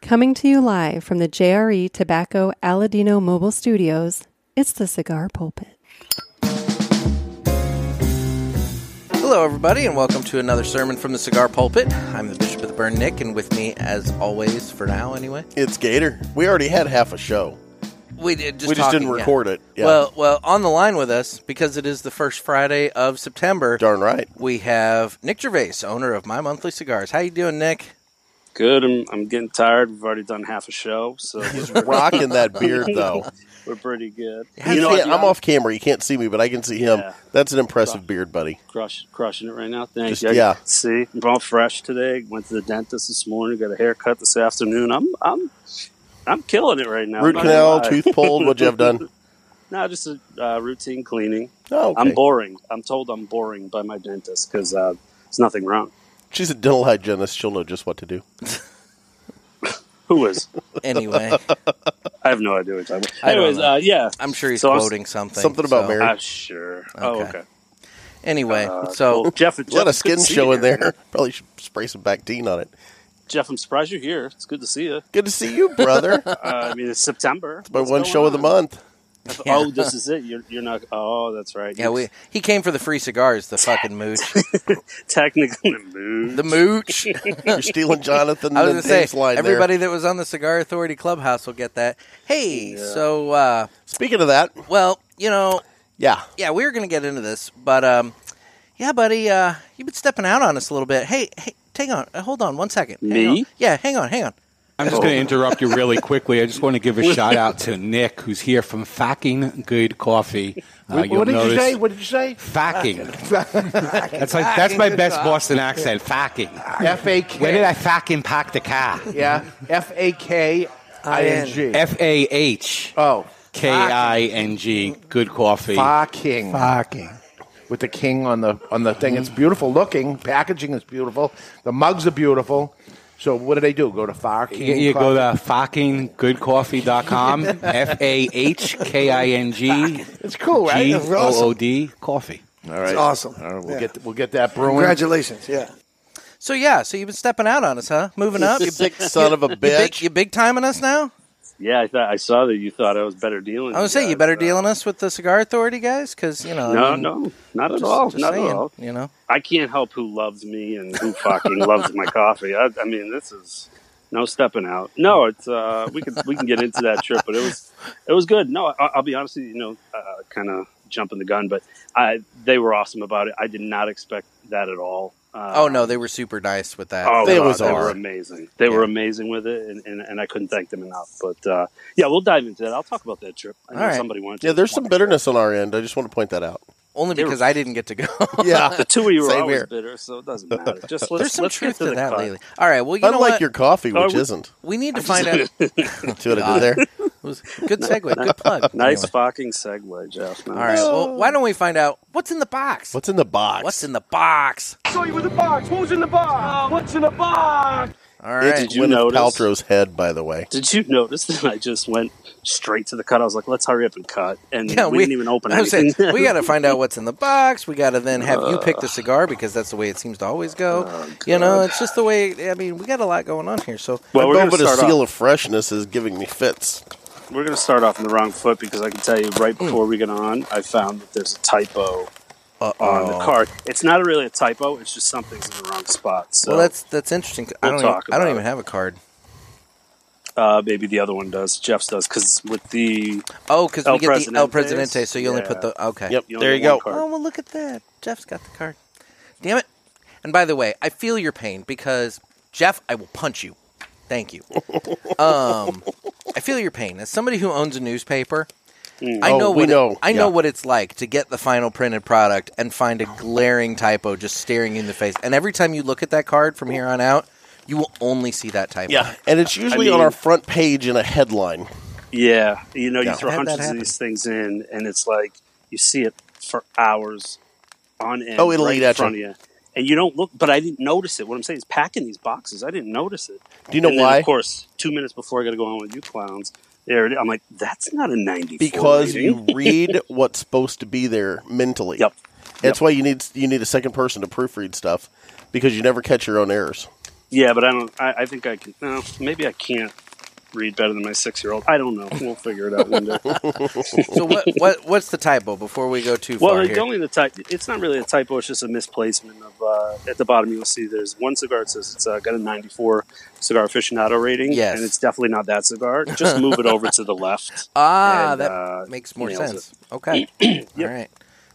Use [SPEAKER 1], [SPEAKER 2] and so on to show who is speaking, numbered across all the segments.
[SPEAKER 1] Coming to you live from the JRE Tobacco Aladino Mobile Studios, it's the Cigar Pulpit.
[SPEAKER 2] Hello, everybody, and welcome to another sermon from the Cigar Pulpit. I'm the Bishop of the Burn, Nick, and with me, as always, for now anyway,
[SPEAKER 3] It's Gator. We already had half a show.
[SPEAKER 2] we did just
[SPEAKER 3] we just didn't
[SPEAKER 2] talking, yeah.
[SPEAKER 3] record it. Yeah.
[SPEAKER 2] Well, well, on the line with us because it is the first Friday of September.
[SPEAKER 3] darn right.
[SPEAKER 2] We have Nick Gervais, owner of My Monthly Cigars. How you doing, Nick?
[SPEAKER 4] Good. I'm, I'm getting tired. We've already done half a show, so we're,
[SPEAKER 3] Rocking that beard though.
[SPEAKER 4] we're pretty good.
[SPEAKER 3] You know, I- I'm off camera. You can't see me, but I can see him.
[SPEAKER 4] Yeah.
[SPEAKER 3] That's an impressive beard, buddy.
[SPEAKER 4] Crush, crushing it right now. Thanks.
[SPEAKER 3] Just- yeah.
[SPEAKER 4] See, I'm all fresh today. Went to the dentist this morning. Got a haircut this afternoon. I'm I'm I'm killing it right now.
[SPEAKER 3] Root
[SPEAKER 4] I'm not gonna
[SPEAKER 3] canal,
[SPEAKER 4] lie.
[SPEAKER 3] tooth pulled. What'd you have done?
[SPEAKER 4] No, just a uh, routine cleaning.
[SPEAKER 3] Oh, okay.
[SPEAKER 4] I'm boring. I'm told I'm boring by my dentist because uh, there's nothing wrong.
[SPEAKER 3] She's a dental hygienist. She'll know just what to do.
[SPEAKER 4] Who is?
[SPEAKER 2] Anyway,
[SPEAKER 4] I have no idea what you're talking about.
[SPEAKER 2] I don't
[SPEAKER 4] Anyways,
[SPEAKER 2] know.
[SPEAKER 4] uh, yeah.
[SPEAKER 2] I'm sure he's
[SPEAKER 4] So I was-
[SPEAKER 2] quoting something.
[SPEAKER 3] Something about Mary.
[SPEAKER 4] Ah, sure. Oh,
[SPEAKER 2] Okay.
[SPEAKER 4] okay.
[SPEAKER 2] Anyway,
[SPEAKER 4] Uh,
[SPEAKER 2] so
[SPEAKER 4] cool. Jeff, Jeff,
[SPEAKER 3] A lot of
[SPEAKER 4] it's good
[SPEAKER 3] skin
[SPEAKER 4] to see
[SPEAKER 3] showing
[SPEAKER 4] you.
[SPEAKER 3] there. Probably should spray some Bactine on it.
[SPEAKER 4] Jeff, I'm surprised you're here. It's good to see you.
[SPEAKER 3] Good to see you, brother. It's
[SPEAKER 4] Uh, I mean, it's September. It's
[SPEAKER 3] my one show of the month.
[SPEAKER 2] Yeah.
[SPEAKER 4] Oh, this is it. You're, you're not. Oh, that's right.
[SPEAKER 2] yeah, we he came for the free cigars, the fucking mooch,
[SPEAKER 4] technically moved.
[SPEAKER 2] the mooch.
[SPEAKER 3] You're stealing Jonathan
[SPEAKER 2] I was
[SPEAKER 3] and
[SPEAKER 2] gonna say
[SPEAKER 3] Dave's line there.
[SPEAKER 2] everybody that was on the Cigar Authority Clubhouse will get that. Hey, so uh,
[SPEAKER 3] Speaking of that,
[SPEAKER 2] well, you know,
[SPEAKER 3] yeah,
[SPEAKER 2] yeah, we were going to get into this, but um, yeah, buddy, uh, you've been stepping out on us a little bit. Hey, hey, hang on, uh, hold on, one second. Hang
[SPEAKER 4] Me?
[SPEAKER 2] on. Yeah, hang on, hang on.
[SPEAKER 5] I'm
[SPEAKER 6] Oh.
[SPEAKER 5] just going to interrupt you really quickly. I just want to give a shout out to Nick, who's here from Fucking Good Coffee. Uh,
[SPEAKER 6] Wh-
[SPEAKER 5] you'll
[SPEAKER 6] what did you
[SPEAKER 5] notice-
[SPEAKER 6] say? What did you say?
[SPEAKER 5] Fucking. that's, like, that's my best Boston accent. Fucking.
[SPEAKER 6] F A K.
[SPEAKER 5] Where did I fucking park the car?
[SPEAKER 6] Yeah. F A K I N G.
[SPEAKER 5] F A H
[SPEAKER 6] Oh,
[SPEAKER 5] K I N G. Good coffee.
[SPEAKER 6] fucking. Fucking. With the king on the on the thing, it's beautiful looking. Packaging is beautiful. The mugs are beautiful. So what do they do? Go to Far
[SPEAKER 5] You,
[SPEAKER 6] King.
[SPEAKER 5] you go
[SPEAKER 6] Coffee?
[SPEAKER 5] to fuckinggoodcoffee.com. F A H K I N G.
[SPEAKER 6] It's cool, right?
[SPEAKER 5] G
[SPEAKER 6] It's
[SPEAKER 5] O O D coffee.
[SPEAKER 6] All right.
[SPEAKER 7] It's awesome.
[SPEAKER 6] All right, we'll
[SPEAKER 7] Yeah.
[SPEAKER 6] get we'll get that brewing.
[SPEAKER 7] Congratulations. Yeah.
[SPEAKER 2] So yeah, so you've been stepping out on us, huh? Moving up, you
[SPEAKER 3] sick son of a
[SPEAKER 2] you big,
[SPEAKER 3] bitch.
[SPEAKER 2] you big timing us now.
[SPEAKER 4] Yeah, I thought I saw that you thought I was better dealing.
[SPEAKER 2] I was gonna say you
[SPEAKER 4] guys,
[SPEAKER 2] better
[SPEAKER 4] uh,
[SPEAKER 2] dealing us with the Cigar Authority guys, because you know, I
[SPEAKER 4] No,
[SPEAKER 2] mean,
[SPEAKER 4] no, not at
[SPEAKER 2] just-
[SPEAKER 4] all.
[SPEAKER 2] just
[SPEAKER 4] Not
[SPEAKER 2] saying,
[SPEAKER 4] at all.
[SPEAKER 2] You know,
[SPEAKER 4] I can't help who loves me and who fucking loves my coffee. I, I mean, this is no stepping out. No, it's uh, we can we can get into that trip, but it was it was good. No, I, I'll be honest with you. You know, uh, kind of jumping the gun, but I they were awesome about it. I did not expect that at all. Uh,
[SPEAKER 2] oh no, they were super nice with that.
[SPEAKER 4] Oh,
[SPEAKER 3] They
[SPEAKER 4] they,
[SPEAKER 3] was
[SPEAKER 4] they were
[SPEAKER 3] awesome.
[SPEAKER 4] amazing. They were amazing with it, and, and, and I couldn't thank them enough. But uh, yeah, we'll dive into that. I'll talk about that trip. I know
[SPEAKER 2] All right.
[SPEAKER 4] somebody wanted to.
[SPEAKER 3] yeah. There's some bitterness on our end. I just want to point that out.
[SPEAKER 2] Only
[SPEAKER 4] they were-
[SPEAKER 2] because I didn't get to go.
[SPEAKER 3] Yeah,
[SPEAKER 4] The two of you are
[SPEAKER 3] Same
[SPEAKER 4] always
[SPEAKER 3] here.
[SPEAKER 4] bitter, so it doesn't matter. Just let's,
[SPEAKER 2] There's some
[SPEAKER 4] let's get
[SPEAKER 2] truth
[SPEAKER 4] to, the
[SPEAKER 2] that
[SPEAKER 4] cut.
[SPEAKER 2] lately. All right, well, you know
[SPEAKER 3] unlike
[SPEAKER 2] what?
[SPEAKER 3] your coffee,
[SPEAKER 4] Oh,
[SPEAKER 3] which
[SPEAKER 4] we-
[SPEAKER 3] isn't.
[SPEAKER 2] we need to find out. It
[SPEAKER 3] See what I did there?
[SPEAKER 2] was a good segue, good plug.
[SPEAKER 4] Nice
[SPEAKER 2] Anyway.
[SPEAKER 4] fucking segue, Jeff.
[SPEAKER 2] All right. Well, why don't we find out what's in the box?
[SPEAKER 3] What's in the box?
[SPEAKER 2] What's in the box?
[SPEAKER 8] saw you in the box. Who's in the box? What's in the box?
[SPEAKER 2] All right.
[SPEAKER 4] Did you
[SPEAKER 3] Gwyneth
[SPEAKER 4] notice?
[SPEAKER 3] Paltrow's head, by the way.
[SPEAKER 4] Did you notice that I just went straight to the cut? I was like, let's hurry up and cut, and
[SPEAKER 2] Yeah,
[SPEAKER 4] we, didn't even open
[SPEAKER 2] I was saying,
[SPEAKER 4] anything.
[SPEAKER 2] we got to find out what's in the box. We got to then have you pick the cigar because that's the way it seems to always go.
[SPEAKER 4] Oh,
[SPEAKER 2] you know, it's just the way. I mean, we got a lot going on here. So,
[SPEAKER 4] well, we're
[SPEAKER 3] Well,
[SPEAKER 4] gonna
[SPEAKER 3] but a
[SPEAKER 4] start
[SPEAKER 3] seal
[SPEAKER 4] off.
[SPEAKER 3] of freshness is giving me fits.
[SPEAKER 4] We're going to start off on the wrong foot because I can tell you right
[SPEAKER 2] Hmm.
[SPEAKER 4] before we get on, I found that there's a typo
[SPEAKER 2] uh,
[SPEAKER 4] on the card. It's not really a typo; it's just something's in the wrong spot. So
[SPEAKER 2] well, that's that's interesting. I
[SPEAKER 4] We'll
[SPEAKER 2] don't. Even,
[SPEAKER 4] talk
[SPEAKER 2] I don't
[SPEAKER 4] about
[SPEAKER 2] even
[SPEAKER 4] it.
[SPEAKER 2] have a card.
[SPEAKER 4] uh, maybe the other one does. Jeff's does because with the
[SPEAKER 2] Oh, because we
[SPEAKER 4] El
[SPEAKER 2] get the El
[SPEAKER 4] Presidente's?
[SPEAKER 2] Presidente, so you only put
[SPEAKER 4] Yeah.
[SPEAKER 2] the okay.
[SPEAKER 3] Yep,
[SPEAKER 4] You only
[SPEAKER 3] there
[SPEAKER 4] get
[SPEAKER 3] you
[SPEAKER 4] one
[SPEAKER 3] go.
[SPEAKER 4] card.
[SPEAKER 2] Oh well, look at that. Jeff's got the card. Damn it! And by the way, I feel your pain because Jeff, I will punch you. Thank you. um, I feel your pain as somebody who owns a newspaper. I
[SPEAKER 3] Oh,
[SPEAKER 2] know
[SPEAKER 3] we
[SPEAKER 2] what it-
[SPEAKER 3] know.
[SPEAKER 2] I know
[SPEAKER 3] Yeah.
[SPEAKER 2] what it's like to get the final printed product and find a glaring typo just staring you in the face. And every time you look at that card from here on out, you will only see that typo.
[SPEAKER 3] and it's usually on
[SPEAKER 4] mean-
[SPEAKER 3] our front page in a headline.
[SPEAKER 4] Yeah, you know,
[SPEAKER 3] Yeah.
[SPEAKER 4] you throw
[SPEAKER 2] I've had that
[SPEAKER 4] hundreds of
[SPEAKER 2] happen.
[SPEAKER 4] these things in, and it's like you see it for hours on end.
[SPEAKER 3] Oh, it'll
[SPEAKER 4] right
[SPEAKER 3] eat
[SPEAKER 4] in
[SPEAKER 3] at
[SPEAKER 4] front of you, and you don't look. But I didn't notice it. What I'm saying is, packing these boxes, I didn't notice it.
[SPEAKER 3] Do you know
[SPEAKER 4] and then,
[SPEAKER 3] why?
[SPEAKER 4] Of course, two minutes before I got to go on with you clowns. There, it- I'm like, that's not a 94
[SPEAKER 3] Because
[SPEAKER 4] rating.
[SPEAKER 3] you read what's supposed to be there mentally.
[SPEAKER 4] Yep.
[SPEAKER 3] That's why you need you need a second person to proofread stuff because you never catch your own errors.
[SPEAKER 4] Yeah, but I don't. I, I think I can. No, maybe I can't read better than my six year old. I don't know. We'll figure it out one day.
[SPEAKER 2] So what, what what's the typo before we go too
[SPEAKER 4] well,
[SPEAKER 2] far
[SPEAKER 4] it's
[SPEAKER 2] here?
[SPEAKER 4] only the type. It's not really a typo. It's just a misplacement of. Uh, at the bottom, you'll see there's one cigar. It says it's uh, got a 94 cigar aficionado rating.
[SPEAKER 2] Yes.
[SPEAKER 4] and it's definitely not that cigar. Just move it over to the left.
[SPEAKER 2] Ah,
[SPEAKER 4] and,
[SPEAKER 2] that
[SPEAKER 4] uh,
[SPEAKER 2] makes more
[SPEAKER 4] nails
[SPEAKER 2] sense. Okay. All right.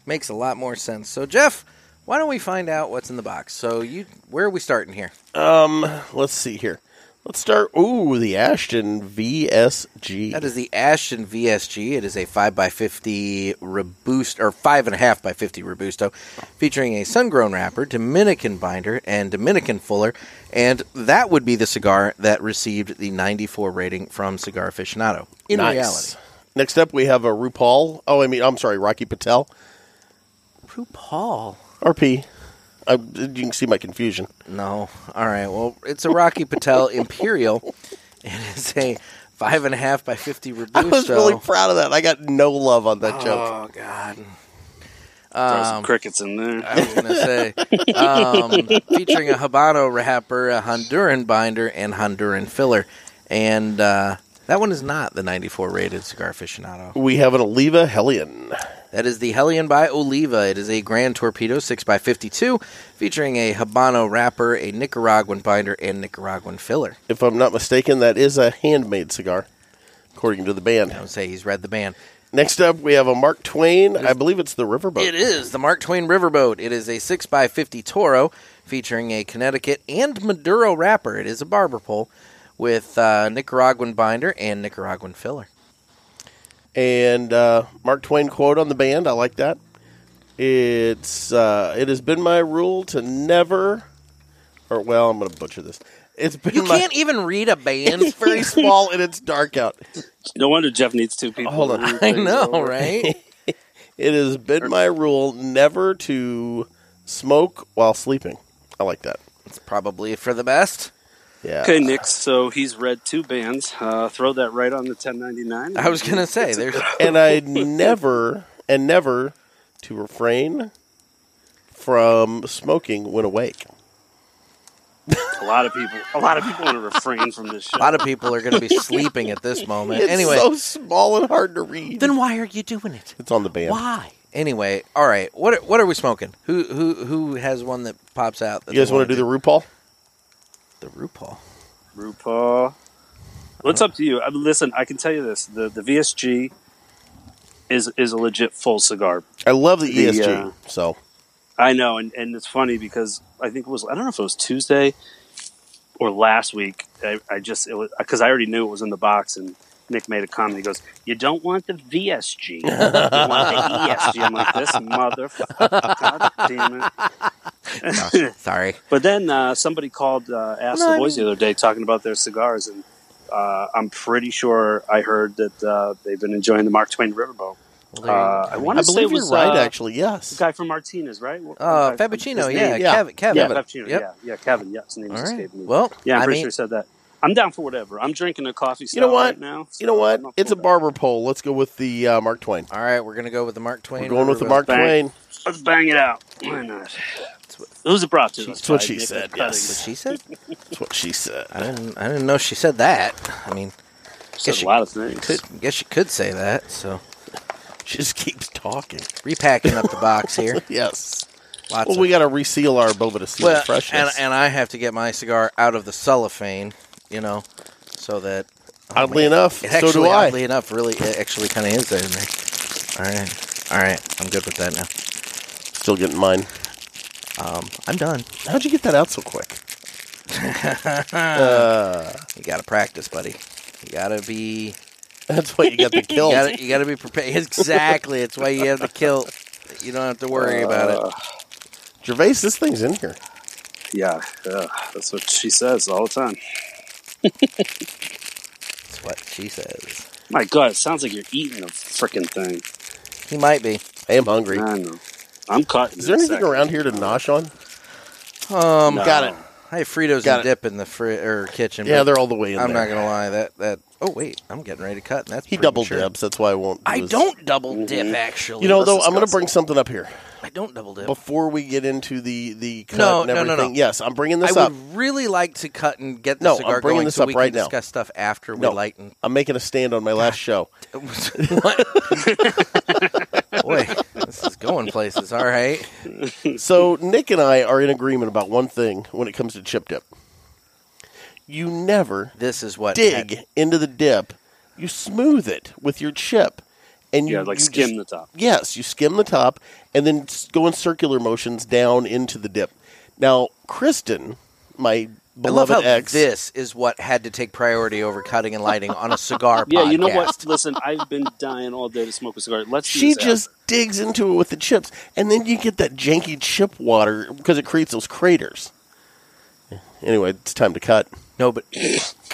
[SPEAKER 2] Makes a lot more sense. So Jeff, why don't we find out what's in the box? So you where are we starting here?
[SPEAKER 3] Let's see here. Let's start. Ooh, the Ashton VSG.
[SPEAKER 2] That is the Ashton VSG. It is a 5x50 Robusto, or 5.5 by 50 Robusto, featuring a sun grown wrapper, Dominican binder, and Dominican fuller. And that would be the cigar that received the 94 rating from Cigar Aficionado. In reality.
[SPEAKER 3] Next up, we have a RuPaul. Oh, I mean, I'm sorry, Rocky Patel.
[SPEAKER 2] RuPaul.
[SPEAKER 3] RP. I, you can see my confusion.
[SPEAKER 2] No. All right. Well, it's a Rocky Patel Imperial. It is a 5.5 by 50 Robusto.
[SPEAKER 3] I was really proud of that. I got no love on that joke.
[SPEAKER 2] oh, God.
[SPEAKER 4] Throw some crickets in there.
[SPEAKER 2] Um, I was gonna say, um, featuring a Habano wrapper, a Honduran binder, and Honduran filler, and uh, that one is not the 94 rated cigar aficionado.
[SPEAKER 3] We have an Oliva Hellion.
[SPEAKER 2] That is the Hellion by Oliva. It is a Grand Torpedo 6x52, featuring a Habano wrapper, a Nicaraguan binder, and Nicaraguan filler.
[SPEAKER 3] If I'm not mistaken, that is a handmade cigar, according to the band.
[SPEAKER 2] I would say he's read the band.
[SPEAKER 3] Next up, we have a Mark Twain. I believe it's the Riverboat.
[SPEAKER 2] It is the Mark Twain Riverboat. It is a 6x50 Toro featuring a Connecticut and Maduro wrapper. It is a barber pole with uh, Nicaraguan binder and Nicaraguan filler.
[SPEAKER 3] and uh, Mark Twain quote on the band. I like that. It's uh, it has been my rule to never, or well, I'm going to butcher this. It's been
[SPEAKER 2] You
[SPEAKER 3] my,
[SPEAKER 2] can't even read a band.
[SPEAKER 3] It's very small and it's dark out.
[SPEAKER 4] No wonder Jeff needs two people.
[SPEAKER 3] Hold
[SPEAKER 4] to
[SPEAKER 3] on.
[SPEAKER 4] read
[SPEAKER 2] I
[SPEAKER 4] things
[SPEAKER 2] know,
[SPEAKER 4] over.
[SPEAKER 2] right?
[SPEAKER 3] It has been my rule never to smoke while sleeping. I like that.
[SPEAKER 2] It's probably for the best.
[SPEAKER 3] Yeah.
[SPEAKER 4] Okay, Nick. So he's read two bands. Uh, throw that right on the 1099.
[SPEAKER 2] I was gonna say there's
[SPEAKER 3] And I never and never to refrain from smoking when awake.
[SPEAKER 4] a lot of people. A lot of people want to refrain from this
[SPEAKER 2] a
[SPEAKER 4] shit.
[SPEAKER 2] lot of people are gonna be sleeping at this moment.
[SPEAKER 3] It's
[SPEAKER 2] anyway,
[SPEAKER 3] so small and hard to read.
[SPEAKER 2] then why are you doing it?
[SPEAKER 3] it's on the band.
[SPEAKER 2] Why? Anyway, all right. What are, what are we smoking? Who who who has one that pops out? That
[SPEAKER 3] You guys
[SPEAKER 2] they
[SPEAKER 3] want to do the RuPaul?
[SPEAKER 2] the RuPaul?
[SPEAKER 4] RuPaul. What's up to you? I mean, listen, I can tell you this: the the VSG is is a legit full cigar.
[SPEAKER 3] I love the
[SPEAKER 4] The,
[SPEAKER 3] ESG.
[SPEAKER 4] uh,
[SPEAKER 3] so
[SPEAKER 4] I know, and, and it's funny because I think it was I don't know if it was Tuesday or last week. I, I just it was because I already knew it was in the box, and Nick made a comment. He goes, "You don't want the VSG, you want the ESG." I'm like, "This motherfucker, god damn it!"
[SPEAKER 2] Sorry.
[SPEAKER 4] But then uh, somebody called, uh, asked
[SPEAKER 2] No, I
[SPEAKER 4] the boys the other day, talking about their cigars, and uh, I'm pretty sure I heard that uh, they've been enjoying the Mark Twain Riverboat. Uh, I want
[SPEAKER 3] Oh, I
[SPEAKER 4] to say it
[SPEAKER 3] believe
[SPEAKER 4] was
[SPEAKER 3] you're right.
[SPEAKER 4] uh,
[SPEAKER 3] actually,
[SPEAKER 4] the
[SPEAKER 3] yes.
[SPEAKER 4] guy from Martinez, right? What-
[SPEAKER 2] Uh,
[SPEAKER 4] what guy- his
[SPEAKER 2] Fabbuccino,
[SPEAKER 4] name?
[SPEAKER 2] yeah,
[SPEAKER 3] yeah.
[SPEAKER 2] Kevin, Kevin.
[SPEAKER 4] yeah, Fabbuccino,
[SPEAKER 2] Yep.
[SPEAKER 4] yeah, yeah, Kevin, yeah, his name
[SPEAKER 2] All
[SPEAKER 4] just
[SPEAKER 2] right.
[SPEAKER 4] escaped me.
[SPEAKER 2] Well,
[SPEAKER 4] yeah, I'm
[SPEAKER 2] I
[SPEAKER 4] pretty
[SPEAKER 2] mean-
[SPEAKER 4] sure he said that. I'm down for whatever. I'm drinking a coffee.
[SPEAKER 3] You know
[SPEAKER 4] style
[SPEAKER 3] what?
[SPEAKER 4] Right now,
[SPEAKER 3] you know
[SPEAKER 4] so
[SPEAKER 3] what?
[SPEAKER 4] I'm up
[SPEAKER 3] It's
[SPEAKER 4] for
[SPEAKER 3] a
[SPEAKER 4] that.
[SPEAKER 3] barber pole. Let's go with the uh, Mark Twain.
[SPEAKER 2] All right, we're gonna go with the Mark Twain.
[SPEAKER 3] We're going with the
[SPEAKER 2] Riverboat.
[SPEAKER 3] Mark
[SPEAKER 4] Bang.
[SPEAKER 3] Twain.
[SPEAKER 4] Let's bang it out. Why not? Who's it brought to?
[SPEAKER 3] That's what she said,
[SPEAKER 2] What
[SPEAKER 3] yes.
[SPEAKER 2] she said?
[SPEAKER 3] That's what she said.
[SPEAKER 2] I didn't. I didn't know she said that. I mean,
[SPEAKER 4] Said
[SPEAKER 2] she
[SPEAKER 4] a lot of things.
[SPEAKER 2] could guess you could say that. So
[SPEAKER 3] She just keeps talking.
[SPEAKER 2] repacking up the box here.
[SPEAKER 3] Yes.
[SPEAKER 2] Lots
[SPEAKER 3] Well,
[SPEAKER 2] of
[SPEAKER 3] we got to reseal our Bovita Seal
[SPEAKER 2] well, and
[SPEAKER 3] freshness.
[SPEAKER 2] and I have to get my cigar out of the cellophane, you know, so that
[SPEAKER 3] oddly enough,
[SPEAKER 2] it
[SPEAKER 3] so
[SPEAKER 2] actually,
[SPEAKER 3] do I.
[SPEAKER 2] oddly enough, really, it actually kind of is there. in there. All right, all right, I'm good with that now.
[SPEAKER 3] Still getting mine.
[SPEAKER 2] I'm done.
[SPEAKER 3] How'd you get that out so quick?
[SPEAKER 2] You got to practice, buddy. You got to be.
[SPEAKER 3] That's why you got the
[SPEAKER 2] You
[SPEAKER 3] kill.
[SPEAKER 2] got you to be prepared. Exactly. It's why you have the kilt. You don't have to worry about it.
[SPEAKER 3] Gervais, this thing's in here.
[SPEAKER 4] Yeah, uh, that's what she says all the time.
[SPEAKER 2] That's what she says.
[SPEAKER 4] My God, it sounds like you're eating a freaking thing.
[SPEAKER 2] He might be.
[SPEAKER 3] I am hungry.
[SPEAKER 4] I know. I'm cutting.
[SPEAKER 3] Is there
[SPEAKER 4] in a
[SPEAKER 3] anything
[SPEAKER 4] second.
[SPEAKER 3] around here to nosh on?
[SPEAKER 2] Um,
[SPEAKER 4] No.
[SPEAKER 3] Got it.
[SPEAKER 2] I have Fritos
[SPEAKER 3] Got
[SPEAKER 2] and
[SPEAKER 3] it.
[SPEAKER 2] dip in the fri- or kitchen.
[SPEAKER 3] Yeah,
[SPEAKER 2] but
[SPEAKER 3] they're all the way in
[SPEAKER 2] I'm not
[SPEAKER 3] there.
[SPEAKER 2] gonna lie. That that. Oh wait, I'm getting ready to cut. And that's
[SPEAKER 3] He double
[SPEAKER 2] premature.
[SPEAKER 3] dips. That's why I won't. do
[SPEAKER 2] I
[SPEAKER 3] this.
[SPEAKER 2] don't double dip. Actually,
[SPEAKER 3] Mm-hmm. You know,
[SPEAKER 2] Let's
[SPEAKER 3] though, I'm going to
[SPEAKER 2] discuss
[SPEAKER 3] bring something up here
[SPEAKER 2] it. I don't double dip.
[SPEAKER 3] before we get into the the cut
[SPEAKER 2] No,
[SPEAKER 3] and
[SPEAKER 2] no, no,
[SPEAKER 3] everything.
[SPEAKER 2] no.
[SPEAKER 3] Yes, I'm bringing
[SPEAKER 2] I
[SPEAKER 3] this up.
[SPEAKER 2] would really like to cut and get the
[SPEAKER 3] No, I'm
[SPEAKER 2] cigar
[SPEAKER 3] bringing
[SPEAKER 2] going
[SPEAKER 3] this
[SPEAKER 2] so
[SPEAKER 3] up
[SPEAKER 2] we
[SPEAKER 3] right
[SPEAKER 2] can
[SPEAKER 3] now.
[SPEAKER 2] discuss stuff after we
[SPEAKER 3] No,
[SPEAKER 2] lighten.
[SPEAKER 3] I'm making a stand on my last show.
[SPEAKER 2] Boy, this is going places. All right.
[SPEAKER 3] So Nick and I are in agreement about one thing when it comes to chip dip. You never
[SPEAKER 2] This is what
[SPEAKER 3] dig into the dip. You smooth it with your chip, and you
[SPEAKER 4] Yeah, like
[SPEAKER 3] you
[SPEAKER 4] skim
[SPEAKER 3] just-
[SPEAKER 4] the top.
[SPEAKER 3] Yes, you skim the top and then s- go in circular motions down into the dip. Now, Kristen, my
[SPEAKER 2] I love
[SPEAKER 3] beloved
[SPEAKER 2] how
[SPEAKER 3] ex,
[SPEAKER 2] this is what had to take priority over cutting and lighting on a cigar
[SPEAKER 4] Yeah, you know
[SPEAKER 2] podcast.
[SPEAKER 4] what? Listen, I've been dying all day to smoke a cigar. Let's. do
[SPEAKER 3] she
[SPEAKER 4] this
[SPEAKER 3] just digs into it with the chips, and then you get that janky chip water because it creates those craters. Anyway, it's time to cut.
[SPEAKER 2] No, but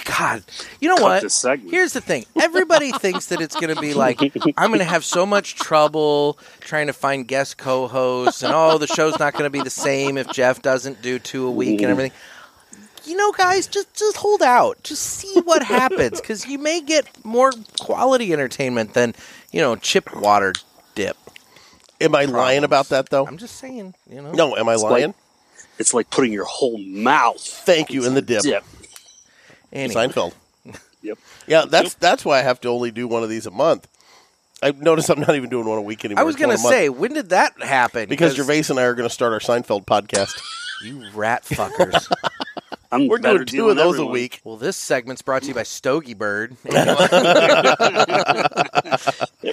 [SPEAKER 2] God, you know
[SPEAKER 4] Cut
[SPEAKER 2] what?
[SPEAKER 4] this segment.
[SPEAKER 2] Here's the thing: everybody thinks that it's going to be like I'm going to have so much trouble trying to find guest co-hosts, and oh, the show's not going to be the same if Jeff doesn't do two a week and everything. You know, guys, just just hold out, just see what happens, because you may get more quality entertainment than you know chip water dip.
[SPEAKER 3] Am I lying about that
[SPEAKER 4] Oh.
[SPEAKER 3] though?
[SPEAKER 2] I'm just saying, you know.
[SPEAKER 3] No, am I
[SPEAKER 4] like-
[SPEAKER 3] lying?
[SPEAKER 4] Out. It's like putting your whole mouth.
[SPEAKER 3] Thank you in the dip.
[SPEAKER 4] Dip.
[SPEAKER 2] Anyway.
[SPEAKER 3] Seinfeld.
[SPEAKER 4] Yep.
[SPEAKER 3] Yeah, that's that's why I have to only do one of these a month. I notice I'm not even doing one a week anymore.
[SPEAKER 2] I was
[SPEAKER 3] It's one
[SPEAKER 2] going to
[SPEAKER 3] a month.
[SPEAKER 2] say, when did that happen?
[SPEAKER 3] because Gervais and I are going to start our Seinfeld podcast.
[SPEAKER 2] you rat fuckers.
[SPEAKER 4] I'm
[SPEAKER 3] We're
[SPEAKER 4] better
[SPEAKER 3] doing two of
[SPEAKER 4] than
[SPEAKER 3] those a
[SPEAKER 4] everyone.
[SPEAKER 3] week.
[SPEAKER 2] Well, this segment's brought to you by Stogie Bird.
[SPEAKER 4] They're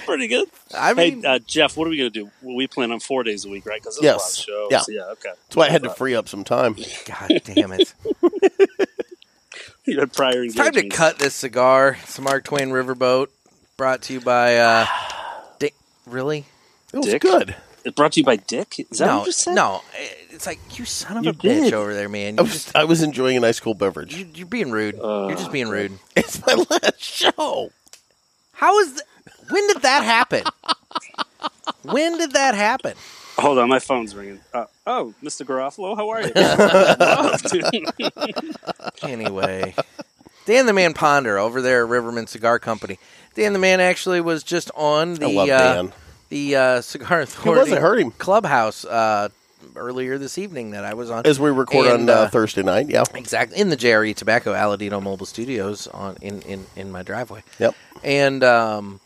[SPEAKER 4] pretty good.
[SPEAKER 2] I mean,
[SPEAKER 4] hey, uh, Jeff, what are we going to do? Well, we plan on four days a week, right? Because
[SPEAKER 3] Yes.
[SPEAKER 4] a lot of shows.
[SPEAKER 3] Yeah.
[SPEAKER 4] okay.
[SPEAKER 3] That's why I had to free up some time.
[SPEAKER 4] uh,
[SPEAKER 2] God damn it!
[SPEAKER 4] You had prior
[SPEAKER 2] It's time to
[SPEAKER 4] engagements.
[SPEAKER 2] cut this cigar. It's a Mark Twain Riverboat, brought to you by. uh Dick. Really?
[SPEAKER 3] It was
[SPEAKER 4] Dick?
[SPEAKER 3] good.
[SPEAKER 4] It brought to you by Dick. Is that
[SPEAKER 2] no,
[SPEAKER 4] what you said?
[SPEAKER 2] no. It's like you son of
[SPEAKER 4] You
[SPEAKER 2] a bitch
[SPEAKER 4] did.
[SPEAKER 2] over there, man.
[SPEAKER 3] I
[SPEAKER 2] You
[SPEAKER 3] was
[SPEAKER 2] just,
[SPEAKER 3] I was enjoying a nice cool beverage.
[SPEAKER 2] you, you're being rude. you're just
[SPEAKER 4] Uh,
[SPEAKER 2] being rude.
[SPEAKER 3] It's my last show.
[SPEAKER 2] How is? Th- when did that happen? when did that happen?
[SPEAKER 4] Hold on, my phone's ringing. Uh, oh, Mr. Garofalo, how are you?
[SPEAKER 2] Anyway, Dan the Man Ponder over there at Riverman Cigar Company. Dan the Man actually was just on the
[SPEAKER 3] I love
[SPEAKER 2] uh,
[SPEAKER 3] Dan.
[SPEAKER 2] the uh, Cigar Authority
[SPEAKER 3] I heard him.
[SPEAKER 2] Clubhouse uh, earlier this evening that I was on.
[SPEAKER 3] As we record
[SPEAKER 2] And,
[SPEAKER 3] on uh, Thursday night, yeah.
[SPEAKER 2] exactly in the JRE Tobacco Aladino Mobile Studios on in, in, in my driveway.
[SPEAKER 3] Yep.
[SPEAKER 2] And um,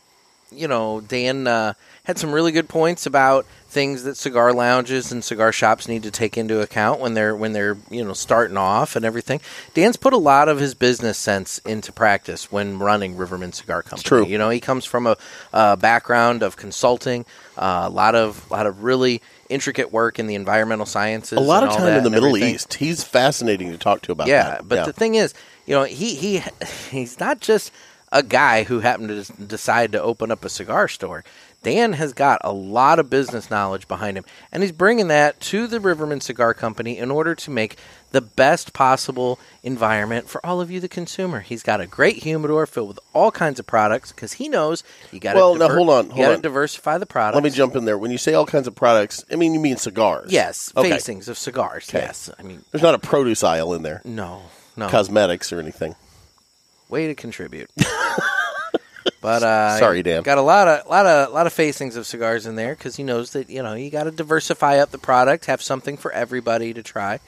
[SPEAKER 2] you know, Dan uh, had some really good points about things that cigar lounges and cigar shops need to take into account when they're when they're you know starting off and everything. Dan's put a lot of his business sense into practice when running Riverman Cigar Company.
[SPEAKER 3] true.
[SPEAKER 2] You know, he comes from a, a background of consulting, uh, a lot of lot of really intricate work in the environmental sciences.
[SPEAKER 3] A lot
[SPEAKER 2] and
[SPEAKER 3] of
[SPEAKER 2] all
[SPEAKER 3] time
[SPEAKER 2] that
[SPEAKER 3] in the
[SPEAKER 2] and
[SPEAKER 3] Middle
[SPEAKER 2] everything.
[SPEAKER 3] East. He's fascinating to talk to about
[SPEAKER 2] Yeah,
[SPEAKER 3] that.
[SPEAKER 2] but the thing is, you know, he he he's not just a guy who happened to des- decide to open up a cigar store. Dan has got a lot of business knowledge behind him, and he's bringing that to the Riverman Cigar Company in order to make the best possible environment for all of you, the consumer. He's got a great humidor filled with all kinds of products because he knows you got to
[SPEAKER 3] Well, now, hold on, hold
[SPEAKER 2] you got
[SPEAKER 3] on.
[SPEAKER 2] to diversify the products.
[SPEAKER 3] Let me jump in there. When you say all kinds of products, I mean you mean cigars.
[SPEAKER 2] yes,
[SPEAKER 3] Okay.
[SPEAKER 2] facings of cigars. Yes, I mean
[SPEAKER 3] There's not a produce aisle in there,
[SPEAKER 2] no, no.
[SPEAKER 3] cosmetics or anything.
[SPEAKER 2] way to contribute. but uh,
[SPEAKER 3] Sorry, Dan.
[SPEAKER 2] Got a lot of lot of lot of facings of cigars in there because he knows that you know you got to diversify up the product, have something for everybody to try.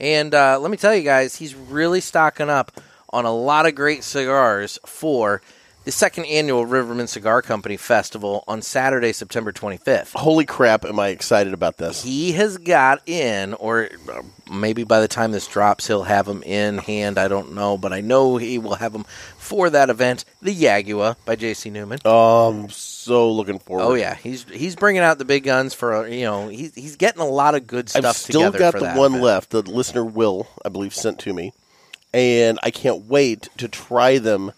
[SPEAKER 2] And uh, let me tell you guys, he's really stocking up on a lot of great cigars for the second annual Riverman Cigar Company Festival on Saturday, September 25th
[SPEAKER 3] Holy crap, am I excited about this?
[SPEAKER 2] he has got in, or uh, maybe by the time this drops, he'll have them in hand. I don't know, but I know he will have them for that event. The Yagua by J.C. Newman. Oh,
[SPEAKER 3] Um, so looking forward.
[SPEAKER 2] yeah, he's he's bringing out the big guns for uh, you know he's he's getting a lot of good stuff.
[SPEAKER 3] I've still
[SPEAKER 2] together
[SPEAKER 3] got
[SPEAKER 2] for
[SPEAKER 3] the
[SPEAKER 2] that
[SPEAKER 3] one
[SPEAKER 2] event.
[SPEAKER 3] left. The listener will, I believe, sent to me, and I can't wait to try them.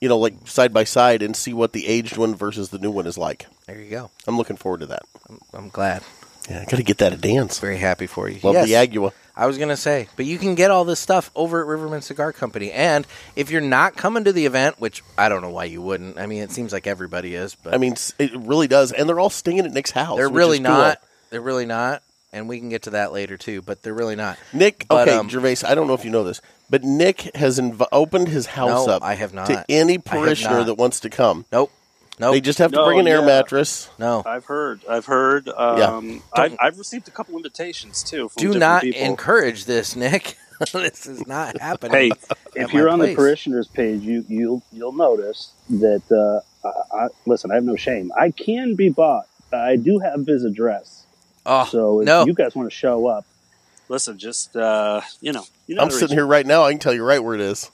[SPEAKER 3] You know, like side by side, and see what the aged one versus the new one is like.
[SPEAKER 2] There you go.
[SPEAKER 3] I'm looking forward to that.
[SPEAKER 2] I'm glad.
[SPEAKER 3] Yeah, I gotta get that a dance.
[SPEAKER 2] Very happy for you.
[SPEAKER 3] Love
[SPEAKER 2] yes.
[SPEAKER 3] the Agua.
[SPEAKER 2] I was gonna say, but you can get all this stuff over at Riverman Cigar Company, and if you're not coming to the event, which I don't know why you wouldn't. I mean, it seems like everybody is, but
[SPEAKER 3] I mean, s- it really does, and they're all stinging at Nick's house.
[SPEAKER 2] They're
[SPEAKER 3] which
[SPEAKER 2] really
[SPEAKER 3] is cool.
[SPEAKER 2] not. They're really not. and we can get to that later too. But they're really not.
[SPEAKER 3] Nick,
[SPEAKER 2] But,
[SPEAKER 3] okay,
[SPEAKER 2] um,
[SPEAKER 3] Gervais, I don't know if you know this, but Nick has inv- opened his house
[SPEAKER 2] No,
[SPEAKER 3] up
[SPEAKER 2] I have not.
[SPEAKER 3] to any
[SPEAKER 2] I have
[SPEAKER 3] parishioner
[SPEAKER 2] not. Oh,
[SPEAKER 3] that wants to come.
[SPEAKER 2] Nope, nope.
[SPEAKER 3] They just have to
[SPEAKER 4] No,
[SPEAKER 3] bring an air
[SPEAKER 4] yeah.
[SPEAKER 3] mattress.
[SPEAKER 2] no.
[SPEAKER 4] I've heard. I've heard. Um, I've, I've received a couple invitations too. From
[SPEAKER 2] Do
[SPEAKER 4] different
[SPEAKER 2] not
[SPEAKER 4] people.
[SPEAKER 2] encourage this, Nick. this is not happening.
[SPEAKER 4] Hey,
[SPEAKER 2] at
[SPEAKER 4] if
[SPEAKER 2] my
[SPEAKER 4] you're on
[SPEAKER 2] place.
[SPEAKER 4] the parishioners page, you you'll you'll notice that. Uh, I, I, listen, I have no shame. I can be bought. I do have his address,
[SPEAKER 2] oh
[SPEAKER 4] so if
[SPEAKER 2] no,
[SPEAKER 4] you guys want to show up, listen. Just uh, you know, you know.
[SPEAKER 3] I'm sitting here right now. I can tell you right where it is.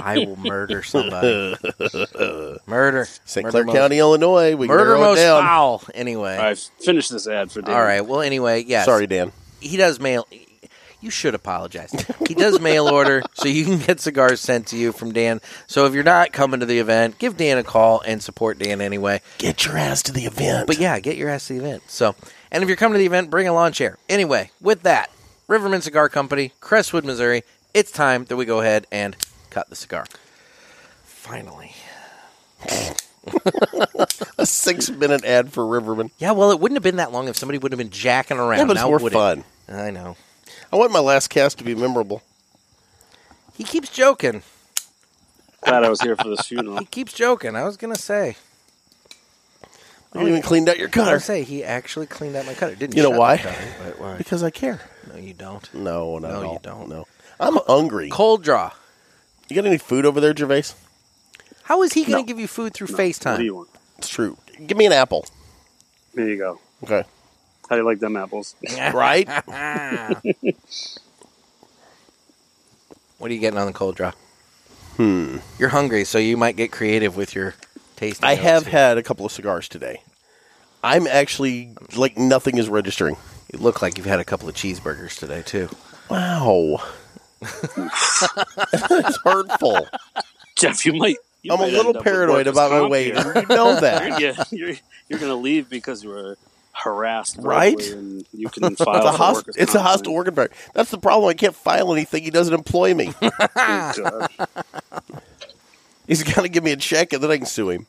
[SPEAKER 2] I will murder somebody. murder,
[SPEAKER 3] St.
[SPEAKER 2] Murder
[SPEAKER 3] Clair
[SPEAKER 2] most-
[SPEAKER 3] County, Illinois. We can
[SPEAKER 2] murder
[SPEAKER 3] narrow it
[SPEAKER 2] most
[SPEAKER 3] down.
[SPEAKER 2] foul. Anyway,
[SPEAKER 4] I've finished this ad for. Dan.
[SPEAKER 2] all right. Well, anyway, yes.
[SPEAKER 3] Sorry, Dan.
[SPEAKER 2] he does mail. You should apologize. He does mail order, so you can get cigars sent to you from Dan. So if you're not coming to the event, give Dan a call and support Dan anyway.
[SPEAKER 3] Get your ass to the event.
[SPEAKER 2] But yeah, get your ass to the event. So, and if you're coming to the event, bring a lawn chair. Anyway, with that, Riverman Cigar Company, Crestwood, Missouri. It's time that we go ahead and cut the cigar. Finally.
[SPEAKER 3] a six minute ad for Riverman.
[SPEAKER 2] Yeah, well, it wouldn't have been that long if somebody would have been jacking around.
[SPEAKER 3] Yeah, but it's
[SPEAKER 2] Now
[SPEAKER 3] more
[SPEAKER 2] would it?
[SPEAKER 3] fun.
[SPEAKER 2] I know.
[SPEAKER 3] I want my last cast to be memorable.
[SPEAKER 2] He keeps joking.
[SPEAKER 4] Glad I was here for this funeral.
[SPEAKER 2] He keeps joking. I was gonna say.
[SPEAKER 4] Oh,
[SPEAKER 3] You even cleaned out your
[SPEAKER 2] I
[SPEAKER 3] cutter
[SPEAKER 2] was gonna say he actually cleaned out my cutter. Didn't
[SPEAKER 3] You know
[SPEAKER 2] shut
[SPEAKER 3] why?
[SPEAKER 2] the Cutter, but why?
[SPEAKER 3] because I care.
[SPEAKER 2] No, you don't.
[SPEAKER 3] No, not
[SPEAKER 2] No,
[SPEAKER 3] at
[SPEAKER 2] you
[SPEAKER 3] all.
[SPEAKER 2] don't.
[SPEAKER 3] No, I'm hungry.
[SPEAKER 2] Cold draw.
[SPEAKER 3] You got any food over there, Gervais?
[SPEAKER 2] How is he gonna
[SPEAKER 4] No.
[SPEAKER 2] give you food through
[SPEAKER 4] What do
[SPEAKER 2] FaceTime?
[SPEAKER 4] you want?
[SPEAKER 3] It's true. Give me an apple.
[SPEAKER 4] There you go.
[SPEAKER 3] Okay.
[SPEAKER 4] How do you like them apples?
[SPEAKER 3] Right?
[SPEAKER 2] What are you getting on the cold draw? Hmm. You're hungry, so you might get creative with your tasting.
[SPEAKER 3] I
[SPEAKER 2] notes
[SPEAKER 3] have
[SPEAKER 2] here.
[SPEAKER 3] had a couple of cigars today. I'm actually like nothing is registering.
[SPEAKER 2] You look like you've had a couple of cheeseburgers today too.
[SPEAKER 3] Wow. That's hurtful.
[SPEAKER 4] Jeff, you might. You
[SPEAKER 3] I'm a
[SPEAKER 4] might end
[SPEAKER 3] little
[SPEAKER 4] up with
[SPEAKER 3] paranoid
[SPEAKER 4] workers'
[SPEAKER 3] about my
[SPEAKER 4] comp
[SPEAKER 3] weight.
[SPEAKER 4] here.
[SPEAKER 3] and You know
[SPEAKER 4] you're,
[SPEAKER 3] that.
[SPEAKER 4] gonna- you're, you're going to leave because you were harassed,
[SPEAKER 3] Right?
[SPEAKER 4] verbally, And you can file
[SPEAKER 3] It's a,
[SPEAKER 4] for
[SPEAKER 3] host-
[SPEAKER 4] workers'
[SPEAKER 3] it's a
[SPEAKER 4] comp
[SPEAKER 3] hostile
[SPEAKER 4] claim.
[SPEAKER 3] work environment. That's the problem. I can't file anything. He doesn't employ me.
[SPEAKER 4] Good
[SPEAKER 3] He's got to give me a check and then I can sue him.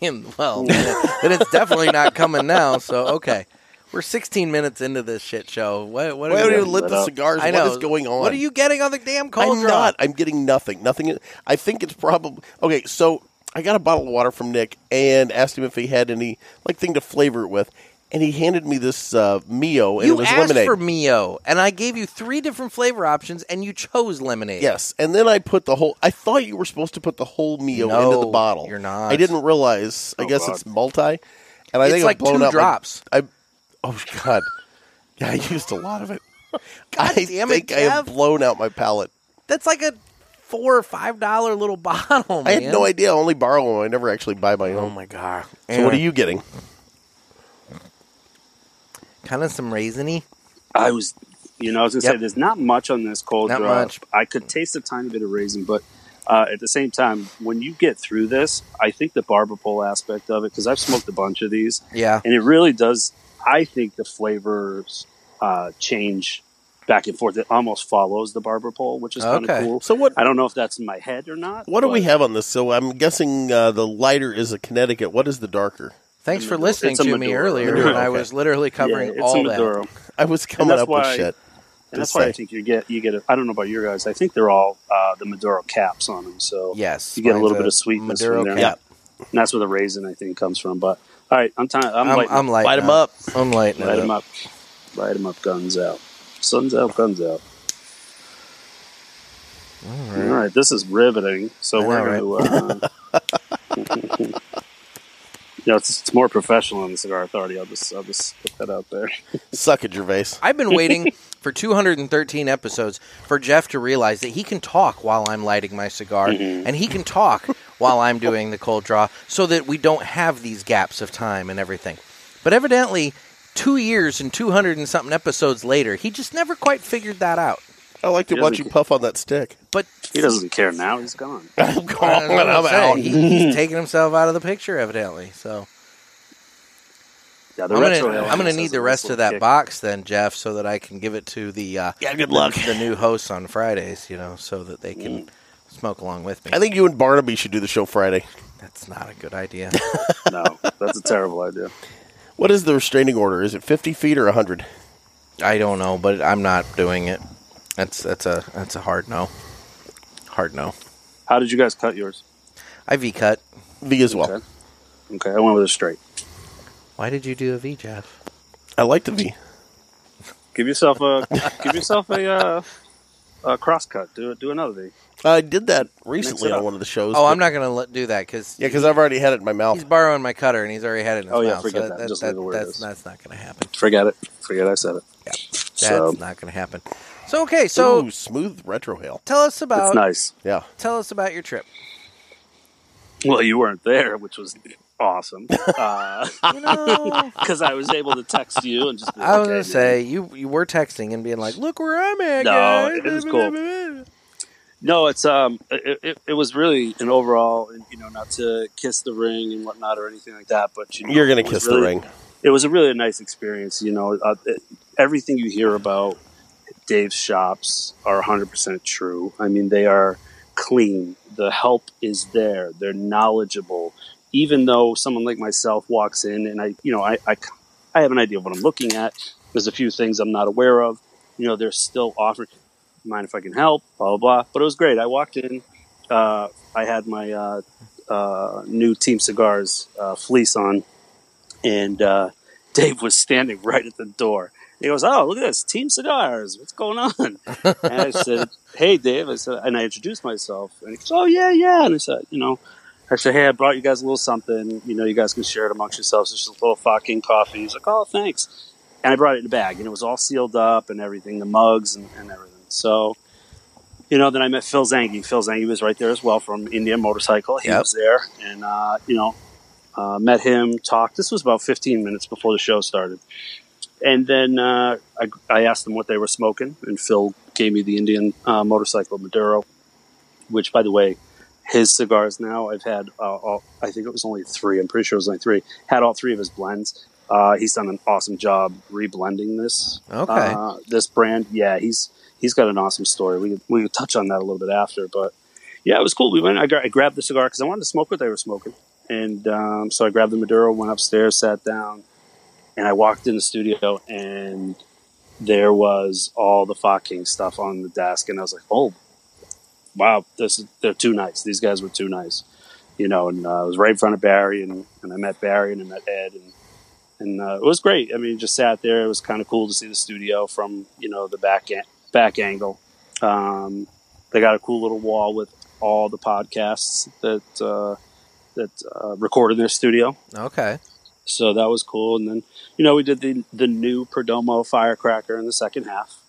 [SPEAKER 2] And, well, then it's definitely not coming now. So okay, we're 16 minutes into this shit show. What? What?
[SPEAKER 3] Why
[SPEAKER 2] are
[SPEAKER 3] don't
[SPEAKER 2] we-
[SPEAKER 3] you
[SPEAKER 4] that
[SPEAKER 3] lit the
[SPEAKER 4] up.
[SPEAKER 3] cigars?
[SPEAKER 2] I know.
[SPEAKER 3] What is going on?
[SPEAKER 2] What are you getting on the damn cold
[SPEAKER 3] I'm
[SPEAKER 2] draw?
[SPEAKER 3] not. I'm getting nothing. Nothing. I think it's probably okay. So I got a bottle of water from Nick and asked him if he had any like thing to flavor it with, and he handed me this uh, Mio and it
[SPEAKER 2] You
[SPEAKER 3] was
[SPEAKER 2] asked
[SPEAKER 3] lemonade.
[SPEAKER 2] for Mio, and I gave you three different flavor options, and you chose lemonade.
[SPEAKER 3] yes, and then I put the whole. I thought you were supposed to put the whole Mio
[SPEAKER 2] No,
[SPEAKER 3] into the bottle.
[SPEAKER 2] you're not.
[SPEAKER 3] I didn't realize. I
[SPEAKER 4] Oh,
[SPEAKER 3] guess
[SPEAKER 4] God.
[SPEAKER 3] it's multi, and I
[SPEAKER 2] It's
[SPEAKER 3] think
[SPEAKER 2] like
[SPEAKER 3] I've blown
[SPEAKER 2] two
[SPEAKER 3] out my-
[SPEAKER 2] drops.
[SPEAKER 3] I. Oh God. Yeah, I used a lot of it. I
[SPEAKER 2] damn it,
[SPEAKER 3] think I have
[SPEAKER 2] Jeff.
[SPEAKER 3] blown out my palate.
[SPEAKER 2] That's like a four or five dollar little bottle.
[SPEAKER 3] I had
[SPEAKER 2] man.
[SPEAKER 3] no idea. I only borrow them. I never actually buy my
[SPEAKER 2] Oh
[SPEAKER 3] own.
[SPEAKER 2] my god!
[SPEAKER 3] So what are you getting?
[SPEAKER 2] Kind of some raisiny.
[SPEAKER 4] I was, you know, I was going to say
[SPEAKER 2] Yep.
[SPEAKER 4] there's not much on this cold
[SPEAKER 2] Not
[SPEAKER 4] draw.
[SPEAKER 2] much.
[SPEAKER 4] I could taste a tiny bit of raisin, but uh, at the same time, when you get through this, I think the barber pole aspect of it, because I've smoked a bunch of these,
[SPEAKER 2] Yeah.
[SPEAKER 4] and it really does. I think the flavors uh, change back and forth. It almost follows the barber pole, which is kind of
[SPEAKER 2] Okay.
[SPEAKER 4] cool.
[SPEAKER 3] So what?
[SPEAKER 4] I don't know if that's in my head or not.
[SPEAKER 3] What do we
[SPEAKER 4] but
[SPEAKER 3] have on this? So I'm guessing uh, the lighter is a Connecticut. What is the darker?
[SPEAKER 2] Thanks for
[SPEAKER 4] Maduro.
[SPEAKER 2] listening
[SPEAKER 4] It's a
[SPEAKER 2] to me
[SPEAKER 4] Maduro.
[SPEAKER 2] earlier
[SPEAKER 3] Maduro,
[SPEAKER 2] when I
[SPEAKER 3] okay.
[SPEAKER 2] was literally
[SPEAKER 4] yeah,
[SPEAKER 2] covering
[SPEAKER 4] it's
[SPEAKER 2] all
[SPEAKER 4] a Maduro.
[SPEAKER 2] that.
[SPEAKER 3] I was coming
[SPEAKER 4] that's
[SPEAKER 3] up with
[SPEAKER 4] why-
[SPEAKER 3] shit.
[SPEAKER 4] And
[SPEAKER 3] Just
[SPEAKER 4] that's why
[SPEAKER 3] say.
[SPEAKER 4] I think you get you get. A, I don't know about your guys. I think they're all uh, the Maduro caps on them. So
[SPEAKER 2] Yes,
[SPEAKER 4] you get a
[SPEAKER 2] mine's
[SPEAKER 4] little bit of sweetness
[SPEAKER 2] Maduro
[SPEAKER 4] from there.
[SPEAKER 2] cap.
[SPEAKER 4] And that's where the raisin I think comes from. But all right, I'm time. I'm,
[SPEAKER 2] I'm,
[SPEAKER 4] lighting,
[SPEAKER 2] I'm lighting
[SPEAKER 3] Light 'em
[SPEAKER 2] up. I'm lighting
[SPEAKER 4] light
[SPEAKER 2] it
[SPEAKER 4] them
[SPEAKER 2] up.
[SPEAKER 4] up, light them up. Guns out. Sun's out. Guns out. All right. this is riveting. So
[SPEAKER 2] I
[SPEAKER 4] we're
[SPEAKER 2] know,
[SPEAKER 4] going to. Uh, you know, it's, it's more professional on the Cigar Authority. I'll just I'll just put that out there.
[SPEAKER 3] Suck it, Gervais.
[SPEAKER 2] I've been waiting for 213 episodes for Jeff to realize that he can talk while I'm lighting my cigar and he can talk while I'm doing the cold draw so that we don't have these gaps of time and everything. But evidently, two years and 200 and something episodes later, he just never quite figured that out.
[SPEAKER 3] I like to
[SPEAKER 4] He
[SPEAKER 3] watch you
[SPEAKER 4] doesn't-
[SPEAKER 3] puff on that stick.
[SPEAKER 2] But
[SPEAKER 4] He doesn't care now. He's gone.
[SPEAKER 3] I'm gone.
[SPEAKER 2] That's what
[SPEAKER 3] I'm
[SPEAKER 2] saying.
[SPEAKER 3] out.
[SPEAKER 2] He- he's taking himself out of the picture, evidently. So
[SPEAKER 4] Yeah, the
[SPEAKER 2] I'm
[SPEAKER 4] retro
[SPEAKER 2] gonna,
[SPEAKER 4] element
[SPEAKER 2] I'm gonna
[SPEAKER 4] has
[SPEAKER 2] need
[SPEAKER 4] a
[SPEAKER 2] the
[SPEAKER 4] nice
[SPEAKER 2] rest
[SPEAKER 4] little
[SPEAKER 2] of that
[SPEAKER 4] kick.
[SPEAKER 2] box then, Jeff, so that I can give it to the uh,
[SPEAKER 3] Yeah, good luck.
[SPEAKER 2] the new hosts on Fridays. You know, so that they can smoke along with me.
[SPEAKER 3] I think you and Barnaby should do the show Friday.
[SPEAKER 2] That's not a good idea.
[SPEAKER 4] No, that's a terrible idea.
[SPEAKER 3] What is the restraining order? Is it 50 feet or 100?
[SPEAKER 2] I don't know, but I'm not doing it. That's that's a that's a hard no. Hard no.
[SPEAKER 4] How did you guys cut yours?
[SPEAKER 2] I V cut.
[SPEAKER 3] V as well.
[SPEAKER 4] Okay. Okay, I went with a straight.
[SPEAKER 2] Why did you do a V, Jeff?
[SPEAKER 3] I like the V.
[SPEAKER 4] Give yourself a give yourself a, uh, a cross cut. Do do another V.
[SPEAKER 3] I did that recently
[SPEAKER 4] it
[SPEAKER 3] on
[SPEAKER 4] up.
[SPEAKER 3] one of the shows.
[SPEAKER 2] Oh, I'm
[SPEAKER 3] but-
[SPEAKER 2] not gonna let, do that because
[SPEAKER 3] Yeah, because I've already had it in my mouth.
[SPEAKER 2] he's borrowing my cutter and he's already had it in his
[SPEAKER 4] Oh, yeah,
[SPEAKER 2] mouth.
[SPEAKER 4] forget
[SPEAKER 2] so
[SPEAKER 4] that. Just leave it where it
[SPEAKER 2] that's,
[SPEAKER 4] is.
[SPEAKER 2] that's not gonna happen.
[SPEAKER 4] Forget it. Forget I said it.
[SPEAKER 2] That's
[SPEAKER 4] So-
[SPEAKER 2] not gonna happen. So okay, so
[SPEAKER 3] Ooh, smooth retrohale.
[SPEAKER 2] tell us
[SPEAKER 4] It's
[SPEAKER 2] about
[SPEAKER 4] nice.
[SPEAKER 3] Yeah.
[SPEAKER 2] tell us about your trip.
[SPEAKER 4] Well, you weren't there, which was awesome because
[SPEAKER 2] You know,
[SPEAKER 4] I was able to text you and just. Be like,
[SPEAKER 2] I was
[SPEAKER 4] "Okay,
[SPEAKER 2] gonna
[SPEAKER 4] dude."
[SPEAKER 2] say you you were texting and being like, "Look where I'm at,
[SPEAKER 4] No,
[SPEAKER 2] guys."
[SPEAKER 4] it was cool. No, it's um, it, it, it was really an overall, you know, not to kiss the ring and whatnot or anything like that, but you know,
[SPEAKER 3] You're going
[SPEAKER 4] it
[SPEAKER 3] to
[SPEAKER 4] was
[SPEAKER 3] kiss the
[SPEAKER 4] really-
[SPEAKER 3] ring.
[SPEAKER 4] It was a really nice experience, you know. Uh, it, everything you hear about Dave's shops are 100 percent true. I mean, they are clean. The help is there. They're knowledgeable. Even though someone like myself walks in and I, you know, I, I, I have an idea of what I'm looking at. There's a few things I'm not aware of. You know, they're still offering. Mind if I can help? Blah blah blah. But it was great. I walked in. Uh, I had my uh, uh, new Team Cigars uh, fleece on, and uh, Dave was standing right at the door. He goes, "Oh, look at this, Team Cigars. What's going on?" and I said, "Hey, Dave." I said, and I introduced myself, and he goes, "Oh, yeah, yeah." And I said, "You know." I said, hey, I brought you guys a little something. You know, you guys can share it amongst yourselves. It's just a little fucking coffee. He's like, oh, thanks. And I brought it in a bag, and it was all sealed up and everything, the mugs and, and everything. So, you know, then I met Phil Zangi. Phil Zangi was right there as well from Indian Motorcycle. He
[SPEAKER 2] Yep.
[SPEAKER 4] was there, and, uh, you know, uh, met him, talked. This was about 15 minutes before the show started. And then uh, I, I asked them what they were smoking, and Phil gave me the Indian uh, motorcycle Maduro, which, by the way, his cigars now. I've had, uh, all, I think it was only three. I'm pretty sure it was only three. Had all three of his blends. Uh, he's done an awesome job reblending this.
[SPEAKER 2] Okay.
[SPEAKER 4] Uh, this brand, yeah, he's he's got an awesome story. We could, we could touch on that a little bit after, but yeah, it was cool. We went. I, gra- I grabbed the cigar because I wanted to smoke what they were smoking, and um, so I grabbed the Maduro, went upstairs, sat down, and I walked in the studio, and there was all the fucking stuff on the desk, and I was like, oh wow, this is, they're too nice. These guys were too nice, you know. And uh, I was right in front of Barry, and, and I met Barry, and I met Ed, and and uh, it was great. I mean, just sat there. It was kind of cool to see the studio from you know the back an- back angle. Um, they got a cool little wall with all the podcasts that uh, that uh, recorded in their studio.
[SPEAKER 2] Okay.
[SPEAKER 4] So that was cool. And then, you know, we did the the new Perdomo firecracker in the second half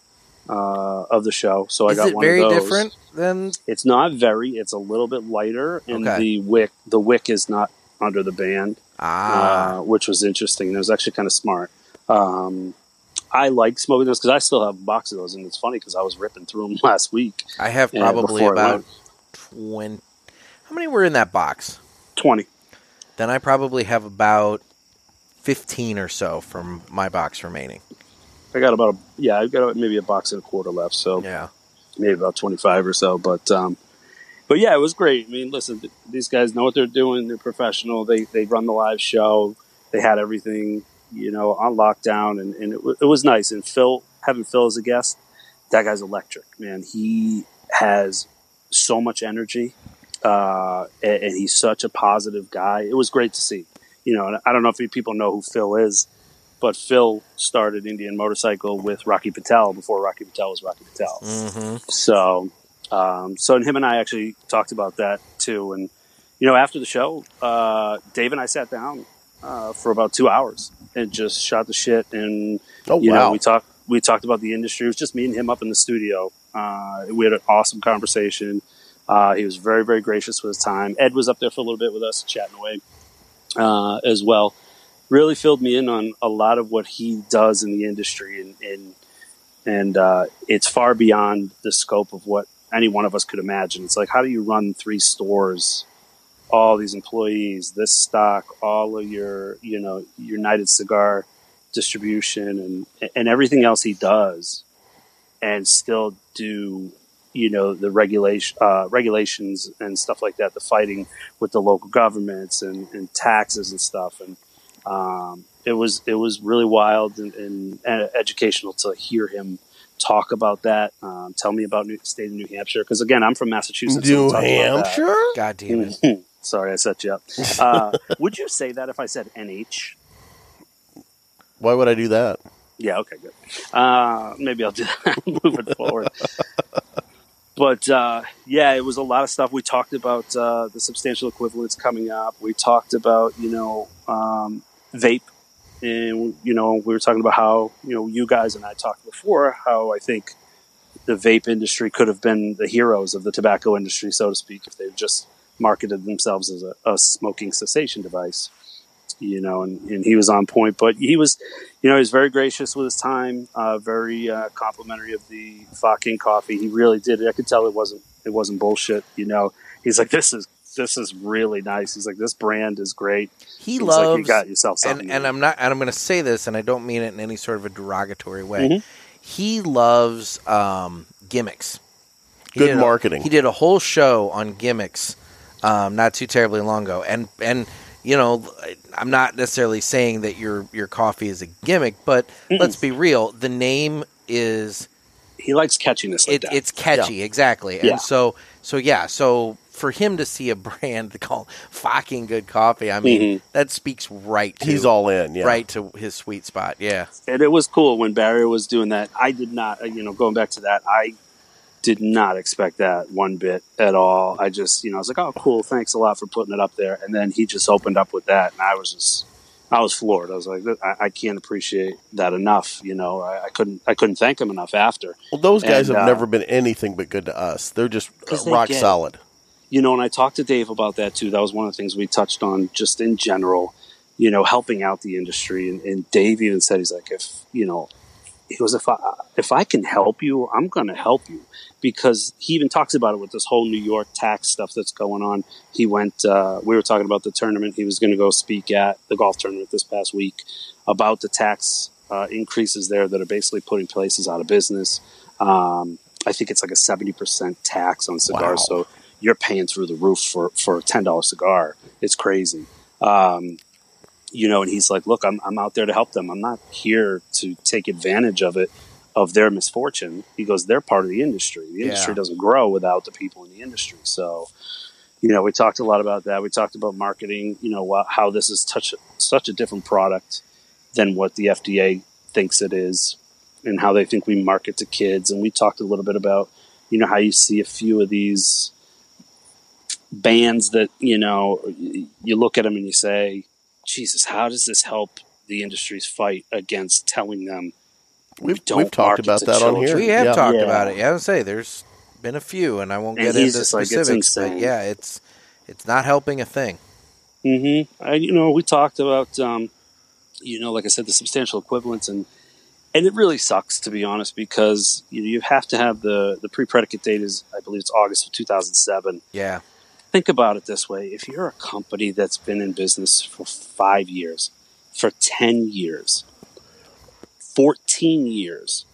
[SPEAKER 4] uh, of the show. So I
[SPEAKER 2] Is
[SPEAKER 4] got
[SPEAKER 2] it
[SPEAKER 4] one
[SPEAKER 2] very
[SPEAKER 4] of those. Uh,
[SPEAKER 2] different than?
[SPEAKER 4] It's not very. It's a little bit lighter, and
[SPEAKER 2] Okay.
[SPEAKER 4] the wick the wick is not under the band,
[SPEAKER 2] Ah,
[SPEAKER 4] uh, which was interesting. It was actually kind of smart. Um, I like smoking those because I still have a box of those, and it's funny because I was ripping through them last week.
[SPEAKER 2] I have
[SPEAKER 4] yeah,
[SPEAKER 2] probably
[SPEAKER 4] before I
[SPEAKER 2] about
[SPEAKER 4] went.
[SPEAKER 2] twenty. How many were in that box?
[SPEAKER 4] Twenty.
[SPEAKER 2] Then I probably have about fifteen or so from my box remaining.
[SPEAKER 4] I got about a yeah. I've got maybe a box and a quarter left. So
[SPEAKER 2] Yeah.
[SPEAKER 4] maybe about 25 or so but um but yeah it was great i mean listen th- these guys know what they're doing they're professional they they run the live show they had everything you know on lockdown and, and it, w- it was nice and phil having phil as a guest that guy's electric man he has so much energy uh and, and he's such a positive guy it was great to see you know and i don't know if you people know who phil is but phil started indian motorcycle with rocky patel before rocky patel was rocky patel
[SPEAKER 2] Mm-hmm.
[SPEAKER 4] so, um, so and him and I actually talked about that too. And you know, after the show, uh, Dave and I sat down uh, for about two hours and just shot the shit. And
[SPEAKER 3] Oh,
[SPEAKER 4] you know,
[SPEAKER 3] wow.
[SPEAKER 4] we talked we talked about the industry. It was just me and him up in the studio. Uh, we had an awesome conversation. Uh, he was very very gracious with his time. Ed was up there for a little bit with us, chatting away uh, as well. Really filled me in on a lot of what he does in the industry and. and and uh, it's far beyond the scope of what any one of us could imagine. It's like, how do you run three stores, all these employees, this stock, all of your, you know, United Cigar distribution, and and everything else he does, and still do, you know, the regulation uh, regulations and stuff like that, the fighting with the local governments and, and taxes and stuff, and um, it was it was really wild and, and, and educational to hear him talk about that. Um, tell me about new, state of New Hampshire because again, I'm from Massachusetts. so
[SPEAKER 3] New
[SPEAKER 4] we'll talk about that.
[SPEAKER 3] Hampshire?
[SPEAKER 2] God damn it.
[SPEAKER 4] Sorry, I set you up. Uh, would you say that if I said NH?
[SPEAKER 3] Why would I do that?
[SPEAKER 4] Yeah, okay, good. Uh, maybe I'll do that moving forward. But uh, yeah, it was a lot of stuff. We talked about uh, the substantial equivalents coming up. We talked about you know um, vape, and you know we were talking about how you know you guys and I talked before how I think the vape industry could have been the heroes of the tobacco industry, so to speak, if they just marketed themselves as a, a smoking cessation device you know, and, and he was on point. But he was, you know, he was very gracious with his time, uh, very uh, complimentary of the fucking coffee. He really did it. I could tell it wasn't it wasn't bullshit. You know, he's like, this is this is really nice. He's like, this brand is great.
[SPEAKER 2] He
[SPEAKER 4] He's
[SPEAKER 2] loves
[SPEAKER 4] like, you got yourself
[SPEAKER 2] and,
[SPEAKER 4] something.
[SPEAKER 2] and I'm not and I'm going to say this and I don't mean it in any sort of a derogatory way.
[SPEAKER 4] Mm-hmm.
[SPEAKER 2] He loves um, gimmicks. He
[SPEAKER 3] Good
[SPEAKER 2] did a-
[SPEAKER 3] marketing.
[SPEAKER 2] he did a whole show on gimmicks um, not too terribly long ago and and you know I'm not necessarily saying that your your coffee is a gimmick, but let's be real, the name is
[SPEAKER 4] he likes catchiness. Like
[SPEAKER 2] it,
[SPEAKER 4] that.
[SPEAKER 2] it's catchy exactly and
[SPEAKER 4] Yeah.
[SPEAKER 2] so so yeah so for him to see a brand called fucking good coffee i mean
[SPEAKER 4] Mm-hmm.
[SPEAKER 2] that speaks right to
[SPEAKER 3] He's all in. Yeah.
[SPEAKER 2] right to his sweet spot yeah
[SPEAKER 4] and it was cool when Barry was doing that. I did not, uh, you know, going back to that, I did not expect that one bit at all. I just, you know, I was like, oh, cool, thanks a lot for putting it up there. And then he just opened up with that, and I was just, I was floored. I was like, I, I can't appreciate that enough. You know, I, I couldn't, I couldn't thank him enough after.
[SPEAKER 3] Well, those guys
[SPEAKER 4] And,
[SPEAKER 3] have
[SPEAKER 4] uh,
[SPEAKER 3] never been anything but good to us. They're just uh,
[SPEAKER 4] 'Cause they
[SPEAKER 3] rock
[SPEAKER 4] get it.
[SPEAKER 3] solid.
[SPEAKER 4] you know, and I talked to Dave about that too. That was one of the things we touched on just in general, you know, helping out the industry. And, and Dave even said, he's like, if, you know, he goes, if I, if I can help you, I'm going to help you because he even talks about it with this whole New York tax stuff that's going on. He went, uh, we were talking about the tournament he was going to go speak at the golf tournament this past week about the tax uh, increases there that are basically putting places out of business. Um, I think it's like a 70% tax on cigars. So you're paying through the roof for, for a $10 cigar. It's crazy. Um, you know, and he's like, look, I'm, I'm out there to help them. I'm not here to take advantage of it, of their misfortune. He goes, they're part of the industry. The industry doesn't grow without the people in the industry. So, you know, we talked a lot about that. We talked about marketing, you know, wha- how this is touch, such a different product than what the FDA thinks it is and how they think we market to kids. And we talked a little bit about, you know, how you see a few of these bands that, you know, y- you look at them and you say, Jesus, how does this help the industry's fight against telling them
[SPEAKER 3] We've,
[SPEAKER 4] don't
[SPEAKER 3] we've talked
[SPEAKER 4] market
[SPEAKER 3] about
[SPEAKER 4] to
[SPEAKER 3] that on here.
[SPEAKER 4] children.
[SPEAKER 2] we have
[SPEAKER 3] yeah.
[SPEAKER 2] talked
[SPEAKER 4] Yeah.
[SPEAKER 2] about it yeah i would say there's been a few and i won't
[SPEAKER 4] And
[SPEAKER 2] get
[SPEAKER 4] he's
[SPEAKER 2] into
[SPEAKER 4] just like, it's
[SPEAKER 2] specifics but
[SPEAKER 4] insane.
[SPEAKER 2] yeah it's it's not helping a thing
[SPEAKER 4] hmm I, you know, we talked about, um, you know, like I said, the substantial equivalence, and and it really sucks to be honest because you know, you have to have the the pre predicate date is I believe it's August of two thousand seven.
[SPEAKER 2] yeah
[SPEAKER 4] Think about it this way: if you're a company that's been in business for five years, for ten years, fourteen years,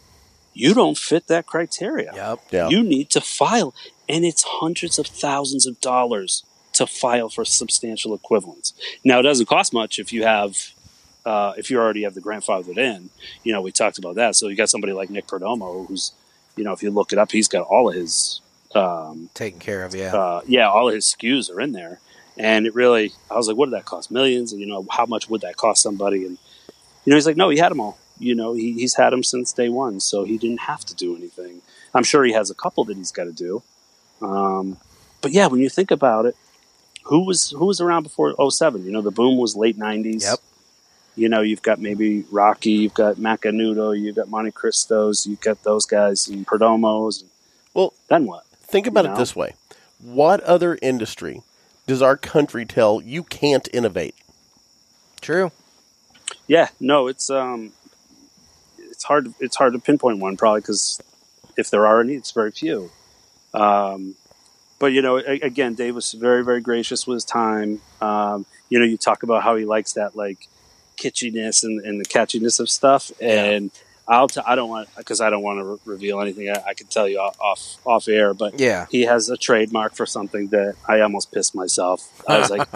[SPEAKER 4] you don't fit that criteria.
[SPEAKER 2] yep
[SPEAKER 3] Yeah.
[SPEAKER 4] You need to file, and it's hundreds of thousands of dollars to file for substantial equivalence. Now, it doesn't cost much if you have, uh, if you already have the grandfathered in. You know, we talked about that. So you got somebody like Nick Perdomo, who's, you know, if you look it up, he's got all of his, um,
[SPEAKER 2] taken care of yeah
[SPEAKER 4] uh, yeah, all of his SKUs are in there. And it really, I was like, what did that cost? Millions? And, you know, how much would that cost somebody? And, you know, he's like, no, he had them all. You know, he, he's had them since day one, so he didn't have to do anything. I'm sure he has a couple that he's got to do. Um, but yeah, when you think about it, who was who was around before 07? You know, the boom was late 90s.
[SPEAKER 2] Yep.
[SPEAKER 4] You know, you've got maybe Rocky, you've got Macanudo, you've got Monte Cristos, you've got those guys and Perdomos.
[SPEAKER 3] Well,
[SPEAKER 4] Then what?
[SPEAKER 3] think about
[SPEAKER 4] No.
[SPEAKER 3] it this way What other industry does our country tell you can't innovate?
[SPEAKER 2] true
[SPEAKER 4] Yeah, no, it's um, it's hard. It's hard to pinpoint one probably because if there are any, it's very few. Um, but you know, a- again, Dave was very, very gracious with his time. Um, you know, you talk about how he likes that like kitschiness and, and the catchiness of stuff, and I'll t- I don't want because I don't want to re- reveal anything. I, I can tell you off, off off air, but
[SPEAKER 2] Yeah.
[SPEAKER 4] he has a trademark for something that I almost pissed myself. I was like,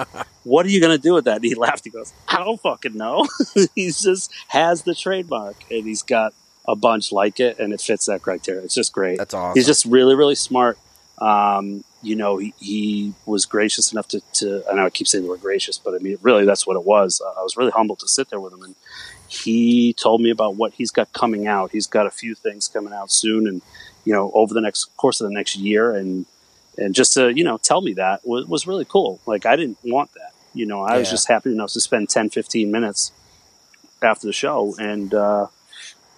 [SPEAKER 4] "What are you going to do with that?" And he laughed. He goes, "I don't fucking know." he just has the trademark, and he's got a bunch like it, and it fits that criteria. It's just great.
[SPEAKER 2] That's awesome.
[SPEAKER 4] He's just really, really smart. Um, you know, he, he was gracious enough to, to. I know I keep saying the word gracious, but I mean, really, that's what it was. Uh, I was really humbled to sit there with him, and he told me about what he's got coming out. He's got a few things coming out soon, and you know, over the next course of the next year, and and just to you know tell me that was, was really cool. Like I didn't want that. You know, I was
[SPEAKER 2] Yeah.
[SPEAKER 4] just happy enough to spend 10, 15 minutes after the show, and uh,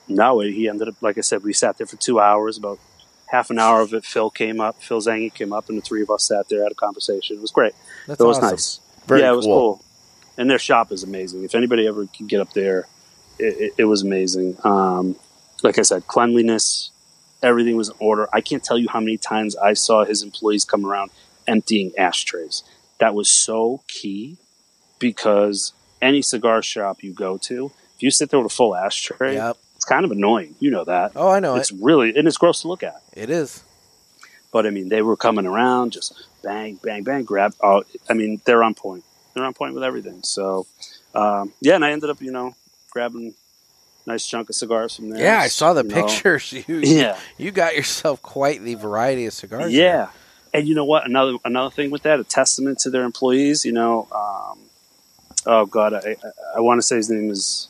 [SPEAKER 4] no, he ended up like I said, we sat there for two hours about half an hour of it, Phil came up, Phil Zangy came up, and the three of us sat there had a conversation. It was great.
[SPEAKER 2] That's
[SPEAKER 4] it was
[SPEAKER 2] awesome.
[SPEAKER 4] nice.
[SPEAKER 3] Very
[SPEAKER 4] yeah, it was
[SPEAKER 3] cool.
[SPEAKER 4] cool. And their shop is amazing. If anybody ever can get up there, it, it, it was amazing. Um, like I said, cleanliness, everything was in order. I can't tell you how many times I saw his employees come around emptying ashtrays. That was so key because any cigar shop you go to, if you sit there with a full ashtray,
[SPEAKER 2] Yep.
[SPEAKER 4] it's kind of annoying. You know that.
[SPEAKER 2] Oh, I know
[SPEAKER 4] it's
[SPEAKER 2] it.
[SPEAKER 4] really and it's gross to look at.
[SPEAKER 2] It is.
[SPEAKER 4] But I mean, they were coming around, just bang, bang, bang, grab. Oh, I mean, they're on point. They're on point with everything. So, um, yeah, and I ended up, you know, grabbing a nice chunk of cigars from there.
[SPEAKER 2] Yeah, I saw the
[SPEAKER 4] you know.
[SPEAKER 2] pictures. You,
[SPEAKER 4] Yeah.
[SPEAKER 2] you got yourself quite the variety of cigars. there.
[SPEAKER 4] Yeah, and you know what? Another another thing with that, a testament to their employees. You know, um, oh god, I I, I want to say his name is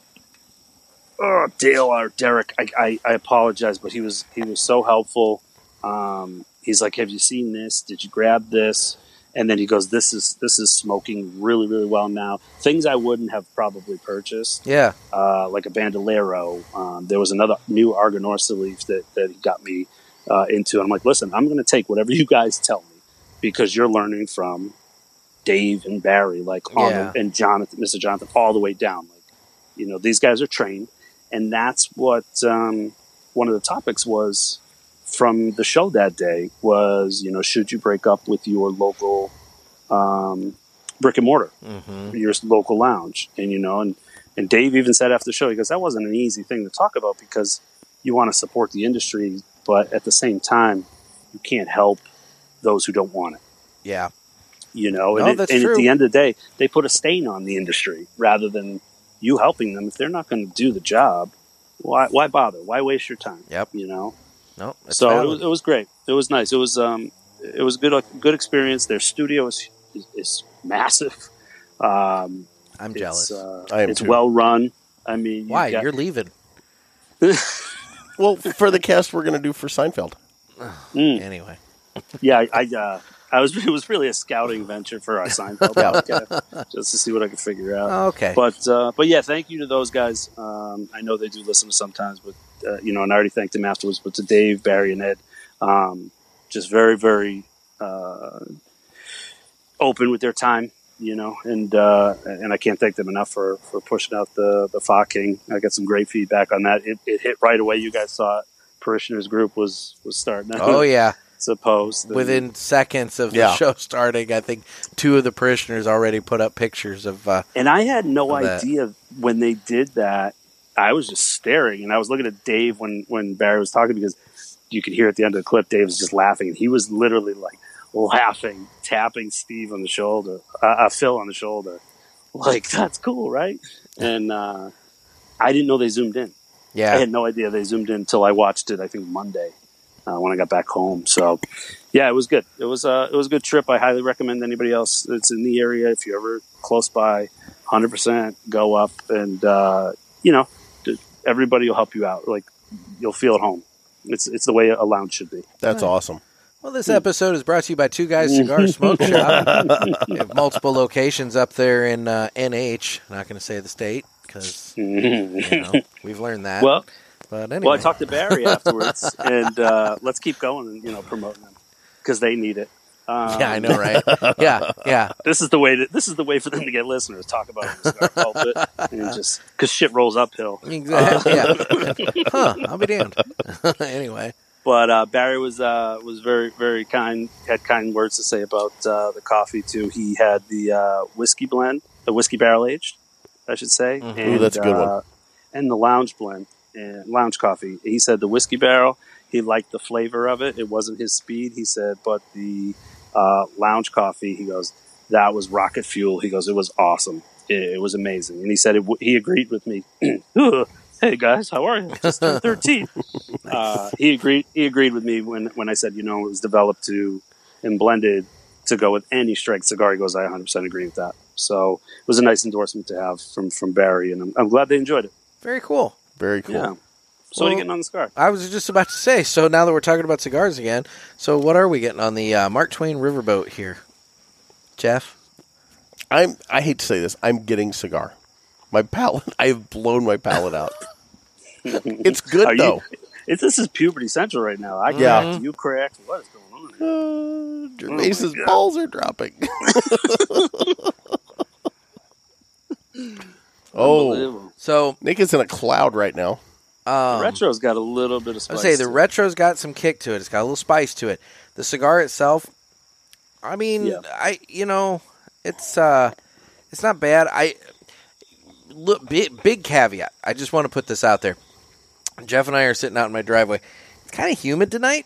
[SPEAKER 4] oh Dale or Derek. I, I I apologize, but he was he was so helpful. Um, he's like, "Have you seen this? Did you grab this?" And then he goes, "This is this is smoking really really well now. Things I wouldn't have probably purchased."
[SPEAKER 2] Yeah.
[SPEAKER 4] uh, like a bandolero. Um, there was another new Argonorsa leaf that, that he got me uh, into. And I'm like, listen, I'm going to take whatever you guys tell me because you're learning from Dave and Barry, like on
[SPEAKER 2] Yeah.
[SPEAKER 4] and Jonathan, Mr. Jonathan, all the way down. Like, you know, these guys are trained. And that's what um, one of the topics was from the show that day was, you know, should you break up with your local um, brick and mortar?
[SPEAKER 2] Mm-hmm.
[SPEAKER 4] your local lounge. And you know, and and Dave even said after the show, he goes, "That wasn't an easy thing to talk about because you want to support the industry, but at the same time, you can't help those who don't want it."
[SPEAKER 2] Yeah.
[SPEAKER 4] You know,
[SPEAKER 2] No,
[SPEAKER 4] and, it-
[SPEAKER 2] that's
[SPEAKER 4] and at
[SPEAKER 2] true.
[SPEAKER 4] the end of the day, they put a stain on the industry rather than you helping them. If they're not going to do the job, why why bother? Why waste your time?
[SPEAKER 2] Yep.
[SPEAKER 4] You know,
[SPEAKER 2] No. it's
[SPEAKER 4] so it
[SPEAKER 2] valid.
[SPEAKER 4] was, it was great. It was nice. It was um, it was good good experience. Their studio is is, is massive. Um,
[SPEAKER 2] I'm jealous.
[SPEAKER 4] it's, uh,
[SPEAKER 3] I am
[SPEAKER 4] it's
[SPEAKER 3] too.
[SPEAKER 4] well run. I mean, you've
[SPEAKER 2] Why?
[SPEAKER 4] got-
[SPEAKER 2] You're leaving.
[SPEAKER 3] Well, for the cast we're going to do for Seinfeld.
[SPEAKER 4] Mm,
[SPEAKER 2] Anyway.
[SPEAKER 4] yeah, I, I, uh, I was. It was really a scouting venture for our Seinfeld podcast, just to see what I could figure out.
[SPEAKER 2] Oh, okay.
[SPEAKER 4] But uh, but yeah, thank you to those guys. Um, I know they do listen sometimes, but uh, you know, and I already thanked them afterwards. But to Dave, Barry, and Ed, um, just very very uh, open with their time, you know, and uh, and I can't thank them enough for for pushing out the the Focking. I got some great feedback on that. It, it hit right away. You guys saw it. Parishioners group was was starting. out,
[SPEAKER 2] oh, yeah.
[SPEAKER 4] suppose
[SPEAKER 2] Within seconds of the
[SPEAKER 3] Yeah.
[SPEAKER 2] show starting, I think two of the parishioners already put up pictures of. Uh,
[SPEAKER 4] And I had no
[SPEAKER 2] I bet.
[SPEAKER 4] idea when they did that. I was just staring, and I was looking at Dave when when Barry was talking because you could hear at the end of the clip Dave was just laughing, and he was literally like laughing, tapping Steve on the shoulder, uh, uh, Phil on the shoulder, like that's cool, right? And uh, I didn't know they zoomed in. I
[SPEAKER 2] yeah.
[SPEAKER 4] had no idea they zoomed in until I watched it. I think Monday uh, when I got back home. So, yeah, it was good. It was uh, it was a good trip. I highly recommend anybody else that's in the area if you're ever close by. Hundred percent, go up and uh, you know d- everybody will help you out. Like you'll feel at home. It's it's the way a lounge should be.
[SPEAKER 3] That's awesome.
[SPEAKER 2] Well, this episode is brought to you by Two Guys Cigar Smoke Shop. They have multiple locations up there in uh, NH. Not going to say the state because you know, we've learned that.
[SPEAKER 4] Well,
[SPEAKER 2] but Mm-hmm. anyway,
[SPEAKER 4] well, I talked to Barry afterwards, and uh, let's keep going and you know promoting them because they need it. Um,
[SPEAKER 2] yeah, I know, right? yeah, yeah.
[SPEAKER 4] this is the way to, this is the way for them to get listeners talk about it in the cigar pulpit and just because shit rolls uphill
[SPEAKER 2] Exactly. yeah. Huh, I'll be damned. anyway,
[SPEAKER 4] but uh, barry was uh, was very very kind had kind words to say about uh, the coffee too he had the uh, whiskey blend the whiskey barrel aged i should say
[SPEAKER 2] Mhm.
[SPEAKER 3] Ooh, Mm-hmm. that's a good one.
[SPEAKER 4] uh, and the lounge blend and lounge coffee. He said the whiskey barrel. He liked the flavor of it. It wasn't his speed. He said, but the uh, lounge coffee. He goes, that was rocket fuel. He goes, it was awesome. It, it was amazing. And he said it, w- he agreed with me. hey guys, how are you? Just turned thirteen. uh, he agreed. He agreed with me when when I said, you know, it was developed to and blended to go with any strength cigar. He goes, I 100 percent agree with that. So it was a nice endorsement to have from from Barry, and I'm, I'm glad they enjoyed it.
[SPEAKER 2] Very cool.
[SPEAKER 3] Very cool.
[SPEAKER 4] Yeah. So what are
[SPEAKER 2] Well-
[SPEAKER 4] you getting on the cigar?
[SPEAKER 2] I was just about to say. So now that we're talking about cigars again, so what are we getting on the uh, Mark Twain Riverboat here, Jeff?
[SPEAKER 3] I'm. I hate to say this. I'm getting cigar. My palate. I have blown my palate out. it's
[SPEAKER 4] Are
[SPEAKER 3] good
[SPEAKER 4] you-
[SPEAKER 3] though.
[SPEAKER 4] It's, this is puberty central right now. I
[SPEAKER 3] Yeah.
[SPEAKER 4] cracked, you cracked. What is going on? here?
[SPEAKER 3] Uh,
[SPEAKER 2] Oh
[SPEAKER 3] Gervais's
[SPEAKER 4] God.
[SPEAKER 3] balls are dropping. oh,
[SPEAKER 4] Unbelievable.
[SPEAKER 2] So
[SPEAKER 3] Nick is in a cloud right now.
[SPEAKER 2] um,
[SPEAKER 4] retro's got a little bit of
[SPEAKER 2] I
[SPEAKER 4] spice.
[SPEAKER 2] would say the
[SPEAKER 4] to it.
[SPEAKER 2] retro's got some kick to it. It's got a little spice to it. The cigar itself, I mean,
[SPEAKER 4] Yeah.
[SPEAKER 2] I you know, it's uh, it's not bad. I look big, big caveat. I just want to put this out there. Jeff and I are sitting out in my driveway. It's kind of humid tonight.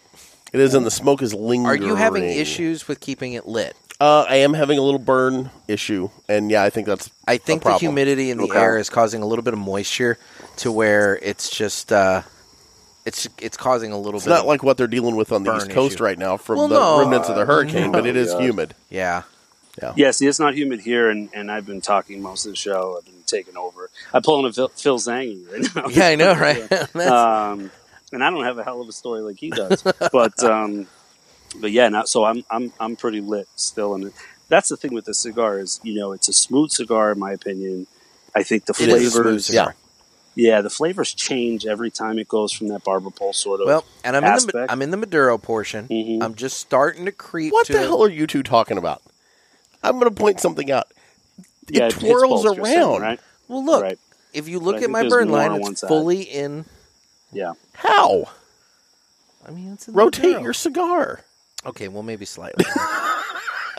[SPEAKER 3] It is, and the smoke is lingering.
[SPEAKER 2] Are you having issues with keeping it lit?
[SPEAKER 3] Uh, I am having a little burn issue, and yeah, I think that's.
[SPEAKER 2] I think
[SPEAKER 3] a
[SPEAKER 2] the
[SPEAKER 3] problem.
[SPEAKER 2] humidity in the
[SPEAKER 4] Okay.
[SPEAKER 2] air is causing a little bit of moisture to where it's just uh, it's it's causing a little
[SPEAKER 3] It's
[SPEAKER 2] bit.
[SPEAKER 3] not
[SPEAKER 2] of-
[SPEAKER 3] like what they're dealing with on the
[SPEAKER 2] Burn
[SPEAKER 3] East Coast
[SPEAKER 2] issue.
[SPEAKER 3] right now from
[SPEAKER 2] Well,
[SPEAKER 3] the
[SPEAKER 2] no.
[SPEAKER 3] remnants of the hurricane, but it is
[SPEAKER 4] yeah.
[SPEAKER 3] humid.
[SPEAKER 2] yeah,
[SPEAKER 4] Yeah, see, it's not humid here, and, and I've been talking most of the show. I've been taking over. I'm pulling a Phil, Phil Zangy right now.
[SPEAKER 2] yeah. I know, right? That's-
[SPEAKER 4] um, and I don't have a hell of a story like he does, but um, but yeah, now, so I'm I'm I'm pretty lit still, and that's the thing with the cigar is you know it's a smooth cigar in my opinion. I think the
[SPEAKER 2] It is a smooth
[SPEAKER 4] flavors,
[SPEAKER 2] cigar.
[SPEAKER 4] yeah, the flavors change every time it goes from that barber pole sort of.
[SPEAKER 2] Well, um, and I'm in the
[SPEAKER 4] aspect.
[SPEAKER 2] I'm in the Maduro portion.
[SPEAKER 4] Mhm.
[SPEAKER 2] I'm just starting to creep.
[SPEAKER 3] What
[SPEAKER 2] to
[SPEAKER 3] the hell are you two talking about? I'm going to point something out. It
[SPEAKER 4] yeah, it's
[SPEAKER 3] twirls
[SPEAKER 4] bolstered,
[SPEAKER 3] around.
[SPEAKER 4] right?
[SPEAKER 2] Well, look,
[SPEAKER 4] Right.
[SPEAKER 2] if you
[SPEAKER 4] But I
[SPEAKER 2] look at
[SPEAKER 4] think
[SPEAKER 2] my
[SPEAKER 4] there's
[SPEAKER 2] burn
[SPEAKER 4] more
[SPEAKER 2] line,
[SPEAKER 4] on one
[SPEAKER 2] it's
[SPEAKER 4] side.
[SPEAKER 2] fully in.
[SPEAKER 4] Yeah,
[SPEAKER 3] How?
[SPEAKER 2] I mean, it's in the
[SPEAKER 3] Rotate
[SPEAKER 2] Maduro.
[SPEAKER 3] your cigar.
[SPEAKER 2] Okay, well, maybe slightly.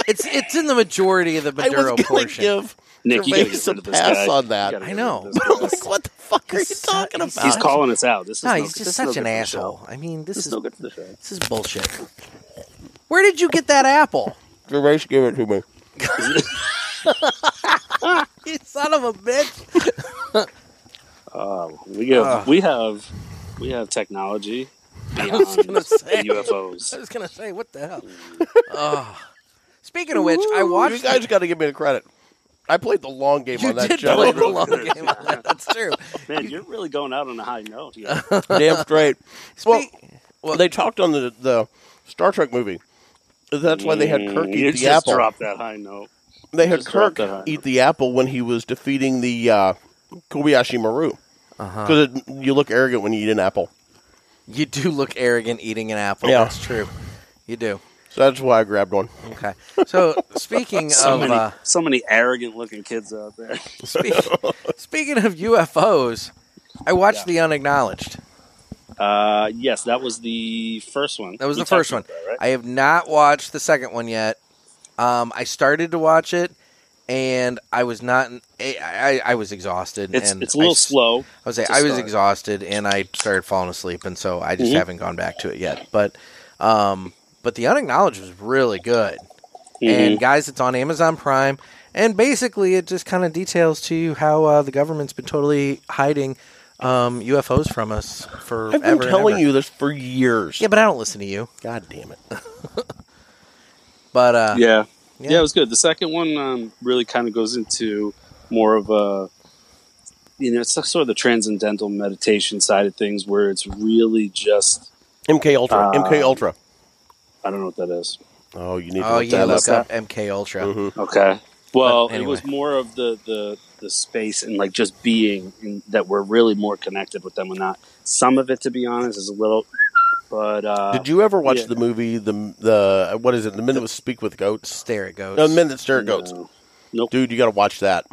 [SPEAKER 2] it's it's in the majority of the Maduro
[SPEAKER 3] I was going to
[SPEAKER 2] portion.
[SPEAKER 3] give
[SPEAKER 4] Nick, you gotta
[SPEAKER 3] Gervais
[SPEAKER 4] get
[SPEAKER 3] a
[SPEAKER 4] rid of this
[SPEAKER 3] pass
[SPEAKER 4] guy.
[SPEAKER 3] on
[SPEAKER 4] You
[SPEAKER 3] that.
[SPEAKER 4] gotta get
[SPEAKER 2] I
[SPEAKER 4] rid
[SPEAKER 2] know.
[SPEAKER 4] of this
[SPEAKER 3] But I'm
[SPEAKER 4] guy.
[SPEAKER 3] like, what the fuck are you
[SPEAKER 2] This is-
[SPEAKER 3] talking
[SPEAKER 2] he's
[SPEAKER 3] about?
[SPEAKER 4] He's calling us out. This is
[SPEAKER 2] No,
[SPEAKER 4] no-
[SPEAKER 2] he's
[SPEAKER 4] this
[SPEAKER 2] just
[SPEAKER 4] is no
[SPEAKER 2] such
[SPEAKER 4] good
[SPEAKER 2] an
[SPEAKER 4] for the
[SPEAKER 2] asshole.
[SPEAKER 4] show.
[SPEAKER 2] I mean, this is
[SPEAKER 4] This is no good for the show.
[SPEAKER 2] this is bullshit. Where did you get that apple?
[SPEAKER 3] Gervais, give it to me.
[SPEAKER 2] You son of a bitch!
[SPEAKER 4] Oh, we have
[SPEAKER 2] Ugh.
[SPEAKER 4] we have we have technology beyond
[SPEAKER 2] gonna say. I
[SPEAKER 4] UFOs.
[SPEAKER 2] was gonna say, what the hell? Ugh. Speaking of which, I watched.
[SPEAKER 3] You guys got to give me the credit. I played the long game
[SPEAKER 2] you
[SPEAKER 3] on that
[SPEAKER 2] did
[SPEAKER 3] show.
[SPEAKER 2] play the long game. That's true.
[SPEAKER 4] Man, you're really going out on a high note. Here.
[SPEAKER 3] Damn straight. Well,
[SPEAKER 2] Speak- well,
[SPEAKER 3] they talked on the, the Star Trek movie. That's why they had Kirk
[SPEAKER 4] Mm,
[SPEAKER 3] eat
[SPEAKER 4] you
[SPEAKER 3] the
[SPEAKER 4] just
[SPEAKER 3] apple.
[SPEAKER 4] dropped that high note.
[SPEAKER 3] They had
[SPEAKER 4] Just drop
[SPEAKER 3] Kirk
[SPEAKER 4] that on.
[SPEAKER 3] eat the apple when he was defeating the uh, Kobayashi Maru.
[SPEAKER 2] Uh-huh.
[SPEAKER 3] Because you look arrogant when you eat an apple.
[SPEAKER 2] You do look arrogant eating an apple.
[SPEAKER 3] Yeah.
[SPEAKER 2] That's true. You do.
[SPEAKER 3] So that's why I grabbed one.
[SPEAKER 2] Okay. So speaking
[SPEAKER 4] So
[SPEAKER 2] of
[SPEAKER 4] many,
[SPEAKER 2] uh,
[SPEAKER 4] so many arrogant looking kids out there.
[SPEAKER 2] spe- speaking of UFOs, I watched The Unacknowledged.
[SPEAKER 4] Uh, yes, that was the first one.
[SPEAKER 2] That was
[SPEAKER 4] We
[SPEAKER 2] the first one.
[SPEAKER 4] talked about that, right?
[SPEAKER 2] I have not watched the second one yet. Um, I started to watch it, and I was not. I, I, I was exhausted.
[SPEAKER 4] It's
[SPEAKER 2] and
[SPEAKER 4] it's a little
[SPEAKER 2] I,
[SPEAKER 4] slow.
[SPEAKER 2] I was say
[SPEAKER 4] to
[SPEAKER 2] I was
[SPEAKER 4] start.
[SPEAKER 2] exhausted, and I started falling asleep, and so I just
[SPEAKER 4] Mhm.
[SPEAKER 2] haven't gone back to it yet. But, um, but the unacknowledged was really good.
[SPEAKER 3] Mm-hmm.
[SPEAKER 4] Mhm.
[SPEAKER 2] And guys, it's on Amazon Prime, and basically it just kind of details to you how uh, the government's been totally hiding um, UFOs from us for.
[SPEAKER 3] I've been
[SPEAKER 2] ever and
[SPEAKER 3] telling
[SPEAKER 2] ever.
[SPEAKER 3] you this for years.
[SPEAKER 2] Yeah, but I don't listen to you.
[SPEAKER 3] God damn it.
[SPEAKER 2] But uh,
[SPEAKER 4] Mm-hmm. yeah.
[SPEAKER 2] Yeah.
[SPEAKER 4] yeah, it was good. The second one um, really kind of goes into more of a, you know, it's sort of the transcendental meditation side of things, where it's really just
[SPEAKER 3] MK Ultra.
[SPEAKER 4] Uh,
[SPEAKER 3] MK Ultra.
[SPEAKER 4] I don't know what that is.
[SPEAKER 3] Oh, you need to
[SPEAKER 2] Oh
[SPEAKER 3] look
[SPEAKER 2] yeah,
[SPEAKER 3] that Mm-hmm.
[SPEAKER 2] look
[SPEAKER 3] up.
[SPEAKER 2] up MK Ultra.
[SPEAKER 4] Okay. Well,
[SPEAKER 2] But anyway.
[SPEAKER 4] it was more of the, the the space and like just being in, that we're really more connected with them or not. Some of it, to be honest, is a little. But uh,
[SPEAKER 3] Did you ever watch
[SPEAKER 4] yeah.
[SPEAKER 3] the movie the the what is it? The men that was speak with goats.
[SPEAKER 2] There it goes.
[SPEAKER 3] No, the men that stare at goats.
[SPEAKER 4] No. Nope.
[SPEAKER 3] Dude, you got to watch that.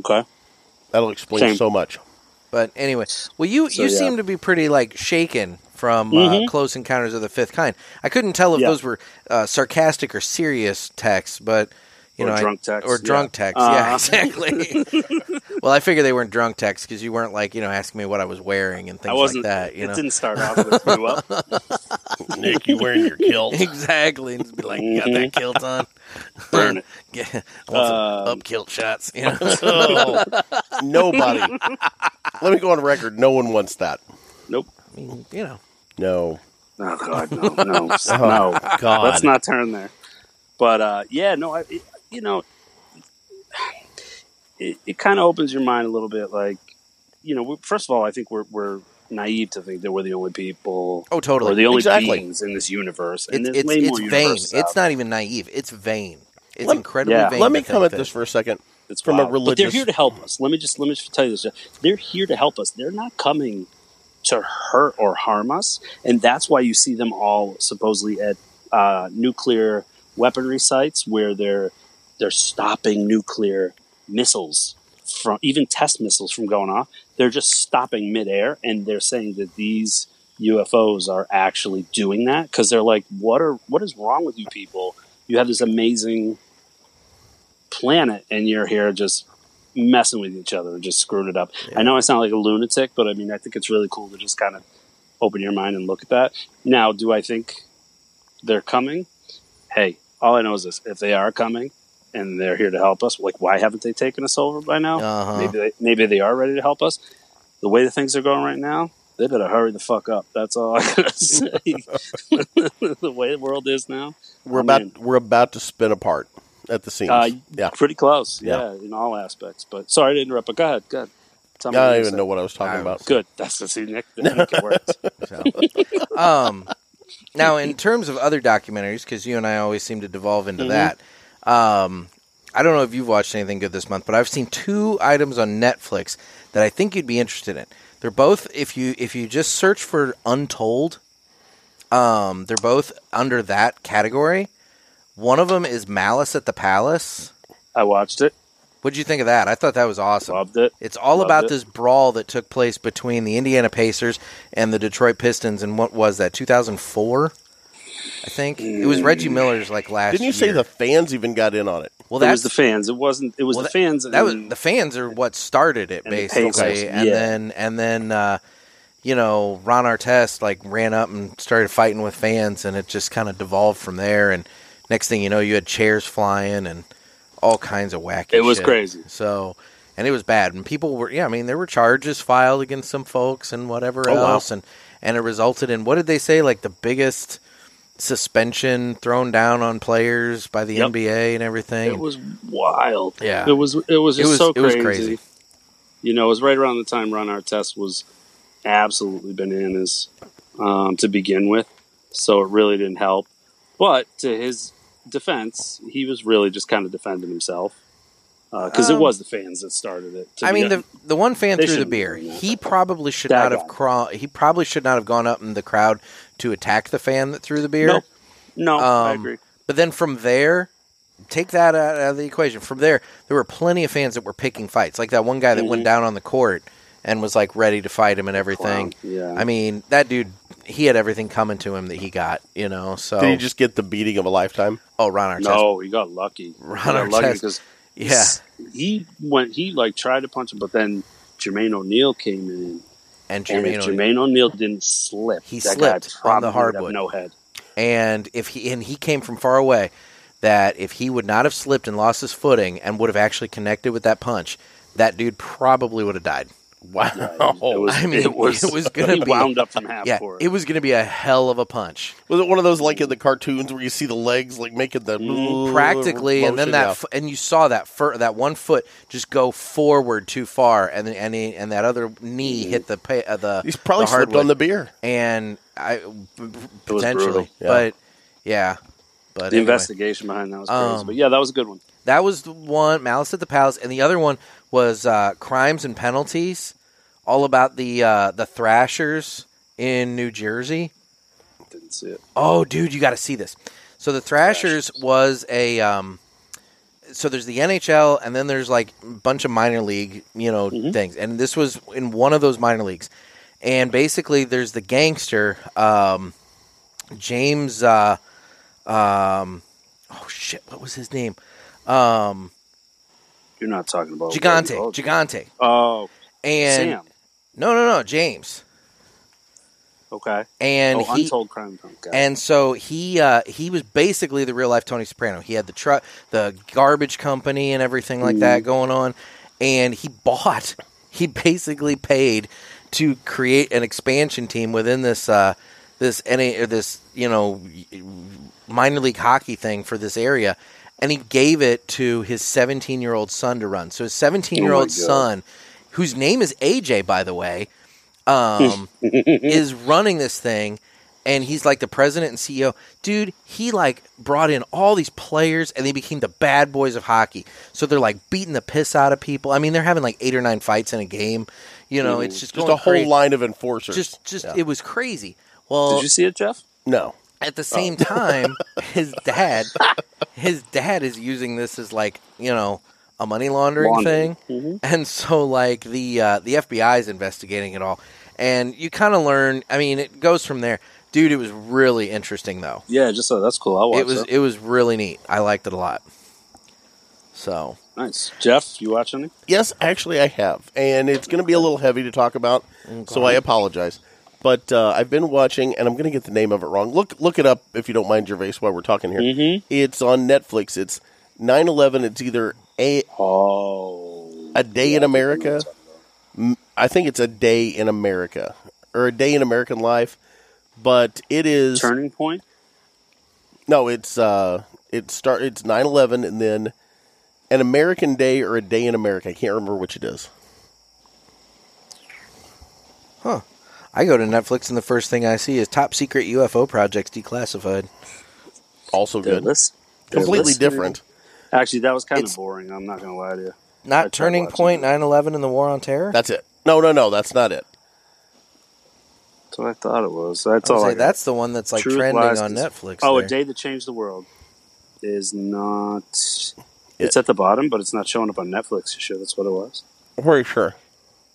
[SPEAKER 4] Okay.
[SPEAKER 3] That'll explain
[SPEAKER 4] Same.
[SPEAKER 3] so much.
[SPEAKER 2] But anyway, well, you
[SPEAKER 4] So,
[SPEAKER 2] you
[SPEAKER 4] yeah.
[SPEAKER 2] seem to be pretty like shaken from uh,
[SPEAKER 4] Mhm.
[SPEAKER 2] Close Encounters of the Fifth Kind. I couldn't tell if
[SPEAKER 4] Yeah.
[SPEAKER 2] those were uh, sarcastic or serious texts, but You
[SPEAKER 4] Or
[SPEAKER 2] know, I-
[SPEAKER 4] drunk texts,
[SPEAKER 2] Or
[SPEAKER 4] yeah.
[SPEAKER 2] drunk texts.
[SPEAKER 4] Uh-huh.
[SPEAKER 2] Yeah, exactly. well, I figure they weren't drunk texts because you weren't like, you know, asking me what I was wearing and things
[SPEAKER 4] I wasn't.
[SPEAKER 2] like that. You
[SPEAKER 4] it
[SPEAKER 2] know?
[SPEAKER 4] didn't start off with me well.
[SPEAKER 3] Nick, you wearing your kilt?
[SPEAKER 2] Exactly. And just be like, you got that
[SPEAKER 4] Mm-hmm.
[SPEAKER 2] kilt on.
[SPEAKER 4] Burn it.
[SPEAKER 2] Yeah. I want
[SPEAKER 4] Uh,
[SPEAKER 2] some up kilt shots. You know?
[SPEAKER 4] Um,
[SPEAKER 3] Nobody. Let me go on record. No one wants that.
[SPEAKER 4] Nope.
[SPEAKER 2] I mean, you know.
[SPEAKER 3] No.
[SPEAKER 4] Oh God, no, no, no.
[SPEAKER 2] Oh,
[SPEAKER 3] God.
[SPEAKER 4] Let's not turn there. But uh, yeah, no, I, it- you know, it, it kind of opens your mind a little bit. Like, you know, we- first of all, I think we're we're naive to think that we're the only people.
[SPEAKER 2] Oh, totally.
[SPEAKER 4] Or the only
[SPEAKER 3] Exactly.
[SPEAKER 4] beings in this universe,
[SPEAKER 2] It's,
[SPEAKER 4] and there's
[SPEAKER 2] it's,
[SPEAKER 4] way
[SPEAKER 2] it's
[SPEAKER 4] more
[SPEAKER 2] vain.
[SPEAKER 4] universe out
[SPEAKER 2] It's not even naive. It's vain. It's
[SPEAKER 3] Let-
[SPEAKER 2] incredibly
[SPEAKER 4] yeah.
[SPEAKER 2] vain.
[SPEAKER 3] Let me
[SPEAKER 2] to think
[SPEAKER 3] come at
[SPEAKER 2] that-
[SPEAKER 3] this for a second.
[SPEAKER 4] It's
[SPEAKER 3] from a
[SPEAKER 4] wild. But they're
[SPEAKER 3] religious-
[SPEAKER 4] here to help us. Let me just let me just tell you this: they're here to help us. They're not coming to hurt or harm us, and that's why you see them all supposedly at uh, nuclear weaponry sites where they're they're stopping nuclear missiles from even test missiles from going off. They're just stopping midair, and they're saying that these UFOs are actually doing that because they're like, "What are what is wrong with you people? You have this amazing." planet and you're here just messing with each other and just screwing it up. I know I sound like a lunatic, but I mean, I think it's really cool to just kind of open your mind and look at that. Now, do I think they're coming? Hey, all I know is this if they are coming and they're here to help us, like, why haven't they taken us over by now?
[SPEAKER 2] Uh-huh.
[SPEAKER 4] Maybe, they, maybe they are ready to help us. The way that things are going right now, they better hurry the fuck up. That's all I gotta say. the way the world is now,
[SPEAKER 3] We're
[SPEAKER 4] I
[SPEAKER 3] about
[SPEAKER 4] mean-
[SPEAKER 3] we're about to spin apart at the seams.
[SPEAKER 4] uh,
[SPEAKER 3] yeah.
[SPEAKER 4] pretty close.
[SPEAKER 3] Yeah.
[SPEAKER 4] Yeah. in all aspects. But sorry to interrupt. But go ahead. Go ahead. Tell
[SPEAKER 3] I
[SPEAKER 4] me what
[SPEAKER 3] don't
[SPEAKER 4] you
[SPEAKER 3] even
[SPEAKER 4] said.
[SPEAKER 3] know what I was
[SPEAKER 4] Oh,
[SPEAKER 3] talking about.
[SPEAKER 4] Good. That's the see, Nick. Nick it worked.
[SPEAKER 2] um, now, in terms of other documentaries, because you and I always seem to devolve
[SPEAKER 4] Mm-hmm.
[SPEAKER 2] into that, um, I don't know if you've watched anything good this month, but I've seen two items on Netflix that I think you'd be interested in. They're both if you if you just search for Untold, um, they're both under that category. One of them is Malice at the Palace.
[SPEAKER 4] I watched it.
[SPEAKER 2] What'd you think of that? I thought that was awesome.
[SPEAKER 4] Loved it.
[SPEAKER 2] It's all
[SPEAKER 4] Loved
[SPEAKER 2] about
[SPEAKER 4] it.
[SPEAKER 2] this brawl that took place between the Indiana Pacers and the Detroit Pistons in what was that 2004? I think it was Reggie Miller's like last.
[SPEAKER 3] Didn't you say
[SPEAKER 2] year.
[SPEAKER 3] the fans even got in on it?
[SPEAKER 2] Well,
[SPEAKER 4] it
[SPEAKER 2] that's
[SPEAKER 4] was the fans. It wasn't. It was
[SPEAKER 2] well,
[SPEAKER 4] the
[SPEAKER 2] that-
[SPEAKER 4] fans.
[SPEAKER 2] That was
[SPEAKER 4] and-
[SPEAKER 2] the fans are what started it
[SPEAKER 4] and the
[SPEAKER 2] basically,
[SPEAKER 4] Pacers,
[SPEAKER 2] and
[SPEAKER 4] yeah.
[SPEAKER 2] then and then uh, you know Ron Artest like ran up and started fighting with fans, and it just kind of devolved from there. And next thing you know, you had chairs flying and all kinds of wacky.
[SPEAKER 4] It was
[SPEAKER 2] shit.
[SPEAKER 4] crazy.
[SPEAKER 2] So. And it was bad, and people were yeah. I mean, there were charges filed against some folks and whatever
[SPEAKER 4] Oh,
[SPEAKER 3] wow.
[SPEAKER 2] else, and and it resulted in what did they say like the biggest suspension thrown down on players by the
[SPEAKER 4] Yep.
[SPEAKER 2] NBA and everything.
[SPEAKER 4] It was wild.
[SPEAKER 2] Yeah.
[SPEAKER 4] It was. It was
[SPEAKER 2] It
[SPEAKER 4] just
[SPEAKER 2] was-
[SPEAKER 4] so
[SPEAKER 2] it was
[SPEAKER 4] crazy.
[SPEAKER 2] crazy.
[SPEAKER 4] You know, it was right around the time Ron Artest was absolutely bananas um, to begin with, so it really didn't help. But to his defense, he was really just kind of defending himself because it
[SPEAKER 2] Um,
[SPEAKER 4] was the fans that started it. to
[SPEAKER 2] I mean,
[SPEAKER 4] begin-
[SPEAKER 2] the the one fan
[SPEAKER 4] They
[SPEAKER 2] threw the
[SPEAKER 4] shouldn't be
[SPEAKER 2] beer.
[SPEAKER 4] doing that.
[SPEAKER 2] He probably should
[SPEAKER 4] That
[SPEAKER 2] not
[SPEAKER 4] guy.
[SPEAKER 2] have craw- He probably should not have gone up in the crowd to attack the fan that threw the beer.
[SPEAKER 4] No, no, I
[SPEAKER 2] Um,
[SPEAKER 4] agree.
[SPEAKER 2] But then from there, take that out of the equation. From there, there were plenty of fans that were picking fights, like that one guy that went down on the court and was like ready to fight him and everything.
[SPEAKER 4] Mm-hmm. Clown, yeah.
[SPEAKER 2] I mean, that dude, he had everything coming to him that he got, you know. So
[SPEAKER 4] Oh.
[SPEAKER 3] Did he just get the beating of a lifetime?
[SPEAKER 2] oh, Ron Artest,
[SPEAKER 4] No, he got lucky. he
[SPEAKER 2] Ron
[SPEAKER 4] got lucky
[SPEAKER 2] Artest,
[SPEAKER 4] because
[SPEAKER 2] yeah,
[SPEAKER 4] he went. He like tried to punch him, but then Jermaine O'Neal came in,
[SPEAKER 2] and Jermaine,
[SPEAKER 4] and if
[SPEAKER 2] O'Neal.
[SPEAKER 4] Jermaine O'Neal didn't slip,
[SPEAKER 2] He
[SPEAKER 4] that
[SPEAKER 2] slipped
[SPEAKER 4] guy
[SPEAKER 2] on
[SPEAKER 4] probably
[SPEAKER 2] the hardwood.
[SPEAKER 4] would have no head.
[SPEAKER 2] and if he and he came from far away that if he would not have slipped and lost his footing and would have actually connected with that punch that dude probably would have died
[SPEAKER 3] Wow.
[SPEAKER 4] It was,
[SPEAKER 2] Oh, I mean,
[SPEAKER 4] it was,
[SPEAKER 2] it was gonna
[SPEAKER 4] he
[SPEAKER 2] be-
[SPEAKER 4] wound up from half
[SPEAKER 2] yeah
[SPEAKER 4] court.
[SPEAKER 2] it was going to be a hell of a punch
[SPEAKER 3] Was it one of those like in the cartoons where you see the legs like making the
[SPEAKER 2] Mm, practically and then
[SPEAKER 3] motion?
[SPEAKER 2] that
[SPEAKER 3] Yeah.
[SPEAKER 2] f- and you saw that fir- that one foot just go forward too far and then and, he, and that other knee hit the pa- uh, the
[SPEAKER 3] he's probably
[SPEAKER 2] the
[SPEAKER 3] slipped
[SPEAKER 2] hardwood.
[SPEAKER 3] on the beer.
[SPEAKER 2] and I
[SPEAKER 4] brutal.
[SPEAKER 2] potentially
[SPEAKER 3] Yeah.
[SPEAKER 2] but yeah but
[SPEAKER 4] the
[SPEAKER 2] anyway.
[SPEAKER 4] investigation behind that was crazy,
[SPEAKER 2] Um,
[SPEAKER 4] but yeah, that was a good one.
[SPEAKER 2] That was the one, Malice at the Palace, and the other one was uh, Crimes and Penalties, all about the uh, the Thrashers in New Jersey.
[SPEAKER 4] Didn't see it.
[SPEAKER 2] Oh, dude, you got to see this. So the Thrashers was a um, so there's the NHL, and then there's like a bunch of minor league, you know,
[SPEAKER 4] Mm-hmm.
[SPEAKER 2] things, and this was in one of those minor leagues, and basically there's the gangster um, James. Uh, um, oh shit, what was his name? Um,
[SPEAKER 4] You're not talking about
[SPEAKER 2] Gigante,
[SPEAKER 4] Oh,
[SPEAKER 2] Gigante,
[SPEAKER 4] Oh,
[SPEAKER 2] and
[SPEAKER 4] Sam.
[SPEAKER 2] no, no, no, James,
[SPEAKER 4] Okay.
[SPEAKER 2] and
[SPEAKER 4] oh,
[SPEAKER 2] he,
[SPEAKER 4] Untold Crime Film. Got it.
[SPEAKER 2] And so he uh, he was basically the real life Tony Soprano. He had the truck, the garbage company, and everything like that
[SPEAKER 4] Mm-hmm.
[SPEAKER 2] going on. And he bought. He basically paid to create an expansion team within this uh, this NA, or this you know minor league hockey thing for this area. And he gave it to his 17 year old son to run. So his 17 year
[SPEAKER 4] Oh my
[SPEAKER 2] old
[SPEAKER 4] God.
[SPEAKER 2] son, whose name is AJ, by the way, um,
[SPEAKER 3] Mm.
[SPEAKER 2] is running this thing and he's like the president and CEO. Dude, he like brought in all these players and they became the bad boys of hockey. So they're like beating the piss out of people. I mean, they're having like eight or nine fights in a game. You know, it's just
[SPEAKER 3] Just
[SPEAKER 2] going
[SPEAKER 3] a whole
[SPEAKER 2] crazy.
[SPEAKER 3] line of enforcers.
[SPEAKER 2] Just, just it was crazy. Well,
[SPEAKER 4] Did you see it, Jeff?
[SPEAKER 3] no.
[SPEAKER 2] at the same time, his dad, his dad is using this as like you know a money laundering
[SPEAKER 4] Laundering. Mm-hmm.
[SPEAKER 2] thing, and so like the uh, the FBI is investigating it all, and you kind of learn. I mean, it goes from there, dude. It was really interesting though.
[SPEAKER 4] Yeah, just so that's cool. I'll watch
[SPEAKER 2] it was
[SPEAKER 4] that.
[SPEAKER 2] it was really neat. I liked it a lot. So
[SPEAKER 4] Nice. Jeff, you watch any?
[SPEAKER 3] Yes, actually, I have, and it's going to be a little heavy to talk about,
[SPEAKER 2] Mm,
[SPEAKER 3] so I apologize. But uh, I've been watching, and I'm going to get the name of it wrong. Look, look it up if you don't mind, Gervais. While we're talking here,
[SPEAKER 2] Mm-hmm.
[SPEAKER 3] it's on Netflix. It's 9/11. It's either a
[SPEAKER 4] Oh.
[SPEAKER 3] a day in America. M- I think it's a day in America or a day in American life, but it is
[SPEAKER 4] Turning Point?
[SPEAKER 3] no. It's uh, it start. It's 9/11, and then an American day or a day in America. I can't remember which it is.
[SPEAKER 2] I go to Netflix and the first thing I see is top secret UFO projects declassified.
[SPEAKER 3] Also
[SPEAKER 4] They're
[SPEAKER 3] good.
[SPEAKER 4] list- they're
[SPEAKER 3] completely
[SPEAKER 4] listed.
[SPEAKER 3] different.
[SPEAKER 4] Actually, that was kind
[SPEAKER 2] It's-
[SPEAKER 4] of boring. I'm not going to lie to you. I
[SPEAKER 2] Not
[SPEAKER 4] tried
[SPEAKER 2] turning
[SPEAKER 4] watching
[SPEAKER 2] point
[SPEAKER 4] it.
[SPEAKER 2] 9/11 and the war on terror.
[SPEAKER 3] That's it. No, no, no. That's not it.
[SPEAKER 4] That's what I thought it was. That's
[SPEAKER 2] I would
[SPEAKER 4] all.
[SPEAKER 2] say
[SPEAKER 4] I got.
[SPEAKER 2] that's the one that's like
[SPEAKER 4] Truth,
[SPEAKER 2] trending
[SPEAKER 4] Lies,
[SPEAKER 2] on
[SPEAKER 4] Dis-
[SPEAKER 2] Netflix.
[SPEAKER 4] Oh,
[SPEAKER 2] there.
[SPEAKER 4] a day that changed the world is not. It's
[SPEAKER 3] It-
[SPEAKER 4] at the bottom, but it's not showing up on Netflix. You sure that's what it was?
[SPEAKER 3] I'm pretty sure.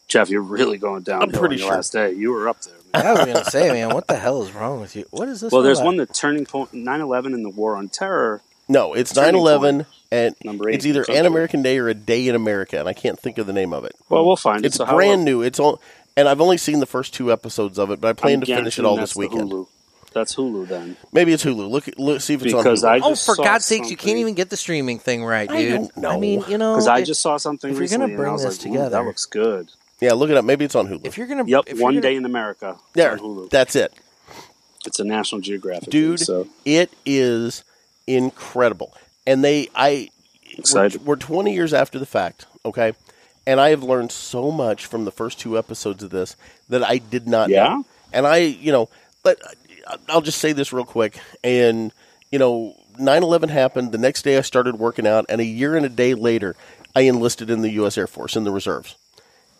[SPEAKER 4] Jeff, you're really going down. I'm
[SPEAKER 3] pretty
[SPEAKER 4] pretty
[SPEAKER 3] sure.
[SPEAKER 4] Last day, you were up there. Man.
[SPEAKER 2] I was gonna say, man, what the hell is wrong with you? What is this?
[SPEAKER 4] well, there's
[SPEAKER 2] about?
[SPEAKER 4] one that turning point 9/11 and the war on terror.
[SPEAKER 3] No, it's
[SPEAKER 4] Turning
[SPEAKER 3] 9-11, and
[SPEAKER 4] Number
[SPEAKER 3] it's
[SPEAKER 4] eight.
[SPEAKER 3] either
[SPEAKER 4] Sounds
[SPEAKER 3] an
[SPEAKER 4] good.
[SPEAKER 3] American Day or a Day in America, and I can't think of the name of it.
[SPEAKER 4] Well, we'll find
[SPEAKER 3] It's
[SPEAKER 4] it. So how-
[SPEAKER 3] brand new. It's on, and I've only seen the first two episodes of it, but I
[SPEAKER 4] I'm
[SPEAKER 3] plan to finish it
[SPEAKER 4] guaranteeing
[SPEAKER 3] all
[SPEAKER 4] that's
[SPEAKER 3] this
[SPEAKER 4] the
[SPEAKER 3] weekend.
[SPEAKER 4] Hulu. That's Hulu then,
[SPEAKER 3] Maybe it's Hulu. Look, look see if it's
[SPEAKER 4] because
[SPEAKER 3] on.
[SPEAKER 4] I
[SPEAKER 3] Hulu.
[SPEAKER 2] Oh,
[SPEAKER 4] just
[SPEAKER 2] for
[SPEAKER 4] saw
[SPEAKER 2] God's sakes, you
[SPEAKER 4] something-
[SPEAKER 2] can't even get the streaming thing right, dude.
[SPEAKER 3] I don't know.
[SPEAKER 2] mean, you know,
[SPEAKER 4] Because I
[SPEAKER 2] if-
[SPEAKER 4] just saw something
[SPEAKER 2] if you're gonna
[SPEAKER 4] recently, and I
[SPEAKER 2] bring
[SPEAKER 4] was
[SPEAKER 2] this
[SPEAKER 4] like, "Ooh,
[SPEAKER 2] together-
[SPEAKER 4] that looks good.
[SPEAKER 3] yeah, look it up. Maybe it's on Hulu.
[SPEAKER 2] if you're gonna,
[SPEAKER 4] Yep,
[SPEAKER 2] if you're
[SPEAKER 4] one
[SPEAKER 2] gonna-
[SPEAKER 4] day in America. It's
[SPEAKER 3] there,
[SPEAKER 4] on Hulu.
[SPEAKER 3] that's it,
[SPEAKER 4] it's a National Geographic, thing,
[SPEAKER 3] dude.
[SPEAKER 4] so
[SPEAKER 3] It is incredible, and they, I, we're,
[SPEAKER 4] Excited.
[SPEAKER 3] we're 20 years after the fact, okay? And I have learned so much from the first two episodes of this that I did not
[SPEAKER 4] Yeah?
[SPEAKER 3] know. And I, you know, but I'll just say this real quick. And, you know, 9 11 happened. The next day I started working out. And a year and a day later, I enlisted in the U.S. Air Force in the reserves.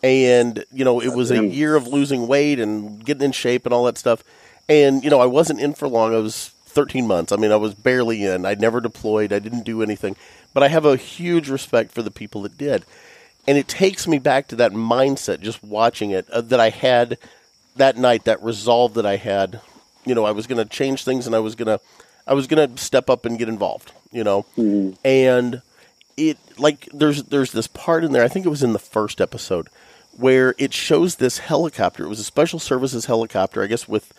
[SPEAKER 3] And, you know, it was a year of losing weight and getting in shape and all that stuff. And, you know, I wasn't in for long. I was 13 months. I mean, I was barely in. I never deployed. I didn't do anything. But I have a huge respect for the people that did. And it takes me back to that mindset just watching it uh, that I had that night, that resolve that I had. You know, I was going to change things and I was going to. I was gonna step up and get involved, you know, and it like there's there's this part in there. I think it was in the first episode where it shows this helicopter. It was a special services helicopter, I guess, with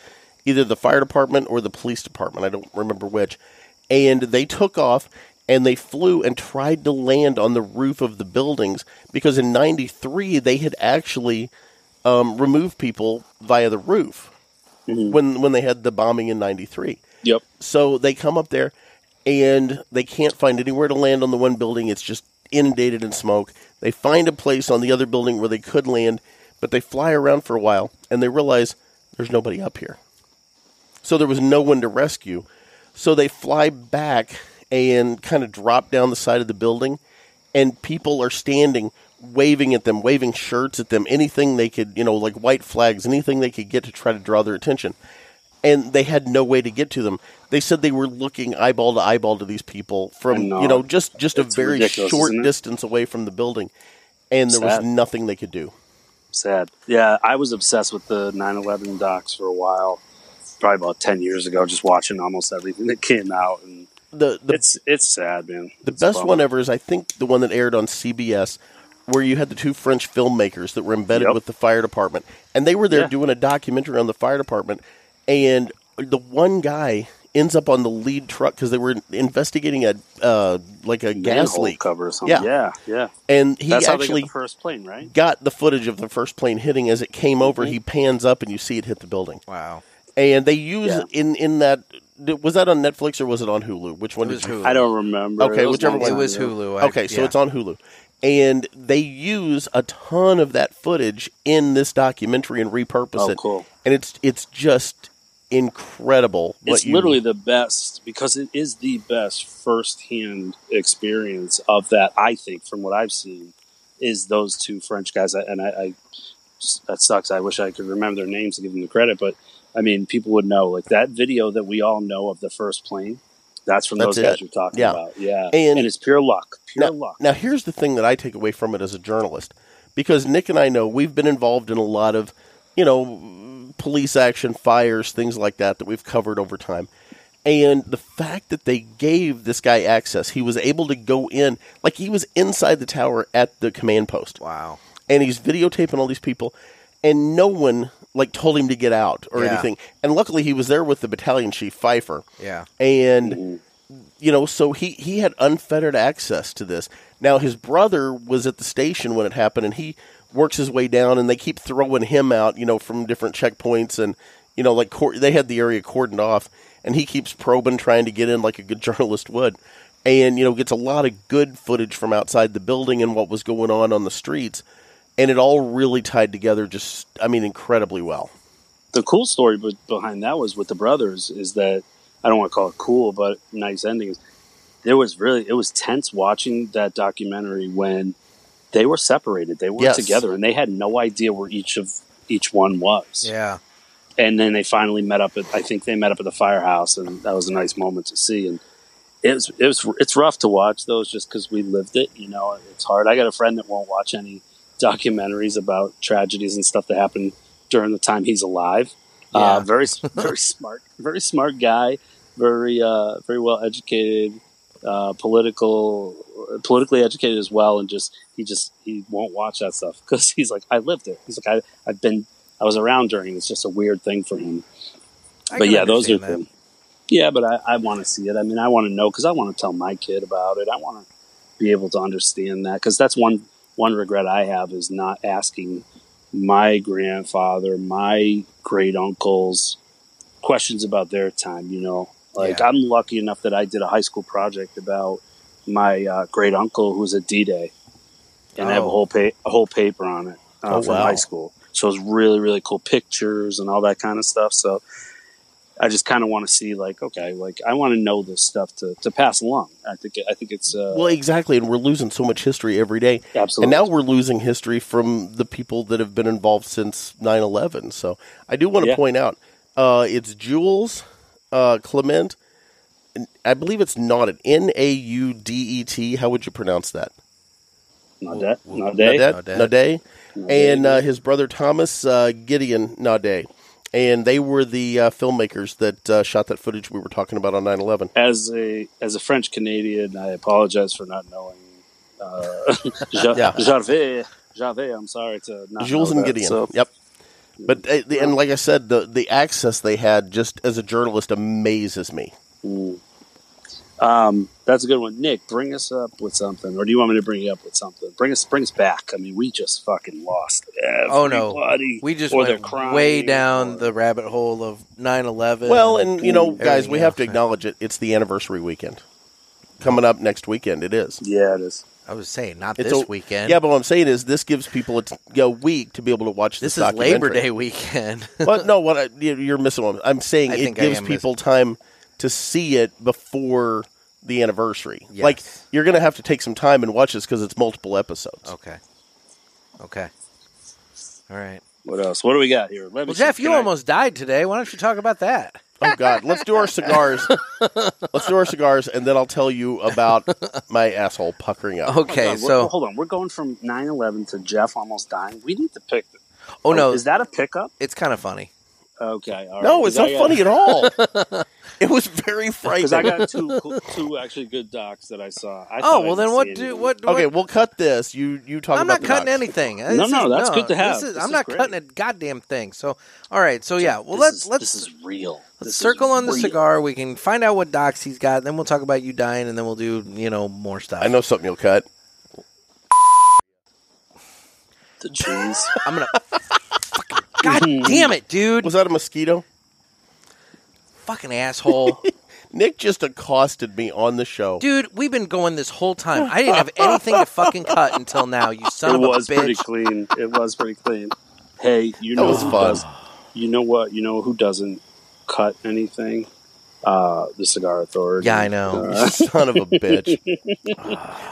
[SPEAKER 3] either the fire department or the police department. I don't remember which. And they took off and they flew and tried to land on the roof of the buildings because in '93 they had actually um, removed people via the roof when when they had the bombing in '93.
[SPEAKER 4] yep,
[SPEAKER 3] So they come up there and they can't find anywhere to land on the one building. It's just inundated in smoke. They find a place on the other building where they could land, but they fly around for a while and they realize there's nobody up here. So there was no one to rescue. So they fly back and kind of drop down the side of the building, and people are standing, waving at them, waving shirts at them, anything they could, you know, like white flags, anything they could get to try to draw their attention. And they had no way to get to them. They said they were looking eyeball to eyeball to these people from,
[SPEAKER 4] I know.
[SPEAKER 3] you know, just just a
[SPEAKER 4] It's
[SPEAKER 3] very
[SPEAKER 4] ridiculous,
[SPEAKER 3] short
[SPEAKER 4] isn't it?
[SPEAKER 3] distance away from the building, and there
[SPEAKER 4] Sad.
[SPEAKER 3] was nothing they could do.
[SPEAKER 4] sad. Yeah, I was obsessed with the 9/11 docs for a while, probably about 10 years ago, just watching almost everything that came out, and
[SPEAKER 3] the the
[SPEAKER 4] It's it's sad, man.
[SPEAKER 3] The best one ever is, I think, the one that aired on CBS, where you had the two French filmmakers that were embedded
[SPEAKER 4] Yep.
[SPEAKER 3] with the fire department, and they were there
[SPEAKER 4] Yeah.
[SPEAKER 3] doing a documentary on the fire department, and the one guy ends up on the lead truck because they were investigating a uh, like a gas
[SPEAKER 4] Manhole
[SPEAKER 3] leak,
[SPEAKER 4] cover or something.
[SPEAKER 3] Yeah.
[SPEAKER 4] Yeah, yeah.
[SPEAKER 3] and he
[SPEAKER 4] That's how they
[SPEAKER 3] actually
[SPEAKER 4] got the Mm-hmm. first plane, right?
[SPEAKER 3] got the footage of the first plane hitting as it came over. He pans up and you see it hit the building,
[SPEAKER 2] Wow.
[SPEAKER 3] and they use
[SPEAKER 4] Yeah.
[SPEAKER 3] in in that was that on Netflix or was it on Hulu? Which one
[SPEAKER 2] It was
[SPEAKER 3] did you
[SPEAKER 2] Hulu.
[SPEAKER 4] I don't remember.
[SPEAKER 3] Hmm. Okay,
[SPEAKER 4] It was
[SPEAKER 3] whichever
[SPEAKER 4] long
[SPEAKER 3] one.
[SPEAKER 2] It
[SPEAKER 4] time
[SPEAKER 2] was
[SPEAKER 4] ago.
[SPEAKER 2] Hulu. I-
[SPEAKER 3] Okay, so
[SPEAKER 2] yeah.
[SPEAKER 3] it's on Hulu. And they use a ton of that footage in this documentary and repurpose
[SPEAKER 4] Oh,
[SPEAKER 3] it.
[SPEAKER 4] cool.
[SPEAKER 3] And it's it's just incredible. what
[SPEAKER 4] it's
[SPEAKER 3] you-
[SPEAKER 4] literally the best because it is the best firsthand experience of that. I think from what I've seen is those two French guys, I- and I, I that sucks. I wish I could remember their names to give them the credit, but I mean, people would know. Like that video that we all know of the first plane. That's from
[SPEAKER 3] That's
[SPEAKER 4] those guys
[SPEAKER 3] it.
[SPEAKER 4] you're talking
[SPEAKER 3] Yeah.
[SPEAKER 4] about. Yeah,
[SPEAKER 3] And-
[SPEAKER 4] and, it's pure luck. Pure luck.
[SPEAKER 3] Now here's the thing that I take away from it as a journalist, because Nick and I know we've been involved in a lot of, you know, police action, fires, things like that that we've covered over time. And the fact that they gave this guy access, he was able to go in, like he was inside the tower at the command post.
[SPEAKER 2] Wow.
[SPEAKER 3] and he's videotaping all these people and no one like told him to get out or
[SPEAKER 2] Yeah.
[SPEAKER 3] anything and luckily he was there with the battalion chief pfeiffer
[SPEAKER 2] Yeah.
[SPEAKER 3] and you know so he he had unfettered access to this now his brother was at the station when it happened and he works his way down and they keep throwing him out you know from different checkpoints and you know like cor- they had the area cordoned off and he keeps probing trying to get in like a good journalist would and you know gets a lot of good footage from outside the building and what was going on on the streets and it all really tied together just i mean incredibly well
[SPEAKER 4] the cool story be- behind that was with the brothers is that I don't want to call it cool, but nice endings. There was really it was tense watching that documentary when they were separated. They weren't
[SPEAKER 3] Yes.
[SPEAKER 4] together, and they had no idea where each of each one was.
[SPEAKER 2] Yeah.
[SPEAKER 4] And then they finally met up. At, I think they met up at the firehouse, and that was a nice moment to see. And it was, it was it's rough to watch those just because we lived it. You know, it's hard. I got a friend that won't watch any documentaries about tragedies and stuff that happened during the time he's alive. Uh,
[SPEAKER 2] Yeah.
[SPEAKER 4] very very smart, very smart guy, very uh, very well educated, uh, political politically educated as well, and just he just he won't watch that stuff because he's like I lived it. He's like I I've been I was around during. it. It's just a weird thing for him.
[SPEAKER 2] I
[SPEAKER 4] but
[SPEAKER 2] can
[SPEAKER 4] yeah, those are
[SPEAKER 2] understand
[SPEAKER 4] cool. Yeah, but I, I want to see it. I mean, I want to know because I want to tell my kid about it. I want to be able to understand that because that's one one regret I have is not asking my grandfather, my great uncles questions about their time. You know, like
[SPEAKER 2] Yeah.
[SPEAKER 4] I'm lucky enough that I did a high school project about my uh, great uncle who's a D-Day, and I have
[SPEAKER 2] Oh.
[SPEAKER 4] a whole pa- a whole paper on it uh,
[SPEAKER 3] Oh,
[SPEAKER 4] from
[SPEAKER 3] wow.
[SPEAKER 4] high school. So it's really really cool pictures and all that kind of stuff. So I just kind of want to see like okay, like I want to know this stuff to, to pass along. I think I think it's uh,
[SPEAKER 3] well exactly and we're losing so much history every day
[SPEAKER 4] absolutely
[SPEAKER 3] and now we're losing history from the people that have been involved since 9-11 so i do want to
[SPEAKER 4] Yeah.
[SPEAKER 3] point out uh, it's jules uh, clement and i believe it's naudit n-a-u-d-e-t E how would you pronounce that
[SPEAKER 4] not that not
[SPEAKER 2] Hey,
[SPEAKER 4] that.
[SPEAKER 3] Naudet?
[SPEAKER 2] Naudet.
[SPEAKER 3] Naudet? and uh, his brother thomas uh, gideon Naudet. and they were the uh, filmmakers that uh, shot that footage we were talking about on 9-11
[SPEAKER 4] As a as a French Canadian, I apologize for not knowing. Uh, Ja-
[SPEAKER 3] Yeah.
[SPEAKER 4] Gervais, Gervais, I'm sorry to not
[SPEAKER 3] Jules
[SPEAKER 4] know
[SPEAKER 3] and
[SPEAKER 4] that.
[SPEAKER 3] Gideon.
[SPEAKER 4] So,
[SPEAKER 3] Yep. But uh, the- and like I said, the the access they had just as a journalist amazes me.
[SPEAKER 4] mm. um, that's a good one, Nick. Bring us up with something, or do you want me to bring you up with something? Bring us, bring us back. I mean, we just fucking lost.
[SPEAKER 2] Oh, no.
[SPEAKER 4] everybody,
[SPEAKER 2] We just
[SPEAKER 4] or
[SPEAKER 2] went
[SPEAKER 4] they're crying,
[SPEAKER 2] way down
[SPEAKER 4] or-
[SPEAKER 2] the rabbit hole of 9/11.
[SPEAKER 3] Well, and you know,
[SPEAKER 2] everything
[SPEAKER 3] guys, we have to
[SPEAKER 2] else.
[SPEAKER 3] acknowledge it. It's the anniversary weekend coming up next weekend. It is.
[SPEAKER 4] Yeah, it is.
[SPEAKER 2] I was saying not
[SPEAKER 3] It's
[SPEAKER 2] this
[SPEAKER 3] a-
[SPEAKER 2] weekend.
[SPEAKER 3] Yeah, but what I'm saying is this gives people a, t- a week to be able to watch
[SPEAKER 2] this
[SPEAKER 3] this.
[SPEAKER 2] is Labor
[SPEAKER 3] documentary.
[SPEAKER 2] Day weekend.
[SPEAKER 3] but no, what I, you- you're missing? One. I'm saying
[SPEAKER 2] I
[SPEAKER 3] it
[SPEAKER 2] think I
[SPEAKER 3] gives
[SPEAKER 2] am
[SPEAKER 3] people time to see it before the anniversary.
[SPEAKER 2] Yes.
[SPEAKER 3] Like you're going to have to take some time and watch this because it's multiple episodes.
[SPEAKER 2] okay. Okay. All right.
[SPEAKER 4] What else? What do we got here? Let me
[SPEAKER 2] Well,
[SPEAKER 4] see.
[SPEAKER 2] Jeff, you
[SPEAKER 4] Can I-
[SPEAKER 2] almost died today. Why don't you talk about that?
[SPEAKER 3] Oh God, let's do our cigars. let's do our cigars, and then I'll tell you about my asshole puckering up.
[SPEAKER 4] Oh my
[SPEAKER 2] Okay,
[SPEAKER 4] God, we're-
[SPEAKER 2] so
[SPEAKER 4] hold on, we're going from 9-11 to Jeff almost dying. We need to pick.
[SPEAKER 2] oh no,
[SPEAKER 4] is that a pickup?
[SPEAKER 2] it's kind of funny.
[SPEAKER 4] Okay. all right.
[SPEAKER 3] No, it's not
[SPEAKER 4] 'Cause I got-
[SPEAKER 3] funny at all. it was very frightening.
[SPEAKER 4] Because I got two cool- two actually good docs that I saw. I
[SPEAKER 2] Oh
[SPEAKER 4] thought I
[SPEAKER 2] well,
[SPEAKER 4] didn't
[SPEAKER 2] then
[SPEAKER 4] see
[SPEAKER 2] what
[SPEAKER 4] any.
[SPEAKER 2] do what?
[SPEAKER 3] okay,
[SPEAKER 2] what-
[SPEAKER 3] we'll cut this. You you talk
[SPEAKER 2] I'm not
[SPEAKER 3] about the
[SPEAKER 2] cutting
[SPEAKER 3] docs.
[SPEAKER 2] anything. No,
[SPEAKER 4] no, that's good to have.
[SPEAKER 2] This is,
[SPEAKER 4] This
[SPEAKER 2] I'm
[SPEAKER 4] is
[SPEAKER 2] not
[SPEAKER 4] great.
[SPEAKER 2] cutting a goddamn thing. So, all right. So yeah, well
[SPEAKER 4] This
[SPEAKER 2] let's
[SPEAKER 4] is-
[SPEAKER 2] let's
[SPEAKER 4] This is real.
[SPEAKER 2] let's
[SPEAKER 4] This is
[SPEAKER 2] circle on the
[SPEAKER 4] real.
[SPEAKER 2] cigar. We can find out what docs he's got. Then we'll talk about you dying, and then we'll do you know more stuff.
[SPEAKER 3] I know something you'll cut.
[SPEAKER 4] The cheese.
[SPEAKER 2] I'm gonna. Fucking- God damn it, dude!
[SPEAKER 3] Was that a mosquito?
[SPEAKER 2] Fucking asshole,
[SPEAKER 3] Nick just accosted me on the show.
[SPEAKER 2] dude. We've been going this whole time. I didn't have anything to fucking cut until now. You son
[SPEAKER 4] it
[SPEAKER 2] of
[SPEAKER 4] was
[SPEAKER 2] a
[SPEAKER 4] pretty
[SPEAKER 2] bitch.
[SPEAKER 4] clean. It was pretty clean. Hey, you
[SPEAKER 3] That
[SPEAKER 4] know
[SPEAKER 3] was
[SPEAKER 4] who
[SPEAKER 3] fun.
[SPEAKER 4] does- You know what? You know who doesn't cut anything? Uh, the Cigar Authority.
[SPEAKER 2] Yeah, I know.
[SPEAKER 4] Uh,
[SPEAKER 3] You son of a bitch.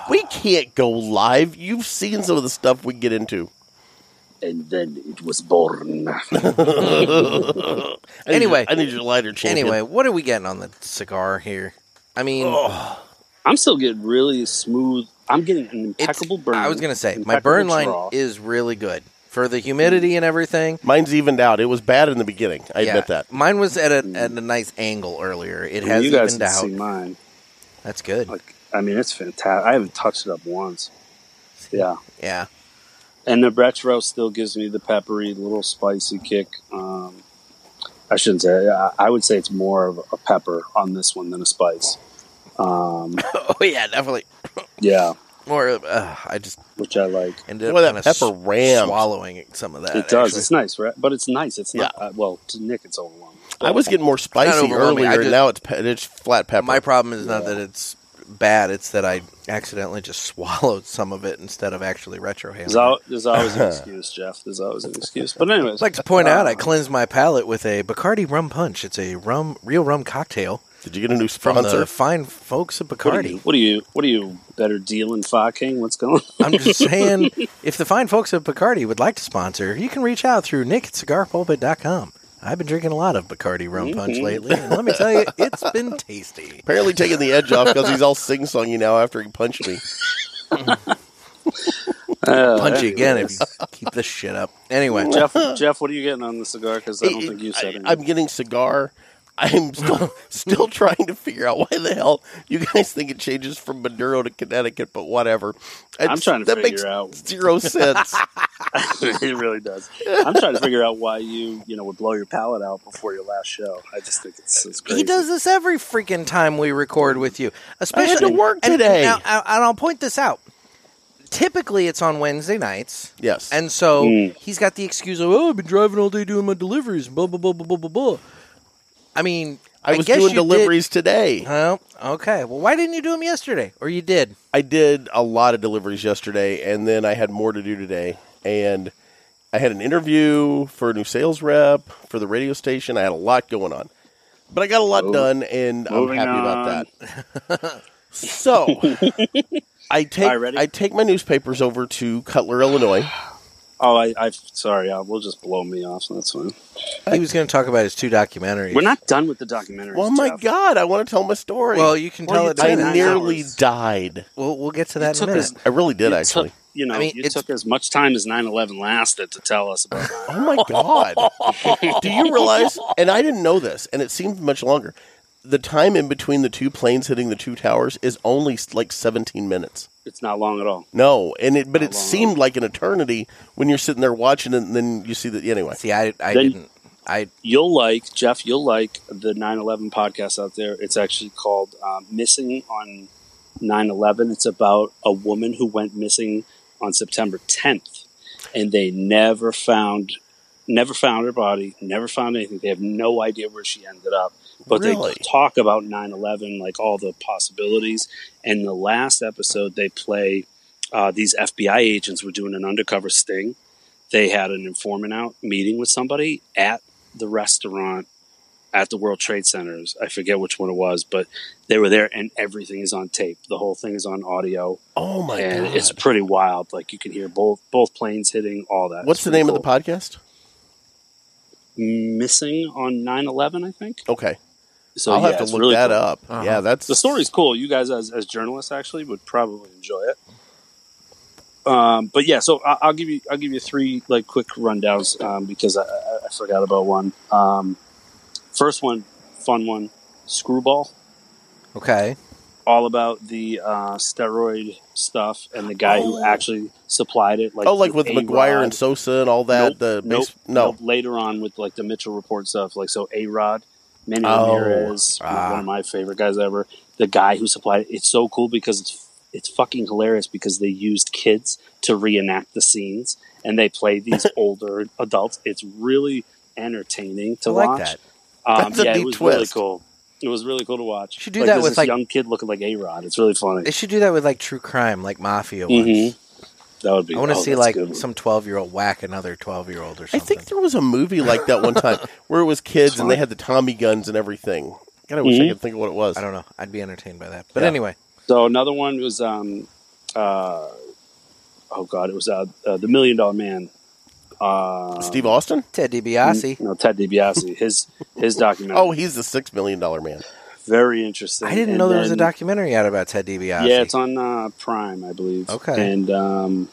[SPEAKER 3] we can't go live. You've seen some of the stuff we get into.
[SPEAKER 4] And then it was born.
[SPEAKER 3] I need
[SPEAKER 2] Anyway.
[SPEAKER 3] your- I need your lighter champion.
[SPEAKER 2] Anyway, what are we getting on the cigar here? I mean,
[SPEAKER 4] Oh, I'm still getting really smooth. I'm getting an
[SPEAKER 2] it's,
[SPEAKER 4] impeccable burn.
[SPEAKER 2] I was gonna say my
[SPEAKER 4] impeccable
[SPEAKER 2] burn line
[SPEAKER 4] draw.
[SPEAKER 2] is really good for the humidity and everything.
[SPEAKER 3] mine's evened out. It was bad in the beginning. I admit that.
[SPEAKER 2] Mine was at a at a nice angle earlier. It
[SPEAKER 4] I mean,
[SPEAKER 2] has
[SPEAKER 4] you guys
[SPEAKER 2] evened
[SPEAKER 4] can see
[SPEAKER 2] out.
[SPEAKER 4] mine.
[SPEAKER 2] That's good.
[SPEAKER 4] Like, I mean, it's fantastic. I haven't touched it up once. Yeah.
[SPEAKER 2] Yeah.
[SPEAKER 4] and the retro still gives me the peppery, little spicy kick. Um, I shouldn't say. I, I would say it's more of a pepper on this one than a spice. Um,
[SPEAKER 2] Oh yeah, definitely.
[SPEAKER 4] yeah,
[SPEAKER 2] More. of- Uh, I just
[SPEAKER 4] which I like.
[SPEAKER 2] ended up
[SPEAKER 3] Boy, that
[SPEAKER 2] kind of
[SPEAKER 3] pepper rammed.
[SPEAKER 2] swallowing some of that.
[SPEAKER 4] it does.
[SPEAKER 2] uh, actually.
[SPEAKER 4] It's nice, right? But it's nice. It's not. Uh, well, to Nick, it's overwhelming.
[SPEAKER 3] I was getting more spicy
[SPEAKER 2] overwhelming.
[SPEAKER 3] earlier,
[SPEAKER 2] I
[SPEAKER 3] and
[SPEAKER 2] just-
[SPEAKER 3] now it's pe- it's flat pepper.
[SPEAKER 2] My problem is not that it's bad. It's that I accidentally just swallowed some of it instead of actually retrohaling.
[SPEAKER 4] There's, al- there's always an excuse, Jeff. There's always an excuse. But anyways, uh,
[SPEAKER 2] I'd like to point out,
[SPEAKER 4] Ah.
[SPEAKER 2] I cleansed my palate with a Bacardi rum punch. It's a rum, real rum cocktail
[SPEAKER 3] Did you get a new
[SPEAKER 2] from the
[SPEAKER 3] sponsor?
[SPEAKER 2] fine folks at
[SPEAKER 4] what are you?
[SPEAKER 2] Bacardi.
[SPEAKER 4] What are you? What are you? Better deal in King? What's going? on?
[SPEAKER 2] I'm just saying, if the fine folks at Bacardi would like to sponsor, you can reach out through nick at cigarpulpit.com. I've been drinking a lot of Bacardi
[SPEAKER 3] Mm-hmm.
[SPEAKER 2] rum punch lately, and let me tell you, it's been tasty.
[SPEAKER 3] Apparently taking the edge off because he's all sing songy now after he punched me.
[SPEAKER 2] Punch you again if you keep this shit up. Anyway,
[SPEAKER 4] Jeff, Jeff, what are you getting on the cigar? Because I don't think you said
[SPEAKER 3] I-
[SPEAKER 4] anything.
[SPEAKER 3] I'm getting cigar. I'm still, still trying to figure out why the hell you guys think it changes from Maduro to Connecticut, but whatever.
[SPEAKER 4] I'm trying to
[SPEAKER 3] that
[SPEAKER 4] figure
[SPEAKER 3] makes
[SPEAKER 4] out.
[SPEAKER 3] zero sense.
[SPEAKER 4] it really does. I'm trying to figure out why you, you know, would blow your palate out before your last show. I just think it's, it's crazy.
[SPEAKER 2] He does this every freaking time we record with you. Especially
[SPEAKER 3] to work
[SPEAKER 2] and-
[SPEAKER 3] today.
[SPEAKER 2] And, and- and I'll point this out. Typically, it's on Wednesday nights,
[SPEAKER 3] yes,
[SPEAKER 2] and so
[SPEAKER 3] Mm.
[SPEAKER 2] he's got the excuse of "Oh, I've been driving all day doing my deliveries." Blah blah blah blah blah blah. blah. I mean,
[SPEAKER 3] I was
[SPEAKER 2] guess
[SPEAKER 3] doing
[SPEAKER 2] you did-
[SPEAKER 3] deliveries today.
[SPEAKER 2] Oh, okay. Well, why didn't you do them yesterday? Or you did?
[SPEAKER 3] I did a lot of deliveries yesterday, and then I had more to do today. And I had an interview for a new sales rep for the radio station. I had a lot going on, but I got a lot done, and I'm
[SPEAKER 4] Moving
[SPEAKER 3] happy about that. so I take
[SPEAKER 4] All right, ready?
[SPEAKER 3] I take my newspapers over to Cutler, Illinois.
[SPEAKER 4] Oh, I, I sorry. Uh, we'll just blow me off. so That's fine.
[SPEAKER 2] He was going to talk about his two documentaries.
[SPEAKER 4] We're not done with the documentary.
[SPEAKER 3] Oh my god! I want to tell my story.
[SPEAKER 2] Well, you can
[SPEAKER 4] Well,
[SPEAKER 2] tell
[SPEAKER 4] you
[SPEAKER 2] it.
[SPEAKER 4] did
[SPEAKER 3] I
[SPEAKER 2] in
[SPEAKER 4] nine
[SPEAKER 2] a-
[SPEAKER 3] nearly
[SPEAKER 4] hours.
[SPEAKER 3] died.
[SPEAKER 2] We'll, we'll get to that in a
[SPEAKER 4] took
[SPEAKER 2] minute.
[SPEAKER 4] us-
[SPEAKER 3] I really did actually.
[SPEAKER 4] you know,
[SPEAKER 2] I mean,
[SPEAKER 4] you
[SPEAKER 2] it's-
[SPEAKER 4] took as much time as 9-11 lasted to tell us about. That.
[SPEAKER 3] Oh my god! Do you realize? And I didn't know this, and it seemed much longer. The time in between the two planes hitting the two towers is only like 17 minutes.
[SPEAKER 4] It's not long at all.
[SPEAKER 3] No, and it but it
[SPEAKER 4] Not long.
[SPEAKER 3] seemed like an eternity when you're sitting there watching it, and then you see that anyway.
[SPEAKER 2] See, I, I
[SPEAKER 4] Then-
[SPEAKER 2] didn't. I
[SPEAKER 4] You'll like Jeff. You'll like the 9-11 podcast out there. It's actually called um, "Missing on 9-11. It's about a woman who went missing on September 10th, and they never found, never found her body, never found anything. They have no idea where she ended up. But
[SPEAKER 3] Really?
[SPEAKER 4] they talk about 9-11, like all the possibilities. And the last episode, they play uh, these FBI agents were doing an undercover sting. They had an informant out meeting with somebody at the restaurant at the World Trade Centers. I forget which one it was, but they were there and everything is on tape. The whole thing is on audio
[SPEAKER 3] Oh my
[SPEAKER 4] and
[SPEAKER 3] god!
[SPEAKER 4] it's pretty wild. Like you can hear both both planes hitting all that.
[SPEAKER 3] What's the name of the podcast?
[SPEAKER 4] the missing on 9/11, I think.
[SPEAKER 3] Okay,
[SPEAKER 4] So
[SPEAKER 3] I'll
[SPEAKER 4] yeah,
[SPEAKER 3] have to
[SPEAKER 4] it's
[SPEAKER 3] look
[SPEAKER 4] really
[SPEAKER 3] that
[SPEAKER 4] cool. Uh-huh.
[SPEAKER 3] up. Yeah, that's
[SPEAKER 4] The story's cool. You guys, as, as journalists, actually would probably enjoy it. Um, but yeah, so I, I'll give you I'll give you three like quick rundowns um, because I, I I forgot about one. Um, first one, fun one, Screwball,
[SPEAKER 2] Okay.
[SPEAKER 4] all about the uh, steroid stuff and the guy who actually supplied it. Like
[SPEAKER 3] oh, like with
[SPEAKER 4] A-Rod.
[SPEAKER 3] McGuire and Sosa and all that.
[SPEAKER 4] Nope,
[SPEAKER 3] the
[SPEAKER 4] nope,
[SPEAKER 3] base, no.
[SPEAKER 4] nope. Later on with like the Mitchell report stuff, like so A Rod, Manny
[SPEAKER 3] Oh,
[SPEAKER 4] Ramirez, one of my favorite guys ever. The guy who supplied it, it's so cool because it's it's fucking hilarious because they used kids to reenact the scenes and they play these older adults. It's really entertaining to
[SPEAKER 2] I like
[SPEAKER 4] watch.
[SPEAKER 2] that.
[SPEAKER 4] Um,
[SPEAKER 3] That's a
[SPEAKER 4] yeah,
[SPEAKER 3] neat
[SPEAKER 4] it was really
[SPEAKER 3] twist.
[SPEAKER 4] cool. It was really cool to watch.
[SPEAKER 2] Should do that
[SPEAKER 4] there's
[SPEAKER 2] with,
[SPEAKER 4] this
[SPEAKER 2] like-
[SPEAKER 4] young kid looking like A Rod. It's really funny.
[SPEAKER 2] They should do that with like true crime, like mafia ones.
[SPEAKER 4] Mhm. That would be.
[SPEAKER 2] I want to
[SPEAKER 4] oh,
[SPEAKER 2] see
[SPEAKER 4] that's
[SPEAKER 2] like
[SPEAKER 4] good.
[SPEAKER 2] some twelve-year-old whack another twelve-year-old or
[SPEAKER 3] I
[SPEAKER 2] something.
[SPEAKER 3] think there was a movie like that one time where it was kids and they had the Tommy guns and everything. God, I wish
[SPEAKER 4] Mm-hmm.
[SPEAKER 3] I could think of what it was.
[SPEAKER 2] I don't know. I'd be entertained by that. But
[SPEAKER 3] Yeah.
[SPEAKER 2] anyway,
[SPEAKER 4] So another one was, um, uh, oh god, it was uh, uh, the Million Dollar Man. Uh, mm,
[SPEAKER 3] Steve Austin?
[SPEAKER 2] Ted DiBiase.
[SPEAKER 4] no, Ted DiBiase. His his documentary.
[SPEAKER 3] Oh, he's the six million dollar man.
[SPEAKER 4] very interesting.
[SPEAKER 2] I didn't
[SPEAKER 4] And
[SPEAKER 2] know there was a
[SPEAKER 4] then-
[SPEAKER 2] documentary out about Ted DiBiase.
[SPEAKER 4] Mm-hmm. Yeah, it's on uh, Prime, I believe.
[SPEAKER 2] Okay.
[SPEAKER 4] And um,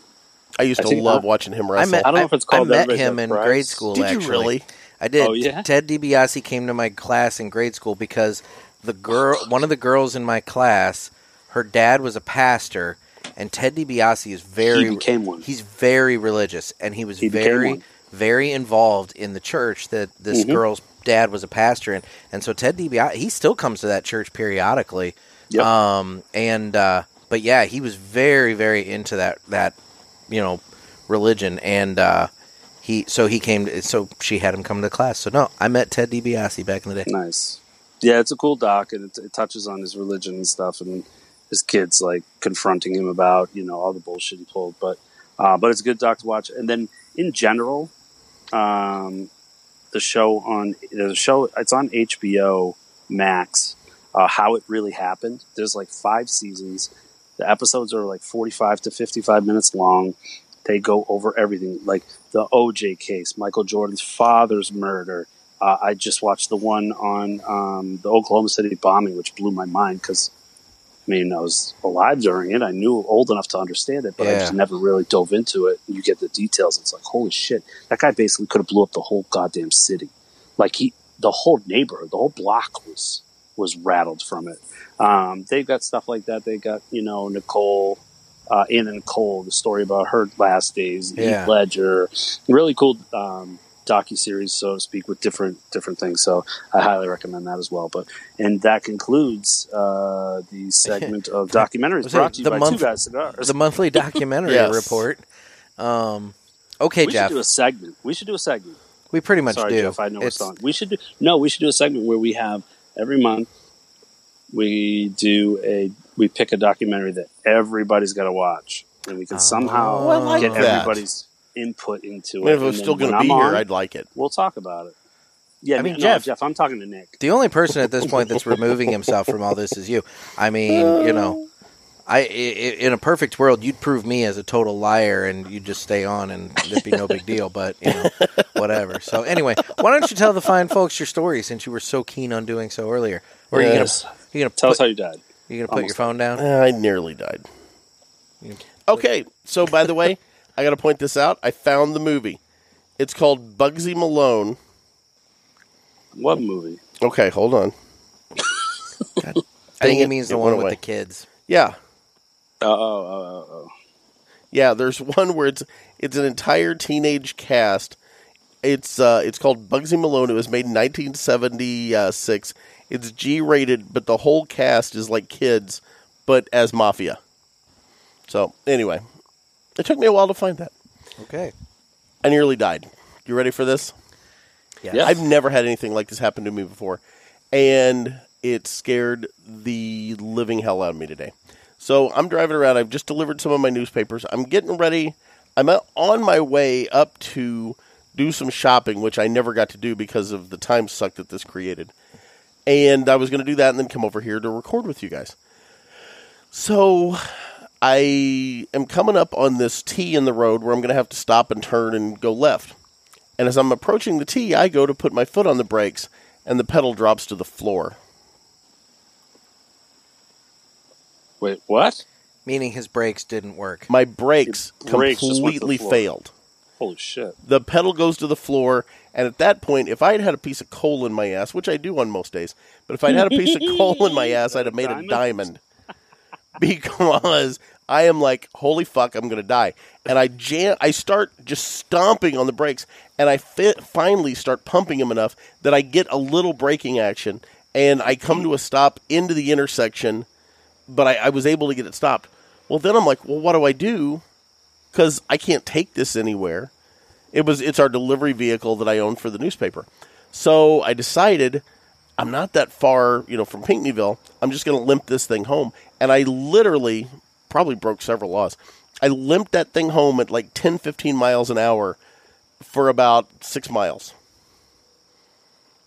[SPEAKER 3] I used
[SPEAKER 4] I
[SPEAKER 3] to
[SPEAKER 4] think-
[SPEAKER 3] love watching him
[SPEAKER 2] I
[SPEAKER 3] wrestle.
[SPEAKER 2] met.
[SPEAKER 4] I don't know if it's called
[SPEAKER 2] I met
[SPEAKER 4] Everybody's
[SPEAKER 2] him
[SPEAKER 4] Got
[SPEAKER 2] in
[SPEAKER 4] Prize.
[SPEAKER 2] grade school.
[SPEAKER 3] Did
[SPEAKER 2] actually.
[SPEAKER 3] you really?
[SPEAKER 2] I did.
[SPEAKER 4] Oh, yeah?
[SPEAKER 2] Ted DiBiase came to my class in grade school because the girl, one of the girls in my class, her dad was a pastor, and Ted DiBiase is very
[SPEAKER 4] He became one.
[SPEAKER 2] He's very religious, and he was
[SPEAKER 4] He became
[SPEAKER 2] very
[SPEAKER 4] one. Mm-hmm.
[SPEAKER 2] very involved in the church that this girl's dad was a pastor in, and so Ted DiBiase he still comes to that church periodically.
[SPEAKER 4] Yep.
[SPEAKER 2] Um, and uh, but yeah, he was very very into that that you know religion and. uh he so he came to, so she had him come to class. So no, I met Ted DiBiase back in the day.
[SPEAKER 4] nice. Yeah, it's a cool doc, and it, it touches on his religion and stuff, and his kids like confronting him about you know all the bullshit he pulled. But uh, but it's a good doc to watch. And then in general, um, the show on the show it's on HBO Max. Uh, how it really happened. There's like five seasons. The episodes are like 45 to 55 minutes long. They go over everything, like the OJ case, Michael Jordan's father's murder. Uh, I just watched the one on um, the Oklahoma City bombing, which blew my mind because, I mean, I was alive during it. I knew old enough to understand it, but I
[SPEAKER 2] Yeah.
[SPEAKER 4] just never really dove into it. You get the details. It's like, holy shit, that guy basically could have blew up the whole goddamn city. Like he, the whole neighborhood, the whole block was was rattled from it. Um, they've got stuff like that. They got you know Nicole, uh, Anna Nicole, the story about her last days.
[SPEAKER 2] Yeah.
[SPEAKER 4] Heath Ledger, really cool um, docu series, so to speak, with different different things. So I highly recommend that as well. But and that concludes uh, the segment of documentaries
[SPEAKER 2] Was
[SPEAKER 4] brought
[SPEAKER 2] it
[SPEAKER 4] to you
[SPEAKER 2] the
[SPEAKER 4] by
[SPEAKER 2] month-
[SPEAKER 4] Two Guys Cigars.
[SPEAKER 2] The monthly documentary
[SPEAKER 3] Yes.
[SPEAKER 2] report. Um, okay,
[SPEAKER 4] we
[SPEAKER 2] Jeff,
[SPEAKER 4] should do a segment. We should do a segment.
[SPEAKER 2] we pretty much
[SPEAKER 4] Sorry,
[SPEAKER 2] do.
[SPEAKER 4] Jeff. I know
[SPEAKER 2] It's-
[SPEAKER 4] it's on. We should do no. We should do a segment where we have every month we do a we pick a documentary that everybody's got to watch, and we can somehow
[SPEAKER 2] Oh, I like
[SPEAKER 4] get
[SPEAKER 3] that.
[SPEAKER 4] everybody's input into
[SPEAKER 3] I mean,
[SPEAKER 4] it.
[SPEAKER 3] if it was
[SPEAKER 4] And
[SPEAKER 3] still
[SPEAKER 4] then
[SPEAKER 3] going to
[SPEAKER 4] when
[SPEAKER 3] be
[SPEAKER 4] I'm
[SPEAKER 3] here,
[SPEAKER 4] on,
[SPEAKER 3] I'd like it.
[SPEAKER 4] we'll talk about it. Yeah,
[SPEAKER 2] I mean,
[SPEAKER 4] no,
[SPEAKER 2] Jeff-
[SPEAKER 4] Jeff. Jeff, I'm talking to Nick.
[SPEAKER 2] The only person at this point that's removing himself from all this is you. I mean, you know, I i- i- in a perfect world, you'd prove me as a total liar, and you'd just stay on, and it'd be no big deal. But you know, whatever. So anyway, why don't you tell the fine folks your story since you were so keen on doing so earlier? Or are you
[SPEAKER 3] Yes.
[SPEAKER 2] gonna you gonna
[SPEAKER 4] Tell
[SPEAKER 2] put,
[SPEAKER 4] us how you died.
[SPEAKER 2] you gonna put your
[SPEAKER 4] almost-
[SPEAKER 2] phone down?
[SPEAKER 3] Eh, I nearly died. Okay, so by the way, I got to point this out. I found the movie. It's called Bugsy Malone.
[SPEAKER 4] What movie?
[SPEAKER 3] Okay, hold on.
[SPEAKER 2] I think
[SPEAKER 3] Dang
[SPEAKER 2] he
[SPEAKER 3] it,
[SPEAKER 2] means
[SPEAKER 3] it
[SPEAKER 2] the one
[SPEAKER 3] went
[SPEAKER 2] with
[SPEAKER 3] away.
[SPEAKER 2] the kids.
[SPEAKER 3] Yeah,
[SPEAKER 4] Oh, oh, oh, oh,
[SPEAKER 3] yeah. There's one where it's it's an entire teenage cast. It's uh, it's called Bugsy Malone. It was made in 1976. It's G-rated, but the whole cast is like kids, but as mafia. So anyway, it took me a while to find that.
[SPEAKER 2] Okay.
[SPEAKER 3] I nearly died. You ready for this?
[SPEAKER 2] Yes.
[SPEAKER 4] Yeah.
[SPEAKER 3] I've never had anything like this happen to me before, and it scared the living hell out of me today. So I'm driving around. I've just delivered some of my newspapers. I'm getting ready. I'm out- on my way up to do some shopping, which I never got to do because of the time suck that this created. And I was going to do that and then come over here to record with you guys. So I am coming up on this T in the road where I'm going to have to stop and turn and go left. And as I'm approaching the T, I go to put my foot on the brakes, and the pedal drops to the floor.
[SPEAKER 4] wait, what?
[SPEAKER 2] Meaning his brakes didn't work.
[SPEAKER 3] My brakes,
[SPEAKER 4] Your brakes just went to the
[SPEAKER 3] completely
[SPEAKER 4] floor.
[SPEAKER 3] failed.
[SPEAKER 4] Holy shit!
[SPEAKER 3] The pedal goes to the floor, And at that point, if I had had a piece of coal in my ass, which I do on most days, but if I'd had a piece of coal in my ass, I'd have made a diamond. Because I am like, holy fuck, I'm gonna die, and I jam. I start just stomping on the brakes, and I fi- finally start pumping them enough that I get a little braking action, and I come to a stop into the intersection, but I, I was able to get it stopped. Well, then I'm like, well, what do I do? Because I can't take this anywhere. It was it's our delivery vehicle that I own for the newspaper. So I decided I'm not that far, you know, from Pinckneyville. I'm just going to limp this thing home, and I literally probably broke several laws. I limped that thing home at like 10, 15 miles an hour for about six miles.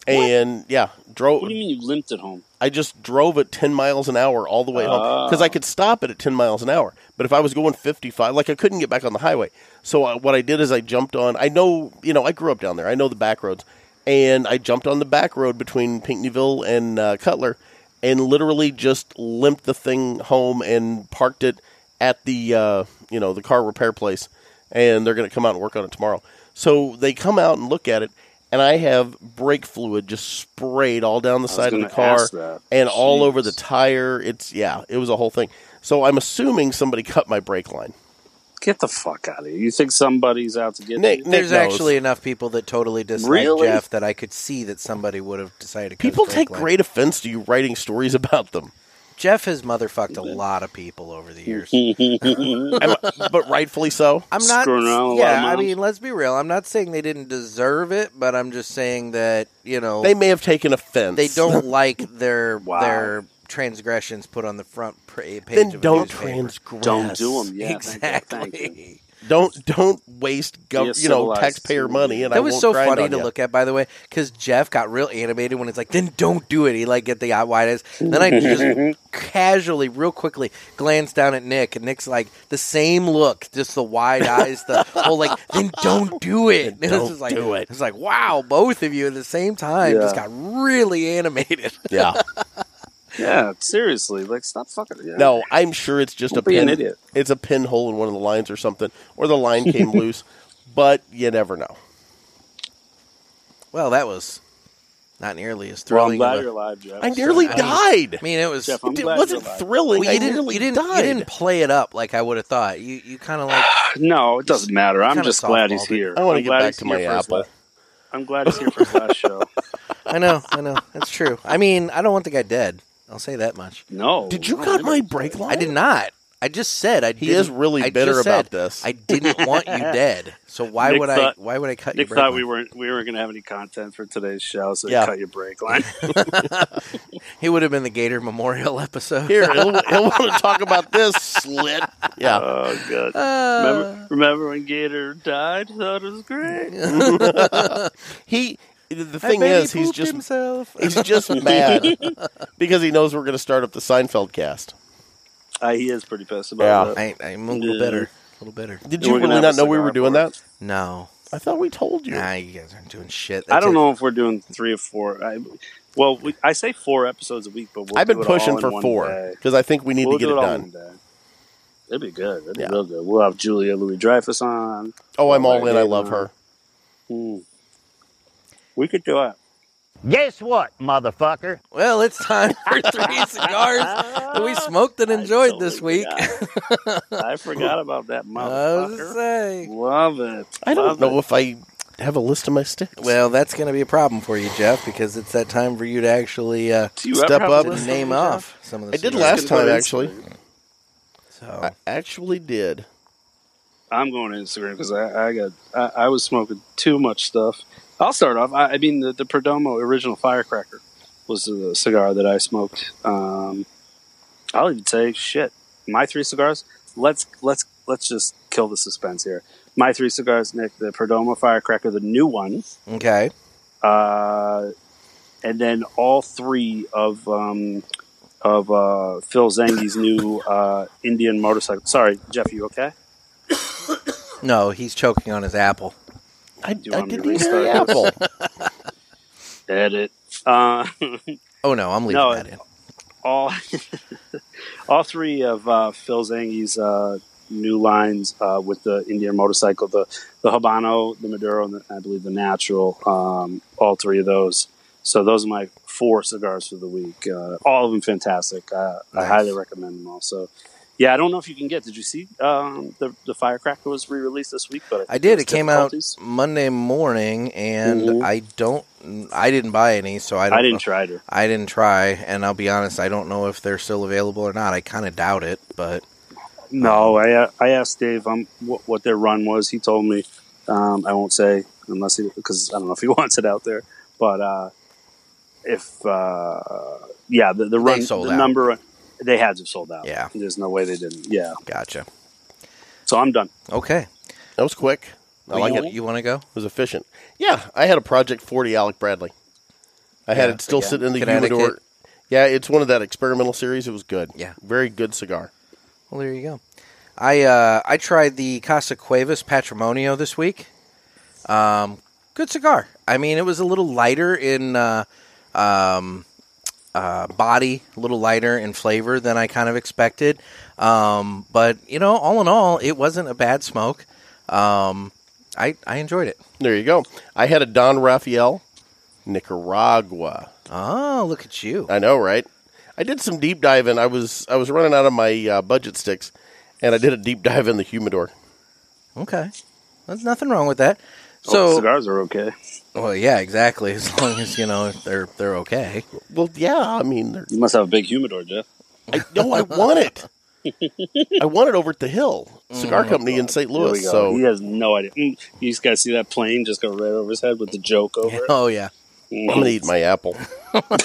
[SPEAKER 3] And yeah, drove.
[SPEAKER 4] What do you mean you limped it home?
[SPEAKER 3] I just drove at 10 miles an hour all the way home because I could stop it at 10 miles an hour. But if I was going 55, like I couldn't get back on the highway. So I, what I did is I jumped on, I know, you know, I grew up down there. I know the back roads. And I jumped on the back road between Pinckneyville and uh, Cutler and literally just limped the thing home and parked it at the, uh, you know, the car repair place. And they're going to come out and work on it tomorrow. So they come out and look at it. And I have brake fluid just sprayed all down the side of the
[SPEAKER 4] gonna
[SPEAKER 3] car
[SPEAKER 4] ask that.
[SPEAKER 3] and all
[SPEAKER 4] Jeez.
[SPEAKER 3] over the tire. It's yeah, it was a whole thing. So I'm assuming somebody cut my brake line.
[SPEAKER 4] Get the fuck out of here. You think somebody's out to get
[SPEAKER 3] Nick,
[SPEAKER 4] you?
[SPEAKER 3] Nick
[SPEAKER 2] There's
[SPEAKER 3] knows.
[SPEAKER 2] actually enough people that totally dislike
[SPEAKER 4] Really?
[SPEAKER 2] Jeff that I could see that somebody would have decided to cut his
[SPEAKER 3] people
[SPEAKER 2] brake
[SPEAKER 3] take
[SPEAKER 2] line.
[SPEAKER 3] great offense to you writing stories about them,
[SPEAKER 2] Jeff has motherfucked a lot of people over the years.
[SPEAKER 3] I'm- but rightfully so.
[SPEAKER 2] I'm not.
[SPEAKER 4] Screwing around with a lot
[SPEAKER 2] yeah,
[SPEAKER 4] of
[SPEAKER 2] I
[SPEAKER 4] moms.
[SPEAKER 2] mean, let's be real. I'm not saying they didn't deserve it, but I'm just saying that you know
[SPEAKER 3] They may have taken offense.
[SPEAKER 2] they don't like their
[SPEAKER 4] Wow.
[SPEAKER 2] their transgressions put on the front pra- page.
[SPEAKER 3] Then
[SPEAKER 2] of a
[SPEAKER 3] don't
[SPEAKER 2] newspaper.
[SPEAKER 3] transgress.
[SPEAKER 4] Don't do them. Yeah, Thank you, thank you.
[SPEAKER 2] exactly.
[SPEAKER 3] Don't don't waste
[SPEAKER 4] Be
[SPEAKER 3] gov-
[SPEAKER 4] a
[SPEAKER 3] you know
[SPEAKER 4] civilized
[SPEAKER 3] taxpayer
[SPEAKER 4] human.
[SPEAKER 3] money. And I
[SPEAKER 2] That was
[SPEAKER 3] won't
[SPEAKER 2] so
[SPEAKER 3] grind
[SPEAKER 2] funny
[SPEAKER 3] on
[SPEAKER 2] to
[SPEAKER 3] ya.
[SPEAKER 2] look at, by the way, because Jeff got real animated when it's like, "Then don't do it." He like get the wide eyes. Then I just casually, real quickly, glance down at Nick, and Nick's like the same look, just the wide eyes, the whole like, "Then don't do it." And it's
[SPEAKER 3] don't
[SPEAKER 2] just like,
[SPEAKER 3] do it.
[SPEAKER 2] It's like, wow, both of you at the same time just
[SPEAKER 4] Yeah.
[SPEAKER 2] got really animated.
[SPEAKER 3] Yeah.
[SPEAKER 4] Yeah, seriously. Like, stop fucking. Yeah.
[SPEAKER 3] No, I'm sure it's just a
[SPEAKER 4] Don't be
[SPEAKER 3] pin.
[SPEAKER 4] an idiot.
[SPEAKER 3] It's a pinhole in one of the lines or something, or the line came loose. But you never know.
[SPEAKER 2] well, that was not nearly as
[SPEAKER 4] Well, I'm
[SPEAKER 2] thrilling.
[SPEAKER 4] glad
[SPEAKER 2] of a-
[SPEAKER 4] you're alive, Jeff.
[SPEAKER 3] I nearly
[SPEAKER 4] So,
[SPEAKER 3] died.
[SPEAKER 2] I mean, it was.
[SPEAKER 4] Jeff, I'm
[SPEAKER 3] it
[SPEAKER 4] glad
[SPEAKER 3] wasn't
[SPEAKER 4] you're alive.
[SPEAKER 3] thrilling.
[SPEAKER 2] Well,
[SPEAKER 3] I
[SPEAKER 2] you didn't.
[SPEAKER 3] nearly
[SPEAKER 2] You didn't.
[SPEAKER 3] died.
[SPEAKER 2] You didn't play it up like I would have thought. You. You kind of like.
[SPEAKER 4] No, it doesn't matter. I'm
[SPEAKER 2] kinda
[SPEAKER 4] just glad he's
[SPEAKER 2] softballed it.
[SPEAKER 4] here.
[SPEAKER 3] I want to
[SPEAKER 4] I'm
[SPEAKER 3] get
[SPEAKER 4] glad
[SPEAKER 3] back
[SPEAKER 4] he's
[SPEAKER 3] to
[SPEAKER 4] here
[SPEAKER 3] my
[SPEAKER 4] for his
[SPEAKER 3] apple.
[SPEAKER 4] la- I'm glad he's here for his last show.
[SPEAKER 2] I know, I know. That's true. I mean, I don't want the guy dead. I'll say that much.
[SPEAKER 4] No.
[SPEAKER 3] Did you
[SPEAKER 4] no,
[SPEAKER 3] cut
[SPEAKER 4] never.
[SPEAKER 3] my brake line?
[SPEAKER 2] I did not. I just said I.
[SPEAKER 3] He
[SPEAKER 2] didn't-
[SPEAKER 3] is really
[SPEAKER 2] I
[SPEAKER 3] bitter
[SPEAKER 2] just
[SPEAKER 3] about
[SPEAKER 2] said
[SPEAKER 3] this.
[SPEAKER 2] I didn't want you dead. So why
[SPEAKER 4] Nick
[SPEAKER 2] would
[SPEAKER 4] thought-
[SPEAKER 2] I? Why would I cut
[SPEAKER 4] Nick
[SPEAKER 2] your brake
[SPEAKER 4] thought we
[SPEAKER 2] line?
[SPEAKER 4] weren't we weren't gonna have any content for today's show, so
[SPEAKER 3] Yeah.
[SPEAKER 4] cut your brake line.
[SPEAKER 2] He would have been the Gator Memorial episode.
[SPEAKER 3] Here, he'll, he'll want to talk about this slit. Yeah,
[SPEAKER 4] oh good.
[SPEAKER 3] Uh.
[SPEAKER 4] remember, remember when Gator died? Thought it was great.
[SPEAKER 3] he. The
[SPEAKER 2] I
[SPEAKER 3] thing
[SPEAKER 2] bet he
[SPEAKER 3] is, he's
[SPEAKER 2] pooped
[SPEAKER 3] just
[SPEAKER 2] himself.
[SPEAKER 3] he's just mad because he knows we're going to start up the Seinfeld cast.
[SPEAKER 4] Uh, he is pretty pissed about
[SPEAKER 3] Yeah.
[SPEAKER 4] that.
[SPEAKER 2] I, I'm a little
[SPEAKER 4] Yeah.
[SPEAKER 2] better. A little better.
[SPEAKER 3] Did
[SPEAKER 4] And
[SPEAKER 3] you
[SPEAKER 4] we're gonna
[SPEAKER 3] really
[SPEAKER 4] have
[SPEAKER 3] not
[SPEAKER 4] a
[SPEAKER 3] know we
[SPEAKER 4] cigar
[SPEAKER 3] were doing
[SPEAKER 4] for it.
[SPEAKER 3] that?
[SPEAKER 2] No,
[SPEAKER 3] I thought we told you.
[SPEAKER 2] nah, you guys aren't doing shit.
[SPEAKER 4] I don't
[SPEAKER 2] That's it.
[SPEAKER 4] know if we're doing three or four. I, well, we, I say four episodes a week, but we'll
[SPEAKER 3] I've been
[SPEAKER 4] do it all
[SPEAKER 3] pushing
[SPEAKER 4] in
[SPEAKER 3] for
[SPEAKER 4] one
[SPEAKER 3] four
[SPEAKER 4] day.
[SPEAKER 3] because I think we need
[SPEAKER 4] We'll
[SPEAKER 3] to
[SPEAKER 4] do
[SPEAKER 3] get it
[SPEAKER 4] all
[SPEAKER 3] done.
[SPEAKER 4] in one day. It'd be good. It'd
[SPEAKER 3] Yeah.
[SPEAKER 4] be real good. We'll have Julia Louis Dreyfus on.
[SPEAKER 3] Oh, I'm all
[SPEAKER 4] Right,
[SPEAKER 3] in. I
[SPEAKER 4] yeah.
[SPEAKER 3] love her.
[SPEAKER 4] Hmm. We could do it.
[SPEAKER 7] Guess what, motherfucker?
[SPEAKER 2] Well, it's time for three cigars that we smoked and enjoyed this
[SPEAKER 4] totally
[SPEAKER 2] week.
[SPEAKER 4] forgot. I forgot about that
[SPEAKER 2] I was gonna
[SPEAKER 4] motherfucker.
[SPEAKER 2] say.
[SPEAKER 4] Love it.
[SPEAKER 3] I don't
[SPEAKER 4] Love
[SPEAKER 3] know
[SPEAKER 4] It.
[SPEAKER 3] if I have a list of my sticks.
[SPEAKER 2] Well, that's going to be a problem for you, Jeff, because it's that time for you to actually uh,
[SPEAKER 4] Do you
[SPEAKER 3] step
[SPEAKER 4] ever have a
[SPEAKER 3] up
[SPEAKER 2] to
[SPEAKER 3] Well,
[SPEAKER 4] list of
[SPEAKER 2] name
[SPEAKER 4] these, Jeff?
[SPEAKER 2] off some of the
[SPEAKER 3] I did
[SPEAKER 2] cigars.
[SPEAKER 3] last
[SPEAKER 4] Gonna go
[SPEAKER 3] time
[SPEAKER 4] to
[SPEAKER 3] actually.
[SPEAKER 4] Instagram.
[SPEAKER 2] So,
[SPEAKER 3] I actually did.
[SPEAKER 4] I'm going to Instagram because I, I got I, I was smoking too much stuff. I'll start off. I, I mean, the, the Perdomo original firecracker was the cigar that I smoked. Um, I'll even say shit. My three cigars. Let's let's let's just kill the suspense here. My three cigars, Nick. The Perdomo firecracker, the new one,
[SPEAKER 2] okay.
[SPEAKER 4] uh, and then all three of um, of uh, Phil Zangi's new uh, Indian motorcycle. Sorry, Jeff. You okay?
[SPEAKER 2] No, he's choking on his apple.
[SPEAKER 3] I, I
[SPEAKER 4] you want me to
[SPEAKER 3] didn't eat any
[SPEAKER 4] restart
[SPEAKER 3] apple.
[SPEAKER 4] Edit. Uh,
[SPEAKER 2] Oh no, I'm leaving
[SPEAKER 4] No,
[SPEAKER 2] that in.
[SPEAKER 4] all all three of uh, Phil Zangi's uh, new lines uh, with the Indian motorcycle, the the Habano, the Maduro, and the, I believe the Natural. Um, all three of those. So those are my four cigars for the week. Uh, all of them fantastic. Uh, I highly recommend them all. So, yeah, I don't know if you can get. Did you see um, the the Firecracker was re released this week? But
[SPEAKER 2] I did. It
[SPEAKER 4] there's
[SPEAKER 2] came out
[SPEAKER 4] difficulties.
[SPEAKER 2] Monday morning, and
[SPEAKER 4] Mhm.
[SPEAKER 2] I don't. I didn't buy any, so I don't.
[SPEAKER 4] I didn't
[SPEAKER 2] know-
[SPEAKER 4] try to.
[SPEAKER 2] I didn't try, and I'll be honest. I don't know if they're still available or not. I kind of doubt it, but
[SPEAKER 4] No, I I asked Dave um, what, what their run was. He told me um, I won't say unless he because I don't know if he wants it out there. But uh, if uh, yeah, the, the run
[SPEAKER 2] sold
[SPEAKER 4] the
[SPEAKER 2] out.
[SPEAKER 4] number they had to have sold out.
[SPEAKER 2] Yeah.
[SPEAKER 4] there's no way they didn't. Yeah,
[SPEAKER 2] gotcha.
[SPEAKER 4] so I'm done.
[SPEAKER 2] Okay,
[SPEAKER 3] That was quick. Oh, I like
[SPEAKER 2] you,
[SPEAKER 3] it. It
[SPEAKER 2] You want to go?
[SPEAKER 3] was efficient. Yeah, I had a Project 40 Alec Bradley. I had
[SPEAKER 2] Yeah,
[SPEAKER 3] it still
[SPEAKER 2] yeah.
[SPEAKER 3] sitting in the
[SPEAKER 2] Connecticut.
[SPEAKER 3] humidor. Yeah, it's one of that experimental series. It was good.
[SPEAKER 2] Yeah.
[SPEAKER 3] Very good cigar.
[SPEAKER 2] Well, there you go. I uh, I tried the Casa Cuevas Patrimonio this week. Um, good cigar. I mean, it was a little lighter in uh, um, uh, body, a little lighter in flavor than I kind of expected. Um, but you know, all in all, it wasn't a bad smoke. Um, I I enjoyed it.
[SPEAKER 3] There you go. I had a Don Rafael Nicaragua.
[SPEAKER 2] Oh, look at you!
[SPEAKER 3] I know, right? I did some deep diving. I was I was running out of my uh, budget sticks, and I did a deep dive in the humidor.
[SPEAKER 2] Okay, there's nothing wrong with that.
[SPEAKER 4] Hope the
[SPEAKER 2] So,
[SPEAKER 4] Oh, cigars are okay.
[SPEAKER 2] well, yeah, exactly. As long as you know they're they're okay.
[SPEAKER 3] Well, yeah, I mean, they're-
[SPEAKER 4] You must have a big humidor, Jeff.
[SPEAKER 3] I, no, I want it. I want it over at the Hill
[SPEAKER 2] Mm.
[SPEAKER 3] Cigar Company in St.
[SPEAKER 4] There
[SPEAKER 3] Louis.
[SPEAKER 4] we go.
[SPEAKER 3] So
[SPEAKER 4] he has no idea. Mm, you just gotta see that plane just go right over his head with the joke over it.
[SPEAKER 2] Oh yeah.
[SPEAKER 4] Mm.
[SPEAKER 3] I'm gonna eat my apple.
[SPEAKER 2] thought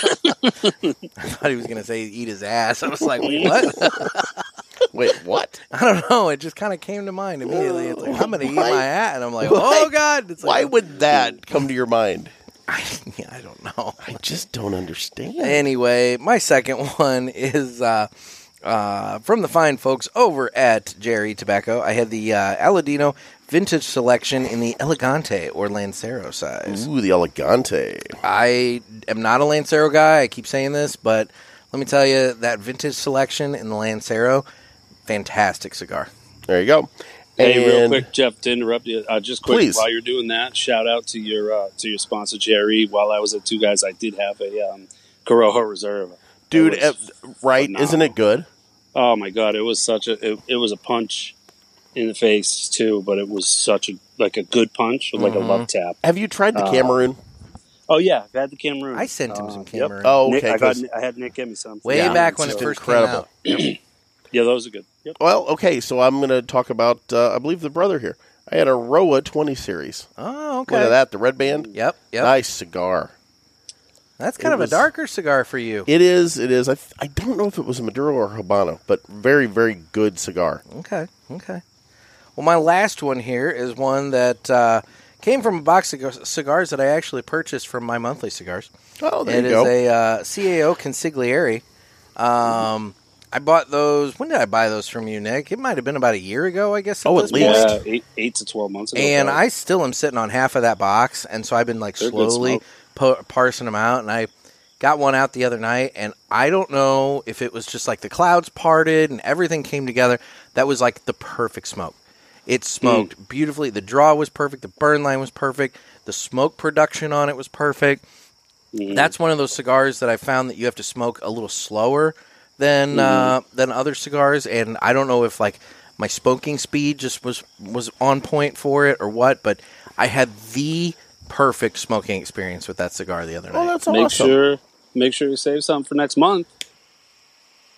[SPEAKER 2] he was going to say eat his ass. I was like, wait, what?
[SPEAKER 3] Wait, what?
[SPEAKER 2] I don't know. It just kind of came to mind immediately. It's like, I'm going to eat
[SPEAKER 3] Why-
[SPEAKER 2] my ass. And I'm like,
[SPEAKER 3] why-
[SPEAKER 2] oh, God. It's
[SPEAKER 3] Why
[SPEAKER 2] like,
[SPEAKER 3] would that come to your mind?
[SPEAKER 2] I, I don't know.
[SPEAKER 3] I just don't understand.
[SPEAKER 2] Anyway, my second one is uh, uh, from the fine folks over at Jerry Tobacco. I had the uh, Aladino Vintage Selection in the Elegante or Lancero size.
[SPEAKER 3] Ooh, the elegante.
[SPEAKER 2] I am not a Lancero guy. I keep saying this, but let me tell you that vintage selection in the Lancero, fantastic cigar.
[SPEAKER 3] There you go.
[SPEAKER 4] Hey, real
[SPEAKER 3] And-
[SPEAKER 4] quick, Jeff, to interrupt you, uh, just quick
[SPEAKER 3] Please.
[SPEAKER 4] while you're doing that, shout out to your uh, to your sponsor Jerry. While I was at Two Guys, I did have a um, Corojo Reserve,
[SPEAKER 3] dude.
[SPEAKER 4] It was-
[SPEAKER 3] eh, right?
[SPEAKER 4] phenomenal.
[SPEAKER 3] Isn't it good?
[SPEAKER 4] oh my god, it was such a it, it was a punch in the face too, but it was such a like a good punch, like a love tap.
[SPEAKER 3] Have you tried the
[SPEAKER 4] Uh,
[SPEAKER 3] Cameroon?
[SPEAKER 4] Oh yeah, I had the Cameroon.
[SPEAKER 2] I sent him
[SPEAKER 4] Uh,
[SPEAKER 2] some
[SPEAKER 4] yep.
[SPEAKER 2] Cameroon.
[SPEAKER 3] Oh,
[SPEAKER 4] Nick-
[SPEAKER 3] okay.
[SPEAKER 4] I, got,
[SPEAKER 3] 'cause-
[SPEAKER 4] I had Nick give me some
[SPEAKER 2] way
[SPEAKER 3] yeah,
[SPEAKER 2] back when
[SPEAKER 3] it's
[SPEAKER 2] it
[SPEAKER 3] just
[SPEAKER 2] first
[SPEAKER 3] incredible.
[SPEAKER 2] came out.
[SPEAKER 4] Yeah, those are good. Yep.
[SPEAKER 3] well, okay. So I'm going to talk about, uh, I believe, the brother here. I had a Roa 20 series.
[SPEAKER 2] Oh, okay.
[SPEAKER 3] Look at that, the red band.
[SPEAKER 2] Yep, yep.
[SPEAKER 3] Nice cigar.
[SPEAKER 2] That's kind
[SPEAKER 3] It
[SPEAKER 2] of a
[SPEAKER 3] was-
[SPEAKER 2] darker cigar for you.
[SPEAKER 3] It is. It is. I, I don't know if it was a Maduro or Habano, but very, very good cigar.
[SPEAKER 2] Okay, okay. Well, my last one here is one that uh, came from a box of cigar- cigars that I actually purchased from my monthly cigars.
[SPEAKER 3] Oh, there
[SPEAKER 2] It
[SPEAKER 3] you
[SPEAKER 2] is
[SPEAKER 3] go.
[SPEAKER 2] a uh, CAO Consigliere. Um, I bought those. When did I buy those from you, Nick? It might have been about a year ago, I guess.
[SPEAKER 3] Oh,
[SPEAKER 2] this
[SPEAKER 3] at
[SPEAKER 2] point.
[SPEAKER 3] least.
[SPEAKER 4] Yeah, uh, eight, eight to twelve months ago.
[SPEAKER 2] And
[SPEAKER 4] probably.
[SPEAKER 2] I still am sitting on half of that box, and so I've been like
[SPEAKER 4] They're good
[SPEAKER 2] slowly po- parsing them out. And I got one out the other night, and I don't know if it was just like the clouds parted and everything came together. That was like the perfect smoke. It
[SPEAKER 4] Mm.
[SPEAKER 2] smoked beautifully. The draw was perfect. The burn line was perfect. The smoke production on it was perfect. That's one of those cigars that I found that you have to smoke a little slower than uh,
[SPEAKER 4] Mm-hmm.
[SPEAKER 2] than other cigars, and I don't know if like my smoking speed just was was on point for it or what, but I had the perfect smoking experience with that cigar the other night.
[SPEAKER 3] Oh, that's
[SPEAKER 4] make
[SPEAKER 3] awesome.
[SPEAKER 4] sure make sure you save something for next month.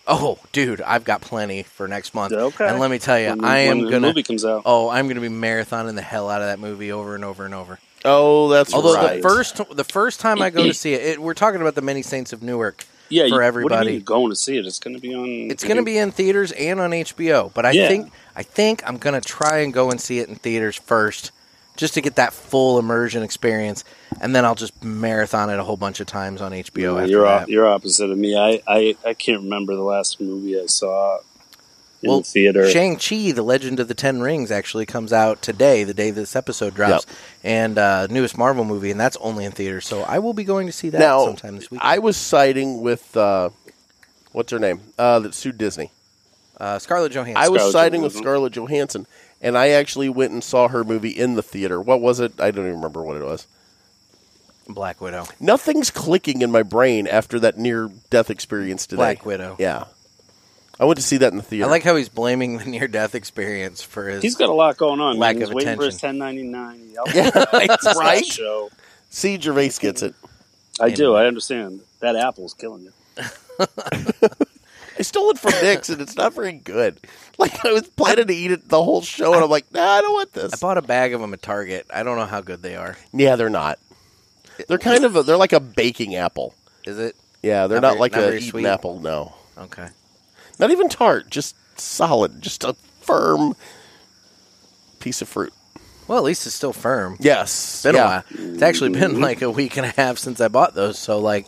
[SPEAKER 2] Oh, dude, I've got plenty for next month.
[SPEAKER 4] Okay.
[SPEAKER 2] And let me tell you,
[SPEAKER 4] When-
[SPEAKER 2] I am
[SPEAKER 4] when the
[SPEAKER 2] gonna.
[SPEAKER 4] movie comes out.
[SPEAKER 2] Oh, I'm gonna be marathoning the hell out of that movie over and over and over.
[SPEAKER 3] Oh, that's
[SPEAKER 2] Although
[SPEAKER 3] right.
[SPEAKER 2] the first the first time I go to see it, it, we're talking about the Many Saints of Newark.
[SPEAKER 4] yeah, you-
[SPEAKER 2] for
[SPEAKER 4] What do
[SPEAKER 2] everybody.
[SPEAKER 4] you mean you're going to see it? It's going to be on.
[SPEAKER 2] It's going to be in theaters and on HBO, but I
[SPEAKER 4] Yeah.
[SPEAKER 2] think I think I'm going to try and go and see it in theaters first, just to get that full immersion experience, and then I'll just marathon it a whole bunch of times on HBO.
[SPEAKER 4] Yeah,
[SPEAKER 2] after
[SPEAKER 4] Mm, you're
[SPEAKER 2] that.
[SPEAKER 4] op- you're opposite of me. I, I I can't remember the last movie I saw in
[SPEAKER 2] Well,
[SPEAKER 4] the theater.
[SPEAKER 2] Shang Chi, the Legend of the Ten Rings, actually comes out today, the day this episode drops, and uh, newest Marvel movie, and that's only in theaters. So I will be going to see that
[SPEAKER 3] now,
[SPEAKER 2] sometime this week.
[SPEAKER 3] I was siding with, uh, what's her name? Uh, that sued Disney.
[SPEAKER 2] Uh, Scarlett Johansson.
[SPEAKER 3] I was
[SPEAKER 4] Scarlett
[SPEAKER 3] siding with
[SPEAKER 4] Johansson.
[SPEAKER 3] Scarlett Johansson, and I actually went and saw her movie in the theater. What was it? I don't even remember what it was.
[SPEAKER 2] Black Widow.
[SPEAKER 3] Nothing's clicking in my brain after that near death experience today.
[SPEAKER 2] Black Widow.
[SPEAKER 3] Yeah. I went to see that in the theater.
[SPEAKER 2] I like how he's blaming the near death experience for his.
[SPEAKER 4] He's got a lot going on.
[SPEAKER 2] Lack
[SPEAKER 4] man. He's
[SPEAKER 2] of
[SPEAKER 4] waiting for his
[SPEAKER 2] attention.
[SPEAKER 4] 1099.
[SPEAKER 2] It's
[SPEAKER 4] right?
[SPEAKER 2] right.
[SPEAKER 4] Show.
[SPEAKER 3] See, Gervais gets it.
[SPEAKER 4] I do. I understand. That apple's killing you.
[SPEAKER 3] I stole it from Nick's, and it's not very good. Like I was planning to eat it the whole show, and I'm like, nah, I don't want
[SPEAKER 2] I
[SPEAKER 3] this.
[SPEAKER 2] bought a bag of them at Target. I don't know how good they are.
[SPEAKER 3] Yeah, they're not. They're kind of a, they're like a baking apple.
[SPEAKER 2] Is it
[SPEAKER 3] Yeah, they're
[SPEAKER 2] Not
[SPEAKER 3] not,
[SPEAKER 2] very-
[SPEAKER 3] like
[SPEAKER 2] not
[SPEAKER 3] a
[SPEAKER 2] very
[SPEAKER 3] eaten
[SPEAKER 2] sweet.
[SPEAKER 3] apple. No,
[SPEAKER 2] okay?
[SPEAKER 3] not even tart. Just solid. Just a firm piece of fruit.
[SPEAKER 2] Well, at least it's still firm.
[SPEAKER 3] Yes,
[SPEAKER 2] It's been
[SPEAKER 3] yeah.
[SPEAKER 2] a while. It's actually been like a week and a half since I bought those. So like,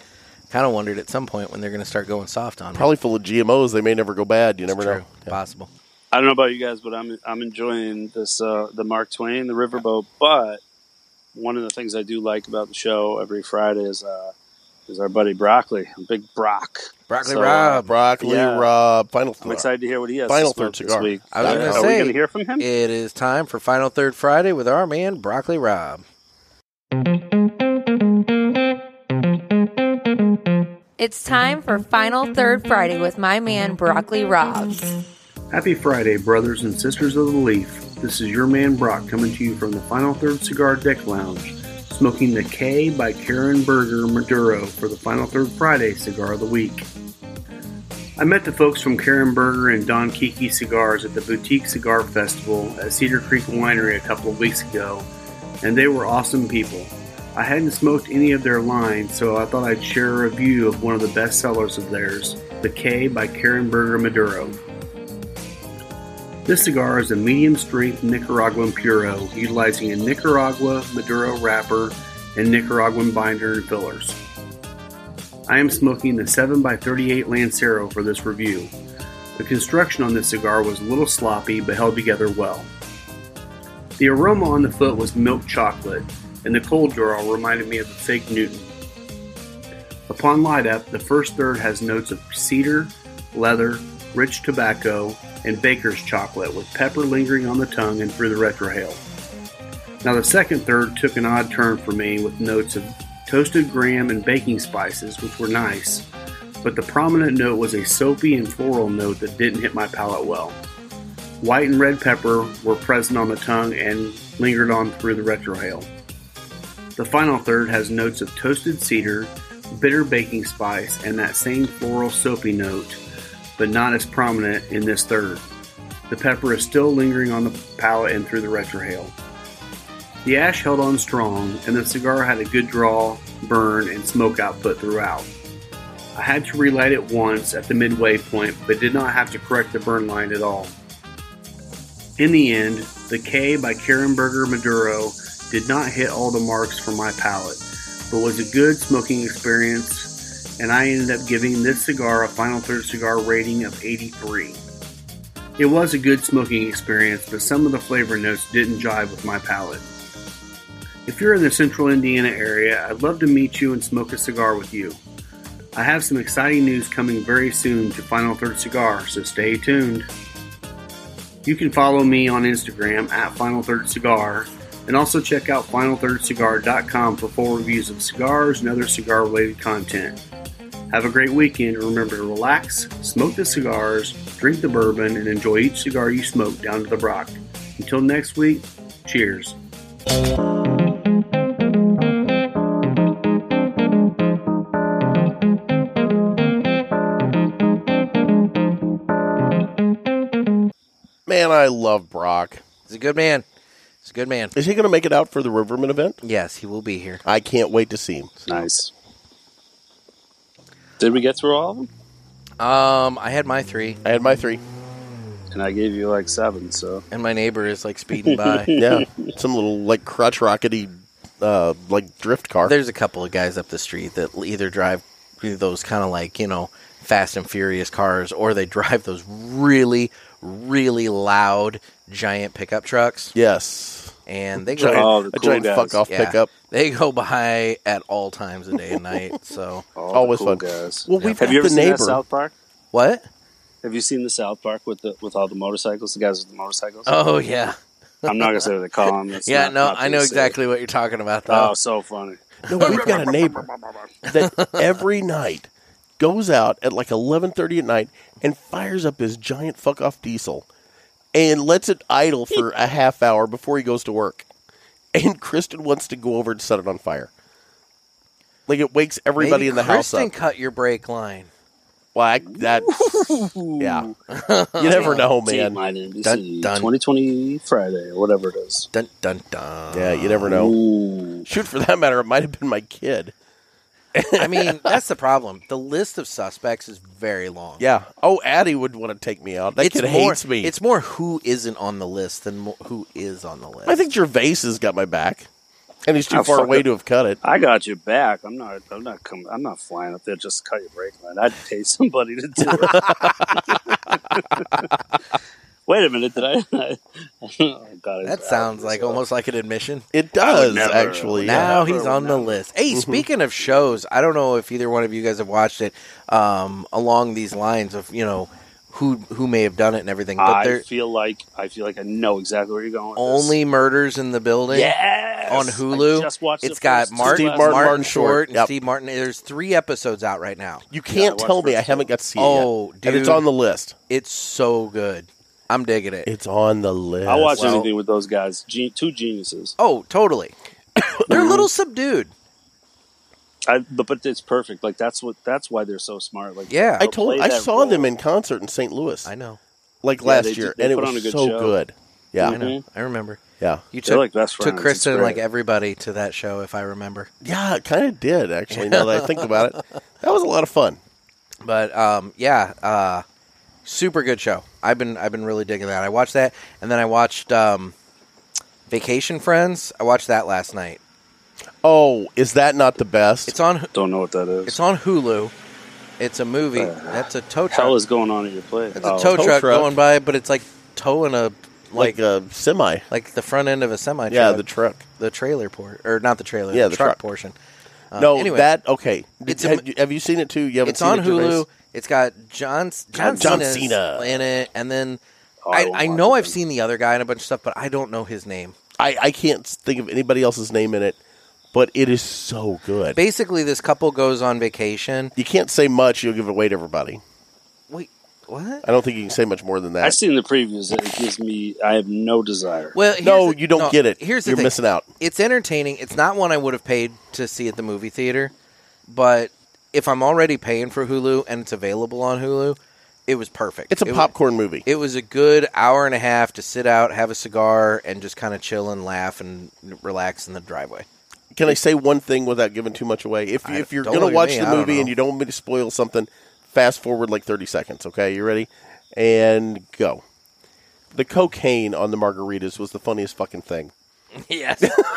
[SPEAKER 2] kind of wondered at some point when they're going to start going soft on. me.
[SPEAKER 3] Probably full of GMOs. They may never go bad. You never
[SPEAKER 2] True.
[SPEAKER 3] know.
[SPEAKER 2] Possible.
[SPEAKER 4] I don't know about you guys, but I'm I'm enjoying this uh, the Mark Twain, the Riverboat. But one of the things I do like about the show every Friday is uh, is our buddy Broccoli, big Brock.
[SPEAKER 2] Broccoli
[SPEAKER 4] So,
[SPEAKER 2] Rob.
[SPEAKER 3] Broccoli,
[SPEAKER 4] Yeah.
[SPEAKER 3] Rob, final
[SPEAKER 4] I'm
[SPEAKER 3] thought.
[SPEAKER 4] excited to hear what he has.
[SPEAKER 3] Final
[SPEAKER 4] to smoke
[SPEAKER 3] third
[SPEAKER 4] this
[SPEAKER 3] cigar.
[SPEAKER 4] week.
[SPEAKER 2] I was
[SPEAKER 4] Are-
[SPEAKER 2] gonna
[SPEAKER 4] Are we
[SPEAKER 2] say-
[SPEAKER 4] going to hear from him?
[SPEAKER 2] It is time for Final Third Friday with our man Broccoli Rob.
[SPEAKER 9] It's time for Final Third Friday with my man Broccoli Rob.
[SPEAKER 10] Happy Friday, brothers and sisters of the leaf. This is your man Brock coming to you from the Final Third Cigar Deck Lounge, smoking the K by Karen Berger Maduro for the Final Third Friday Cigar of the Week. I met the folks from Karen Berger and Don Kiki Cigars at the Boutique Cigar Festival at Cedar Creek Winery a couple of weeks ago, and they were awesome people. I hadn't smoked any of their lines, so I thought I'd share a review of one of the best sellers of theirs, the K by Karen Berger Maduro. This cigar is a medium strength Nicaraguan Puro, utilizing a Nicaragua Maduro wrapper and Nicaraguan binder and fillers. I am smoking the 7x38 Lancero for this review. The construction on this cigar was a little sloppy but held together well. The aroma on the foot was milk chocolate, and the cold draw reminded me of a fig Newton. Upon light up, the first third has notes of cedar, leather, rich tobacco, and baker's chocolate with pepper lingering on the tongue and through the retrohale. Now, the second third took an odd turn for me with notes of toasted graham and baking spices, which were nice, but the prominent note was a soapy and floral note that didn't hit my palate well. White and red pepper were present on the tongue and lingered on through the retrohale. The final third has notes of toasted cedar, bitter baking spice, and that same floral soapy note, but not as prominent in this third. The pepper is still lingering on the palate and through the retrohale. The ash held on strong, and the cigar had a good draw, burn, and smoke output throughout. I had to relight it once at the midway point, but did not have to correct the burn line at all. In the end, the K by Karenberger Maduro did not hit all the marks for my palate, but was a good smoking experience, and I ended up giving this cigar a final third cigar rating of 83. It was a good smoking experience, but some of the flavor notes didn't jive with my palate. If you're in the central Indiana area, I'd love to meet you and smoke a cigar with you. I have some exciting news coming very soon to Final Third Cigar, so stay tuned. You can follow me on Instagram at Final Third Cigar and also check out FinalThirdCigar.com for full reviews of cigars and other cigar related content. Have a great weekend and remember to relax, smoke the cigars, drink the bourbon, and enjoy each cigar you smoke down to the Brock. Until next week, cheers.
[SPEAKER 3] Man, I love Brock.
[SPEAKER 2] He's a good man. He's a good man.
[SPEAKER 3] Is he going to make it out for the Riverman event?
[SPEAKER 2] Yes, he will be here.
[SPEAKER 3] I can't wait to see him.
[SPEAKER 4] Nice. Did we get through all of them?
[SPEAKER 2] Um, I had my three,
[SPEAKER 3] I had my three.
[SPEAKER 4] And I gave you like seven, so
[SPEAKER 2] and my neighbor is like speeding by.
[SPEAKER 3] Yeah, some little like crutch rockety, uh, like drift car.
[SPEAKER 2] There's a couple of guys up the street that either drive those kind of like you know Fast and Furious cars, or they drive those really, really loud giant pickup trucks,
[SPEAKER 3] yes,
[SPEAKER 2] and they
[SPEAKER 3] giant,
[SPEAKER 2] go.
[SPEAKER 4] Oh, the
[SPEAKER 3] a
[SPEAKER 4] cool
[SPEAKER 3] giant
[SPEAKER 4] guys.
[SPEAKER 3] fuck off
[SPEAKER 2] Yeah.
[SPEAKER 3] pickup.
[SPEAKER 2] They go by at all times of day and night. So
[SPEAKER 4] all
[SPEAKER 3] Always
[SPEAKER 4] the cool
[SPEAKER 3] fun.
[SPEAKER 4] guys.
[SPEAKER 3] Well, we've
[SPEAKER 4] Have
[SPEAKER 3] got
[SPEAKER 4] you ever
[SPEAKER 3] the
[SPEAKER 4] seen that
[SPEAKER 3] neighbor.
[SPEAKER 4] South Park?
[SPEAKER 2] what?
[SPEAKER 4] Have you seen the South Park with the with all the motorcycles? The guys with the motorcycles.
[SPEAKER 2] Oh, yeah.
[SPEAKER 4] I'm not gonna say what they call them. It's
[SPEAKER 2] yeah,
[SPEAKER 4] not-
[SPEAKER 2] no,
[SPEAKER 4] not
[SPEAKER 2] I know
[SPEAKER 4] PC.
[SPEAKER 2] exactly what you're talking about, though.
[SPEAKER 4] Oh, so funny.
[SPEAKER 3] No, we've got a neighbor that every night goes out at like eleven thirty at night and fires up his giant fuck off diesel and lets it idle for a half hour before he goes to work. And Kristen wants to go over and set it on fire. Like it wakes everybody
[SPEAKER 2] Maybe
[SPEAKER 3] in the
[SPEAKER 2] Kristen
[SPEAKER 3] house up.
[SPEAKER 2] cut your brake line.
[SPEAKER 3] Well, I, that yeah. You never know, man.
[SPEAKER 4] NBC,
[SPEAKER 2] Oh, Dun, dun.
[SPEAKER 4] 2020 Friday or whatever it is.
[SPEAKER 2] Dun dun dun.
[SPEAKER 3] Yeah, you never know.
[SPEAKER 4] Ooh.
[SPEAKER 3] Shoot, for that matter, it might have been my kid.
[SPEAKER 2] I mean, that's the problem. The list of suspects is very long.
[SPEAKER 3] Yeah. Oh, Addie would want to take me out. That
[SPEAKER 2] it's
[SPEAKER 3] kid
[SPEAKER 2] more,
[SPEAKER 3] hates me.
[SPEAKER 2] It's more who isn't on the list than mo- who is on the list.
[SPEAKER 3] I think Gervais has got my back, and he's too
[SPEAKER 4] Oh,
[SPEAKER 3] far
[SPEAKER 4] fuck
[SPEAKER 3] away
[SPEAKER 4] it.
[SPEAKER 3] to have cut it.
[SPEAKER 4] I got your back. I'm not. I'm not. Com- I'm not flying up there. Just to cut your brake line. I'd pay somebody to do it. Wait a minute. Did I? I, got it
[SPEAKER 2] that sounds like almost like an admission.
[SPEAKER 3] It does
[SPEAKER 4] never-
[SPEAKER 3] actually. yeah. Mm-hmm.
[SPEAKER 2] Now he's on the list. Hey, speaking of shows, I don't know if either one of you guys have watched it um, along these lines of you know who who may have done it and everything. But
[SPEAKER 4] I
[SPEAKER 2] there
[SPEAKER 4] feel like I feel like I know exactly where you're going. With this.
[SPEAKER 2] only murders in the building.
[SPEAKER 4] Yes!
[SPEAKER 2] on Hulu.
[SPEAKER 4] I just watched
[SPEAKER 2] It's
[SPEAKER 4] the
[SPEAKER 2] got
[SPEAKER 4] first
[SPEAKER 2] Martin,
[SPEAKER 4] two
[SPEAKER 3] Steve
[SPEAKER 4] last
[SPEAKER 2] Martin,
[SPEAKER 3] Martin- Martin
[SPEAKER 2] Short,
[SPEAKER 3] Short.
[SPEAKER 2] and
[SPEAKER 3] Yep.
[SPEAKER 2] Steve Martin. There's three episodes out right now.
[SPEAKER 3] You can't
[SPEAKER 4] Yeah, I
[SPEAKER 3] tell
[SPEAKER 4] watched
[SPEAKER 3] me I
[SPEAKER 4] first
[SPEAKER 3] haven't got to see it.
[SPEAKER 2] Oh,
[SPEAKER 3] yet. and it's
[SPEAKER 2] dude.
[SPEAKER 3] on the list.
[SPEAKER 2] It's so good. I'm digging it.
[SPEAKER 3] It's on the list.
[SPEAKER 4] I'll watch
[SPEAKER 2] Well-
[SPEAKER 4] anything with those guys. Gen- two geniuses.
[SPEAKER 2] oh, totally. They're a little subdued.
[SPEAKER 4] I, but, but it's perfect. Like that's what that's why they're so smart. Like
[SPEAKER 2] Yeah.
[SPEAKER 3] I
[SPEAKER 4] they'll
[SPEAKER 3] told.
[SPEAKER 4] play
[SPEAKER 3] I
[SPEAKER 4] that
[SPEAKER 3] saw
[SPEAKER 4] role.
[SPEAKER 3] them in concert in St. Louis,
[SPEAKER 2] I know.
[SPEAKER 3] like
[SPEAKER 4] Yeah,
[SPEAKER 3] last
[SPEAKER 4] they do-
[SPEAKER 3] year,
[SPEAKER 4] they
[SPEAKER 3] and it
[SPEAKER 4] put on
[SPEAKER 3] was
[SPEAKER 4] a good
[SPEAKER 3] so
[SPEAKER 4] show.
[SPEAKER 3] good. Yeah,
[SPEAKER 2] I know. I remember.
[SPEAKER 3] yeah,
[SPEAKER 2] You
[SPEAKER 4] Mm-hmm. They're
[SPEAKER 2] took
[SPEAKER 4] like best
[SPEAKER 2] took
[SPEAKER 4] friends. It's
[SPEAKER 2] Kristen and
[SPEAKER 4] great.
[SPEAKER 2] like everybody to that show, if I remember.
[SPEAKER 3] yeah. It kind of did actually. Now that I think about it, that was a lot of fun.
[SPEAKER 2] But um, yeah, uh, super good show. I've been I've been really digging that. I watched that, and then I watched um, Vacation Friends. I watched that last night.
[SPEAKER 3] Oh, is that not the best?
[SPEAKER 2] It's on
[SPEAKER 4] Don't know what that is.
[SPEAKER 2] it's on Hulu. It's a movie. That's a tow truck.
[SPEAKER 4] hell is going on at your Oh. place?
[SPEAKER 2] That's a tow,
[SPEAKER 3] tow
[SPEAKER 2] truck,
[SPEAKER 3] truck.
[SPEAKER 2] going by, but it's like towing a like
[SPEAKER 3] like,
[SPEAKER 2] like,
[SPEAKER 3] a semi.
[SPEAKER 2] the front end of a semi.
[SPEAKER 3] Yeah, the truck.
[SPEAKER 2] the trailer port or not the trailer.
[SPEAKER 3] Yeah,
[SPEAKER 2] the,
[SPEAKER 3] the
[SPEAKER 2] truck,
[SPEAKER 3] truck.
[SPEAKER 2] portion. Uh,
[SPEAKER 3] no,
[SPEAKER 2] anyway,
[SPEAKER 3] that okay.
[SPEAKER 2] It's a-
[SPEAKER 3] have, you, have you seen it too? You haven't
[SPEAKER 2] it's
[SPEAKER 3] seen
[SPEAKER 2] on
[SPEAKER 3] it,
[SPEAKER 2] Hulu.
[SPEAKER 3] Gervais?
[SPEAKER 2] It's got John John,
[SPEAKER 3] John
[SPEAKER 2] Cena's
[SPEAKER 3] Cena.
[SPEAKER 2] in it, and then
[SPEAKER 4] Oh, I
[SPEAKER 2] I,
[SPEAKER 4] won't
[SPEAKER 2] I
[SPEAKER 4] watch
[SPEAKER 2] know
[SPEAKER 4] it
[SPEAKER 2] I've
[SPEAKER 4] then.
[SPEAKER 2] seen the other guy in a bunch of stuff, but I don't know his name.
[SPEAKER 3] I, I can't think of anybody else's name in it, but it is so good.
[SPEAKER 2] Basically, this couple goes on vacation.
[SPEAKER 3] you can't say much; you'll give it away to everybody.
[SPEAKER 2] Wait, what?
[SPEAKER 3] I don't think you can say much more than
[SPEAKER 4] I've
[SPEAKER 3] that.
[SPEAKER 4] seen the previews. It gives me. I have no desire.
[SPEAKER 2] Well, here's
[SPEAKER 3] no,
[SPEAKER 2] the-
[SPEAKER 3] you don't
[SPEAKER 2] no,
[SPEAKER 3] get it.
[SPEAKER 2] Here's the
[SPEAKER 3] You're
[SPEAKER 2] thing.
[SPEAKER 3] missing out.
[SPEAKER 2] It's entertaining. It's not one I would have paid to see at the movie theater, but if I'm already paying for Hulu and it's available on Hulu, it was perfect.
[SPEAKER 3] It's a
[SPEAKER 2] It wa-
[SPEAKER 3] popcorn movie.
[SPEAKER 2] It was a good hour and a half to sit out, have a cigar, and just kind of chill and laugh and relax in the driveway.
[SPEAKER 3] Can I say one thing without giving too much away? If
[SPEAKER 2] I-
[SPEAKER 3] if you're
[SPEAKER 2] don't
[SPEAKER 3] gonna
[SPEAKER 2] look at
[SPEAKER 3] watch
[SPEAKER 2] me, I
[SPEAKER 3] the
[SPEAKER 2] don't
[SPEAKER 3] movie
[SPEAKER 2] know.
[SPEAKER 3] and you don't want me to spoil something, fast forward like thirty seconds. Okay, you ready? And go. The cocaine on the margaritas was the funniest fucking thing.
[SPEAKER 2] Yes.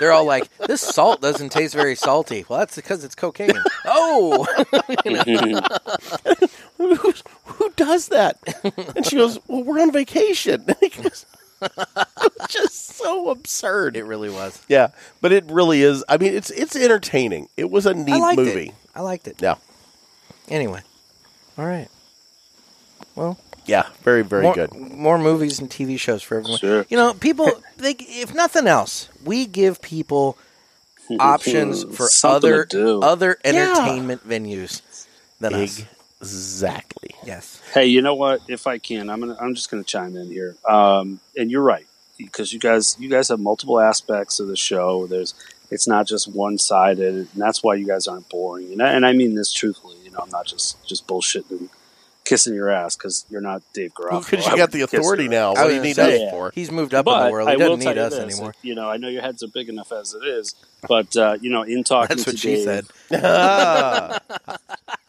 [SPEAKER 2] They're all like, this salt doesn't taste very salty. Well, that's because it's cocaine. oh,
[SPEAKER 3] Who's, who does that? And she goes, "Well, we're on vacation." And he goes, just so absurd.
[SPEAKER 2] it really was.
[SPEAKER 3] yeah, but it really is. I mean, it's it's entertaining. It was a neat
[SPEAKER 2] I liked
[SPEAKER 3] movie.
[SPEAKER 2] it. I liked it.
[SPEAKER 3] Yeah,
[SPEAKER 2] Anyway, all right. Well,
[SPEAKER 3] yeah, very very
[SPEAKER 2] more,
[SPEAKER 3] good.
[SPEAKER 2] More movies and TV shows for everyone.
[SPEAKER 4] Sure.
[SPEAKER 2] You know, people. They, if nothing else, we give people options for
[SPEAKER 4] Something to
[SPEAKER 2] other
[SPEAKER 4] do.
[SPEAKER 2] other entertainment venues than us.
[SPEAKER 3] Exactly.
[SPEAKER 2] Yes.
[SPEAKER 4] Hey, you know what? If I can, I'm gonna, I'm just going to chime in here. Um, and you're right because you guys you guys have multiple aspects of the show. There's it's not just one sided, and that's why you guys aren't boring. And I, and I mean this truthfully. You know, I'm not just just bullshitting, and kissing your ass because you're not Dave Garofalo.
[SPEAKER 3] Because
[SPEAKER 4] I
[SPEAKER 3] you got
[SPEAKER 4] would
[SPEAKER 3] the
[SPEAKER 4] kiss your
[SPEAKER 3] authority
[SPEAKER 4] ass.
[SPEAKER 3] now.
[SPEAKER 2] I
[SPEAKER 3] What do you
[SPEAKER 2] was
[SPEAKER 3] need
[SPEAKER 2] gonna
[SPEAKER 3] us
[SPEAKER 4] say,
[SPEAKER 3] for?
[SPEAKER 2] He's moved up in the world. He
[SPEAKER 4] I will
[SPEAKER 2] doesn't
[SPEAKER 4] tell
[SPEAKER 2] need
[SPEAKER 4] you
[SPEAKER 2] us
[SPEAKER 4] this,
[SPEAKER 2] anymore.
[SPEAKER 4] You know, I know your heads are big enough as it is, but uh, you know, in talking
[SPEAKER 2] That's
[SPEAKER 4] to
[SPEAKER 2] what she
[SPEAKER 4] Dave-
[SPEAKER 2] said.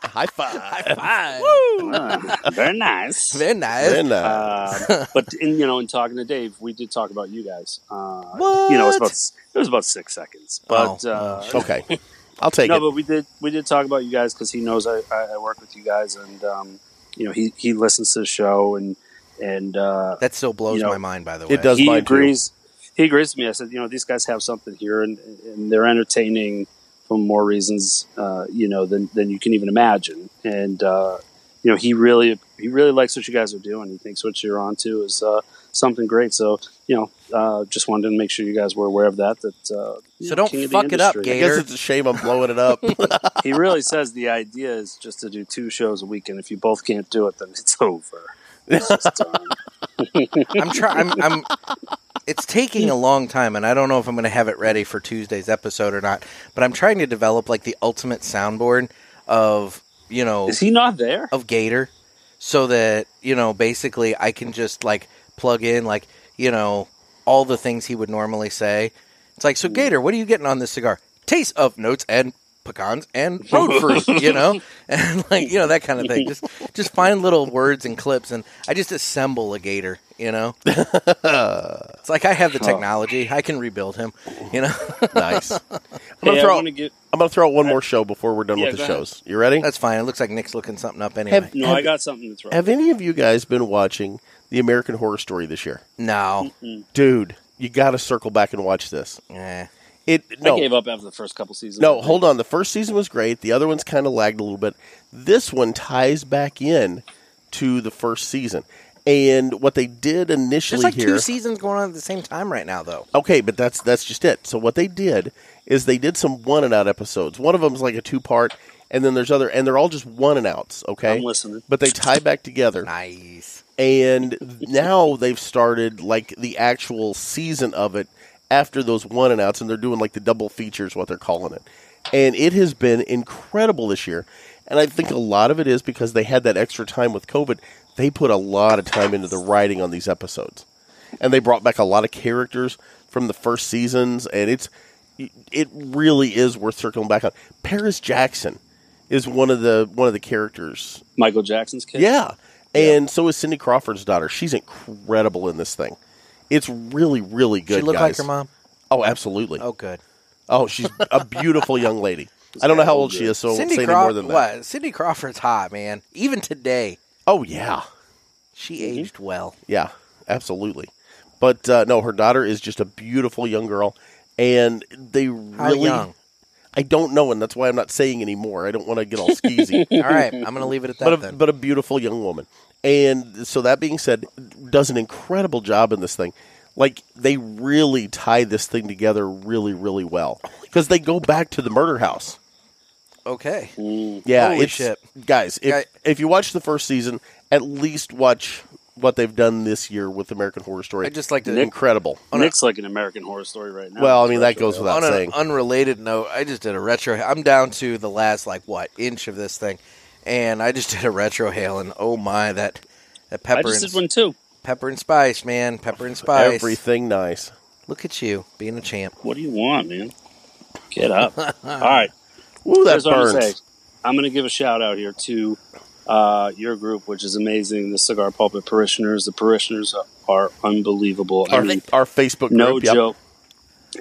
[SPEAKER 3] High five.
[SPEAKER 4] Ah, very nice.
[SPEAKER 2] Very nice.
[SPEAKER 3] And, uh,
[SPEAKER 4] Uh, but in, you know, in talking to Dave, we did talk about you guys. Uh, You know, it was about it was about six seconds, but
[SPEAKER 2] Oh,
[SPEAKER 4] uh,
[SPEAKER 3] okay, I'll take
[SPEAKER 4] no,
[SPEAKER 3] it.
[SPEAKER 4] but we did we did talk about you guys because he knows I, I, I work with you guys, and um, you know, he he listens to the show and and uh,
[SPEAKER 2] that still blows
[SPEAKER 4] You know,
[SPEAKER 2] my mind. By the way,
[SPEAKER 3] It does.
[SPEAKER 4] he
[SPEAKER 3] mine too.
[SPEAKER 4] agrees. He agrees with me. I said, you know, these guys have something here, and, and they're entertaining for more reasons, uh, you know, than, than you can even imagine. And uh, you know, he really he really likes what you guys are doing. He thinks what you're onto is uh, something great. So you know, uh, just wanted to make sure you guys were aware of that. That uh, you know,
[SPEAKER 2] don't
[SPEAKER 4] king of the
[SPEAKER 2] fuck it up,
[SPEAKER 4] industry.
[SPEAKER 2] Gator. I guess it's
[SPEAKER 3] a shame I'm blowing it up.
[SPEAKER 4] he really says the idea is just to do two shows a week, and if you both can't do it, then it's over. It's just done.
[SPEAKER 2] I'm trying. I'm, I'm. It's taking a long time, and I don't know if I'm going to have it ready for Tuesday's episode or not. But I'm trying to develop like the ultimate soundboard of you know
[SPEAKER 4] Is he not there?
[SPEAKER 2] of Gator, so that you know basically I can just like plug in like you know all the things he would normally say. It's like so Gator, what are you getting on this cigar? Taste of notes and pecans and road fruit, you know, and like you know that kind of thing. Just just find little words and clips, and I just assemble a Gator, you know. It's like I have the technology. I can rebuild him. You know,
[SPEAKER 3] nice. I'm
[SPEAKER 4] Hey,
[SPEAKER 3] gonna
[SPEAKER 4] I
[SPEAKER 3] throw.
[SPEAKER 4] wanna get-
[SPEAKER 3] I'm gonna throw out one more show before we're done
[SPEAKER 4] Yeah,
[SPEAKER 3] with the
[SPEAKER 4] go ahead.
[SPEAKER 3] shows. You ready?
[SPEAKER 2] that's fine. It looks like Nick's looking something up anyway.
[SPEAKER 3] Have-
[SPEAKER 4] No, I got something that's wrong.
[SPEAKER 3] Have any of you guys been watching the American Horror Story this year?
[SPEAKER 2] no,
[SPEAKER 3] Dude, you got to circle back and watch this.
[SPEAKER 2] Eh.
[SPEAKER 3] It
[SPEAKER 4] I
[SPEAKER 3] no
[SPEAKER 4] gave up after the first couple seasons.
[SPEAKER 3] no hold on. The first season was great. The other one's kind of lagged a little bit. This one ties back in to the first season. And what they did initially
[SPEAKER 2] there's like
[SPEAKER 3] here,
[SPEAKER 2] two seasons going on at the same time right now, though.
[SPEAKER 3] Okay, but that's that's just it. So what they did is they did some one and out episodes. One of them's like a two part, and then there's other, and they're all just one and outs. Okay,
[SPEAKER 4] I'm listening.
[SPEAKER 3] But they tie back together,
[SPEAKER 2] Nice.
[SPEAKER 3] and now they've started like the actual season of it after those one and outs, and they're doing like the double features, what they're calling it. And it has been incredible this year, and I think a lot of it is because they had that extra time with COVID. They put a lot of time into the writing on these episodes and they brought back a lot of characters from the first seasons, and it's it really is worth circling back on. Paris Jackson is one of the one of the characters.
[SPEAKER 4] Michael Jackson's kid.
[SPEAKER 3] Yeah, and so is Cindy Crawford's daughter. She's incredible in this thing. It's really really good.
[SPEAKER 2] She look like
[SPEAKER 3] guys.
[SPEAKER 2] her mom.
[SPEAKER 3] Oh, absolutely.
[SPEAKER 2] Oh,
[SPEAKER 3] Oh,
[SPEAKER 2] good.
[SPEAKER 3] she's a beautiful young lady. I don't know how old she is, so I won't say
[SPEAKER 2] Cindy
[SPEAKER 3] any more
[SPEAKER 2] Crawford.
[SPEAKER 3] than that.
[SPEAKER 2] What? Cindy Crawford's hot, man. Even today,
[SPEAKER 3] Oh yeah,
[SPEAKER 2] she
[SPEAKER 3] Mm-hmm.
[SPEAKER 2] aged well.
[SPEAKER 3] Yeah, absolutely. But uh, no, her daughter is just a beautiful young girl, and they
[SPEAKER 2] How
[SPEAKER 3] really.
[SPEAKER 2] young?
[SPEAKER 3] I don't know, and that's why I'm not saying anymore. I don't want to get all skeezy.
[SPEAKER 2] All right, I'm gonna leave it at that.
[SPEAKER 3] but
[SPEAKER 4] um,
[SPEAKER 3] a,
[SPEAKER 2] then.
[SPEAKER 3] but a beautiful young woman, and so that being said, does an incredible job in this thing. Like they really tie this thing together really, really well because they go back to the murder house.
[SPEAKER 2] okay.
[SPEAKER 4] Mm.
[SPEAKER 3] Yeah,
[SPEAKER 2] Holy
[SPEAKER 3] it's,
[SPEAKER 2] shit.
[SPEAKER 3] guys. If,
[SPEAKER 2] Yeah.
[SPEAKER 3] if you watch the first season, at least watch what they've done this year with American Horror Story.
[SPEAKER 2] I just like to
[SPEAKER 3] incredible.
[SPEAKER 4] Nick's like an American horror story right now.
[SPEAKER 3] Well, I mean that goes without
[SPEAKER 2] on
[SPEAKER 3] saying.
[SPEAKER 2] an unrelated note, I just did a retro. I'm down to the last like what inch of this thing, and I just did a retro hail, and oh my, that that
[SPEAKER 4] I
[SPEAKER 2] pepper
[SPEAKER 4] just
[SPEAKER 2] and
[SPEAKER 4] did one too.
[SPEAKER 2] pepper and spice, man, pepper and spice.
[SPEAKER 3] Everything nice.
[SPEAKER 2] Look at you being a champ.
[SPEAKER 4] What do you want, man? Get up. All right.
[SPEAKER 3] Ooh, that
[SPEAKER 4] Here's what I'm gonna
[SPEAKER 3] burns.
[SPEAKER 4] say. I'm going to give a shout out here to uh, your group, which is amazing. The Cigar Pulpit Parishioners. The Parishioners are unbelievable. I
[SPEAKER 3] Our,
[SPEAKER 4] mean,
[SPEAKER 3] our Facebook
[SPEAKER 4] no
[SPEAKER 3] group. yep.
[SPEAKER 4] joke.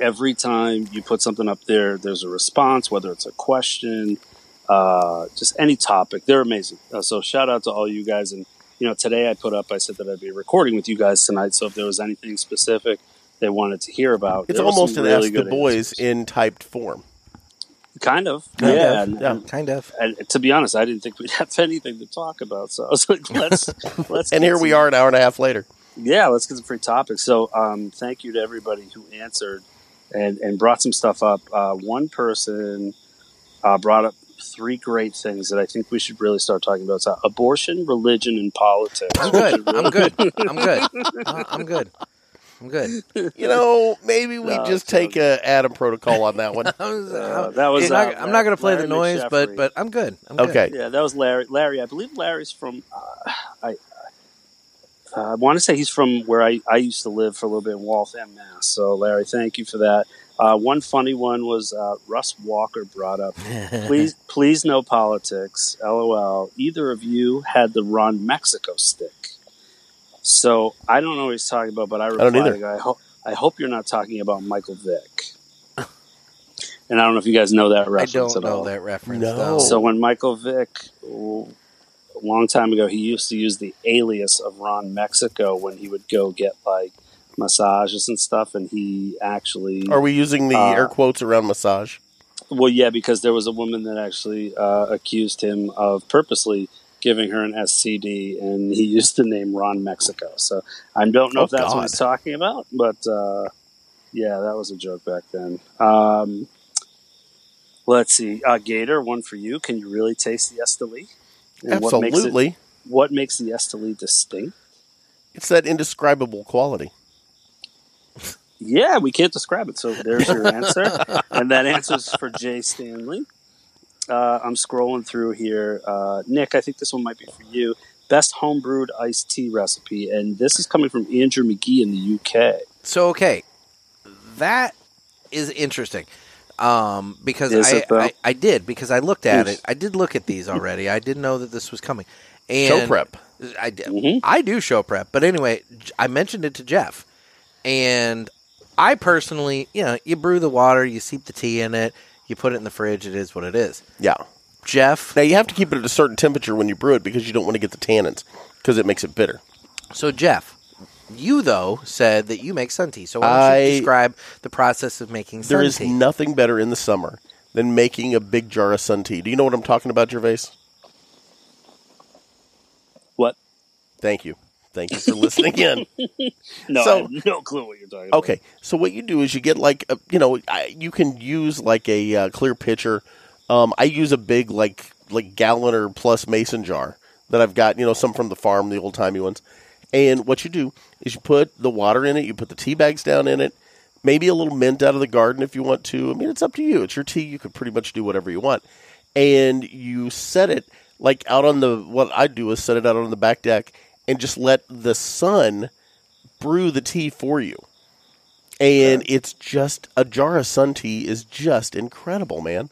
[SPEAKER 4] Every time you put something up there, there's a response, whether it's a question, uh, just any topic. They're amazing. Uh, so shout out to all you guys. And you know, today I put up. I said that I'd be recording with you guys tonight. So if there was anything specific they wanted to hear about,
[SPEAKER 3] It's
[SPEAKER 4] there were some
[SPEAKER 3] almost an
[SPEAKER 4] really
[SPEAKER 3] Ask the
[SPEAKER 4] good
[SPEAKER 3] Boys
[SPEAKER 4] answers.
[SPEAKER 3] in typed form.
[SPEAKER 4] Kind of,
[SPEAKER 3] Kind
[SPEAKER 4] yeah.
[SPEAKER 3] of,
[SPEAKER 4] and-
[SPEAKER 3] yeah.
[SPEAKER 4] and-
[SPEAKER 2] Kind of.
[SPEAKER 4] and to be honest, I didn't think we'd have anything to talk about. So I was like, let's let's.
[SPEAKER 3] And
[SPEAKER 4] get
[SPEAKER 3] here we
[SPEAKER 4] some-
[SPEAKER 3] are, an hour and a half later.
[SPEAKER 4] yeah, let's get some free topics. So, um, thank you to everybody who answered and, and brought some stuff up. Uh, one person uh, brought up three great things that I think we should really start talking about: It's, uh, abortion, religion, and politics.
[SPEAKER 2] I'm good. I'm good. I'm good. Uh, I'm good. I'm good.
[SPEAKER 3] You know, maybe we
[SPEAKER 4] No,
[SPEAKER 3] just
[SPEAKER 4] so-
[SPEAKER 3] take a Adam protocol on that one.
[SPEAKER 2] I was,
[SPEAKER 4] Uh,
[SPEAKER 2] I'm-
[SPEAKER 4] that was,
[SPEAKER 2] I'm not,
[SPEAKER 4] uh,
[SPEAKER 2] I'm not going to play the
[SPEAKER 4] Larry
[SPEAKER 2] noise, but
[SPEAKER 4] McShaffrey.
[SPEAKER 2] but I'm good. I'm good.
[SPEAKER 3] Okay.
[SPEAKER 4] Yeah, that was Larry. Larry, I believe Larry's from. Uh, I uh, I want to say he's from where I, I used to live for a little bit in Waltham, Mass. So, Larry, thank you for that. Uh, one funny one was uh, Russ Walker brought up. Please, please, no politics. LOL. Either of you had the Ron Mexico stick. So I don't know what he's talking about, but I replied.
[SPEAKER 3] don't
[SPEAKER 4] I,
[SPEAKER 3] either.
[SPEAKER 4] go, I, ho- I hope you're not talking about Michael Vick. And I don't know if you guys know that
[SPEAKER 2] I
[SPEAKER 4] reference
[SPEAKER 2] don't
[SPEAKER 4] at all.
[SPEAKER 2] know that reference.
[SPEAKER 3] No.
[SPEAKER 2] Though.
[SPEAKER 4] So when Michael Vick, a long time ago, he used to use the alias of Ron Mexico when he would go get like massages and stuff, and he actually,
[SPEAKER 3] Are we using the
[SPEAKER 4] Uh,
[SPEAKER 3] air quotes around massage?
[SPEAKER 4] well, yeah, because there was a woman that actually uh, accused him of purposely giving her an SCD, and he used the name Ron Mexico. So I don't know
[SPEAKER 3] Oh,
[SPEAKER 4] if that's
[SPEAKER 3] God.
[SPEAKER 4] what he's talking about, but uh, yeah, that was a joke back then. Um, let's see, uh, Gator, one for you. Can you really taste the Esteli? And what makes it-
[SPEAKER 3] Absolutely.
[SPEAKER 4] What makes the Esteli distinct?
[SPEAKER 3] It's that indescribable quality.
[SPEAKER 4] Yeah, we can't describe it. So there's your answer, and that answers for Jay Stanley. Uh, I'm scrolling through here, uh, Nick. I think this one might be for you. Best homebrewed iced tea recipe, and this is coming from Andrew McGee in the UK.
[SPEAKER 2] So okay, that is interesting. Um, because
[SPEAKER 4] Is
[SPEAKER 2] I,
[SPEAKER 4] it, though?
[SPEAKER 2] I I did because I looked at
[SPEAKER 4] Yes.
[SPEAKER 2] it. I did look at these already. I didn't know that this was coming. And
[SPEAKER 3] Show prep.
[SPEAKER 2] I d-
[SPEAKER 3] Mm-hmm.
[SPEAKER 4] Mhm.
[SPEAKER 2] I do show prep, but anyway, J- I mentioned it to Jeff, and I personally, you know, you brew the water, you seep the tea in it, you put it in the fridge. It is what it is.
[SPEAKER 3] Yeah.
[SPEAKER 2] Jeff,
[SPEAKER 3] Now you have to keep it at a certain temperature when you brew it because you don't want to get the tannins because it makes it bitter.
[SPEAKER 2] so Jeff, you though said that you make sun tea. So why don't
[SPEAKER 3] I-
[SPEAKER 2] you describe the process of making sun
[SPEAKER 3] There is
[SPEAKER 2] tea?
[SPEAKER 3] nothing better in the summer than making a big jar of sun tea. Do you know what I'm talking about, Gervais?
[SPEAKER 4] What?
[SPEAKER 3] Thank you. Thank you for listening in.
[SPEAKER 4] No,
[SPEAKER 3] So-
[SPEAKER 4] I have no clue what you're talking about.
[SPEAKER 3] Okay, so what you do is you get like a, you know I, you can use like a uh, clear pitcher. Um, I use a big like like gallon or plus mason jar that I've got. You know, some from the farm, the old timey ones. And what you do is you put the water in it, you put the tea bags down in it, maybe a little mint out of the garden if you want to. I mean, it's up to you. It's your tea. You could pretty much do whatever you want. And you set it like out on the what I do is set it out on the back deck and just let the sun brew the tea for you and it's just a jar of sun tea is just incredible, man.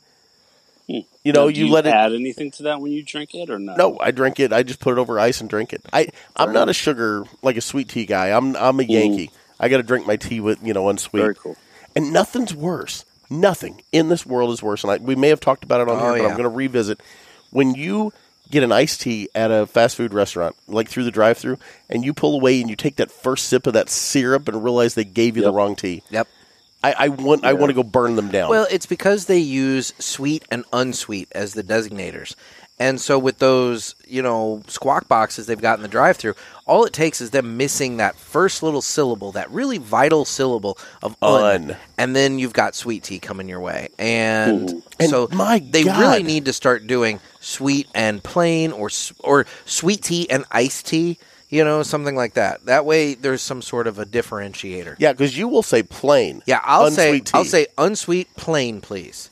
[SPEAKER 3] You know,
[SPEAKER 4] Now, do
[SPEAKER 3] you, let it.
[SPEAKER 4] add anything to that when you drink it or not?
[SPEAKER 3] No, I drink it. I just put it over ice and drink it. I I'm not a sugar like a sweet tea guy. I'm I'm a Yankee. I got to drink my tea with you know unsweet.
[SPEAKER 4] Very cool.
[SPEAKER 3] And nothing's worse. Nothing in this world is worse. And I, we may have talked about it on
[SPEAKER 2] Oh,
[SPEAKER 3] here,
[SPEAKER 2] yeah.
[SPEAKER 3] but I'm going to revisit. When you get an iced tea at a fast food restaurant, like through the drive-through, and you pull away and you take that first sip of that syrup and realize they gave you the wrong tea.
[SPEAKER 2] Yep.
[SPEAKER 3] I, I want I want to go burn them down.
[SPEAKER 2] Well, it's because they use sweet and unsweet as the designators. And so with those, you know, squawk boxes they've got in the drive through, all it takes is them missing that first little syllable, that really vital syllable of un.
[SPEAKER 3] Un.
[SPEAKER 2] And then you've got sweet tea coming your way. And,
[SPEAKER 3] And
[SPEAKER 2] so
[SPEAKER 3] my
[SPEAKER 2] they
[SPEAKER 3] God.
[SPEAKER 2] really need to start doing sweet and plain or s- or sweet tea and iced tea, you know, something like that. That way there's some sort of a differentiator.
[SPEAKER 3] yeah, because you will say plain.
[SPEAKER 2] Yeah, I'll say
[SPEAKER 3] unsweet
[SPEAKER 2] I'll
[SPEAKER 3] tea.
[SPEAKER 2] say unsweet plain, please.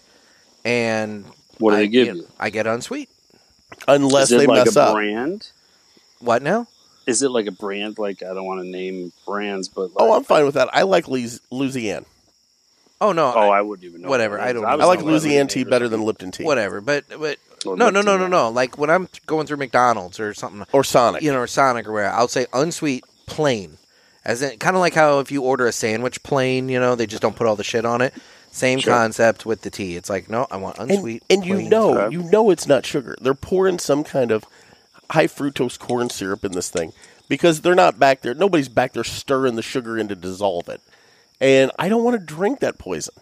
[SPEAKER 2] And
[SPEAKER 4] What do
[SPEAKER 2] I
[SPEAKER 4] they give
[SPEAKER 2] get,
[SPEAKER 4] you?
[SPEAKER 2] I get unsweet.
[SPEAKER 3] unless
[SPEAKER 4] is it
[SPEAKER 3] they
[SPEAKER 4] like
[SPEAKER 3] mess
[SPEAKER 4] a
[SPEAKER 3] up.
[SPEAKER 4] brand?
[SPEAKER 2] What now?
[SPEAKER 4] Is it like a brand? Like I don't want to name brands, but like,
[SPEAKER 3] Oh, I'm fine with that. I like Louis- Louisiana.
[SPEAKER 2] Oh no.
[SPEAKER 4] oh,
[SPEAKER 2] I-
[SPEAKER 4] I wouldn't even know.
[SPEAKER 2] Whatever,
[SPEAKER 4] what it
[SPEAKER 2] I
[SPEAKER 4] is.
[SPEAKER 2] don't
[SPEAKER 4] was
[SPEAKER 2] know.
[SPEAKER 3] I like
[SPEAKER 4] gonna let
[SPEAKER 3] Louisiana
[SPEAKER 4] it
[SPEAKER 3] tea
[SPEAKER 4] be.
[SPEAKER 3] better than Lipton tea
[SPEAKER 2] whatever. But but
[SPEAKER 4] Or
[SPEAKER 2] no no
[SPEAKER 4] Lipton
[SPEAKER 2] no no
[SPEAKER 4] or-
[SPEAKER 2] no. Like when I'm going through McDonald's or something,
[SPEAKER 3] or Sonic.
[SPEAKER 2] you know, or Sonic or where, I'll say unsweet plain, as in kind of like how if you order a sandwich plain, you know, they just don't put all the shit on it. Same concept with the tea. It's like no, I want
[SPEAKER 3] and,
[SPEAKER 2] unsweet.
[SPEAKER 3] and you
[SPEAKER 2] plain.
[SPEAKER 3] know, you know it's not sugar. They're pouring some kind of high fructose corn syrup in this thing because they're not back there. Nobody's back there stirring the sugar in to dissolve it. And I don't want to drink that poison.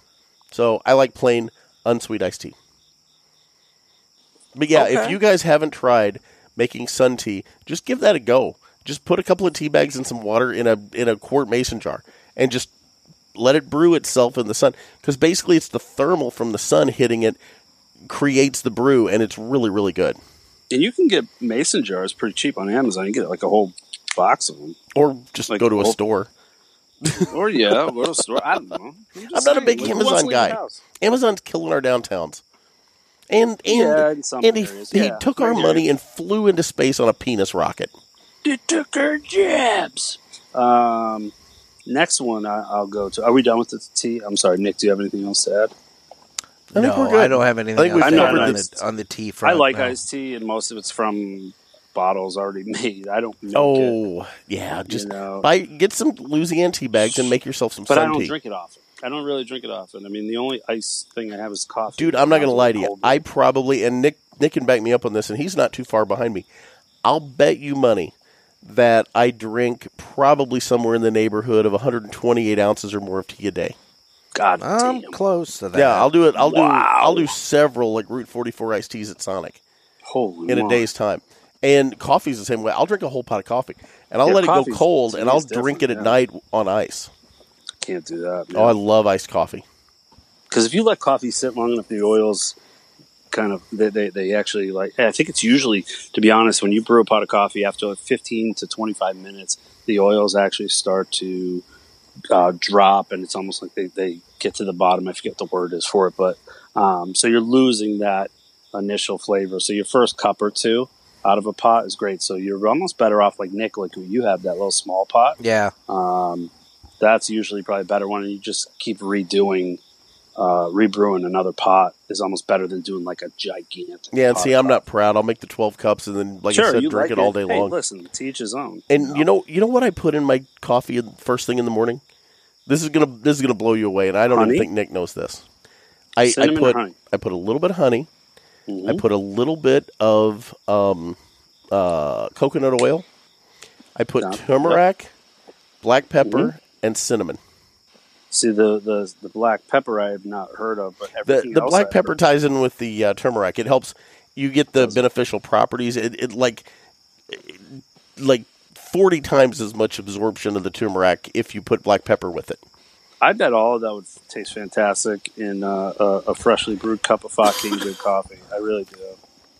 [SPEAKER 3] So I like plain unsweet iced tea. But yeah, if you guys haven't tried making sun tea, just give that a go. Just put a couple of tea bags and some water in a in a quart mason jar and just let it brew itself in the sun because basically it's the thermal from the sun hitting it creates the brew and it's really really good
[SPEAKER 4] And you can get mason jars pretty cheap on Amazon. You can get like a whole box of them,
[SPEAKER 3] or just
[SPEAKER 4] Like
[SPEAKER 3] go to a
[SPEAKER 4] gold-
[SPEAKER 3] store
[SPEAKER 4] or yeah, or a store. I don't know. I'm, just
[SPEAKER 3] i'm not a
[SPEAKER 4] saying,
[SPEAKER 3] big
[SPEAKER 4] like, who wants to
[SPEAKER 3] amazon
[SPEAKER 4] leave your
[SPEAKER 3] guy
[SPEAKER 4] house?
[SPEAKER 3] amazon's killing our downtowns and and,
[SPEAKER 4] Yeah, in some
[SPEAKER 3] and he,
[SPEAKER 4] areas,
[SPEAKER 3] he
[SPEAKER 4] yeah.
[SPEAKER 3] took our
[SPEAKER 4] Right
[SPEAKER 3] money and flew into space on a penis rocket
[SPEAKER 4] They took our jabs. Um, next one I, I'll go to. Are we done with the tea? I'm sorry, Nick. Do you have anything else to add?
[SPEAKER 3] I think
[SPEAKER 2] no,
[SPEAKER 3] we're good.
[SPEAKER 2] I don't have anything.
[SPEAKER 3] I think we've
[SPEAKER 2] else to add
[SPEAKER 4] covered
[SPEAKER 2] on
[SPEAKER 4] this.
[SPEAKER 2] the, on the tea
[SPEAKER 4] I
[SPEAKER 2] front.
[SPEAKER 4] like
[SPEAKER 2] no.
[SPEAKER 4] iced tea, and most of it's from bottles already made. I don't. Milk it,
[SPEAKER 3] oh yeah just
[SPEAKER 4] know.
[SPEAKER 3] buy get some louisiana tea bags and make yourself some
[SPEAKER 4] but I
[SPEAKER 3] sun
[SPEAKER 4] don't
[SPEAKER 3] tea
[SPEAKER 4] drink it often. I don't really drink it often. I mean, the only ice thing I have is coffee.
[SPEAKER 3] dude i'm not gonna lie to you
[SPEAKER 4] Cold.
[SPEAKER 3] i probably and nick nick can back me up on this and he's not too far behind me i'll bet you money that i drink probably somewhere in the neighborhood of 128 ounces or more of tea a day
[SPEAKER 4] God
[SPEAKER 2] I'm
[SPEAKER 4] damn.
[SPEAKER 2] close to that.
[SPEAKER 3] yeah i'll do it i'll do
[SPEAKER 4] Wow.
[SPEAKER 3] i'll do several like route 44 iced teas at sonic
[SPEAKER 4] Holy
[SPEAKER 3] in a
[SPEAKER 4] moly.
[SPEAKER 3] day's time And coffee's the same way. I'll drink a whole pot of coffee and I'll
[SPEAKER 4] Yeah,
[SPEAKER 3] let it go
[SPEAKER 4] coffee's-
[SPEAKER 3] cold and
[SPEAKER 4] it's
[SPEAKER 3] I'll drink it at
[SPEAKER 4] different, yeah.
[SPEAKER 3] night on ice.
[SPEAKER 4] Can't do that.
[SPEAKER 3] Oh, I love iced coffee.
[SPEAKER 4] because if you let coffee sit long enough, the oils kind of they, they, they actually like. I think it's usually, to be honest, when you brew a pot of coffee after 15 to 25 minutes, the oils actually start to uh, drop, and it's almost like they, they get to the bottom. I forget the word is for it, but um, so you're losing that initial flavor. So your first cup or two out of a pot is great. So you're almost better off like Nick, like you have that little small pot.
[SPEAKER 2] Yeah.
[SPEAKER 4] Um, that's usually probably a better one. And you just keep redoing, uh, rebrewing another pot is almost better than doing like a gigantic.
[SPEAKER 3] Yeah, and
[SPEAKER 4] pot
[SPEAKER 3] see,
[SPEAKER 4] of
[SPEAKER 3] I'm not proud. I'll make the 12 cups and then, like I
[SPEAKER 4] Sure,
[SPEAKER 3] said,
[SPEAKER 4] you
[SPEAKER 3] drink it
[SPEAKER 4] like
[SPEAKER 3] all day
[SPEAKER 4] Hey,
[SPEAKER 3] long.
[SPEAKER 4] Listen, to each his own.
[SPEAKER 3] And you know, you know what I put in my coffee in- first thing in the morning. This is gonna this is gonna blow you away, and I don't
[SPEAKER 4] Honey?
[SPEAKER 3] even think Nick knows this. I, I
[SPEAKER 4] Cinnamon or
[SPEAKER 3] put
[SPEAKER 4] honey? Mm-hmm.
[SPEAKER 3] I put a little bit of honey. I put a little bit of um, uh, coconut oil. I put
[SPEAKER 4] Yeah.
[SPEAKER 3] turmeric, black pepper,
[SPEAKER 4] Mm-hmm.
[SPEAKER 3] and cinnamon.
[SPEAKER 4] See the, the the black pepper I have not heard of, but
[SPEAKER 3] The
[SPEAKER 4] everything
[SPEAKER 3] the
[SPEAKER 4] else
[SPEAKER 3] black
[SPEAKER 4] I've
[SPEAKER 3] pepper
[SPEAKER 4] heard-
[SPEAKER 3] ties in with the uh, turmeric. It helps you get the beneficial properties. It, it like it- like forty times as much absorption of the turmeric if you put black pepper with it.
[SPEAKER 4] I bet all of that would taste fantastic in uh, a, a freshly brewed cup of fucking good coffee. I really do.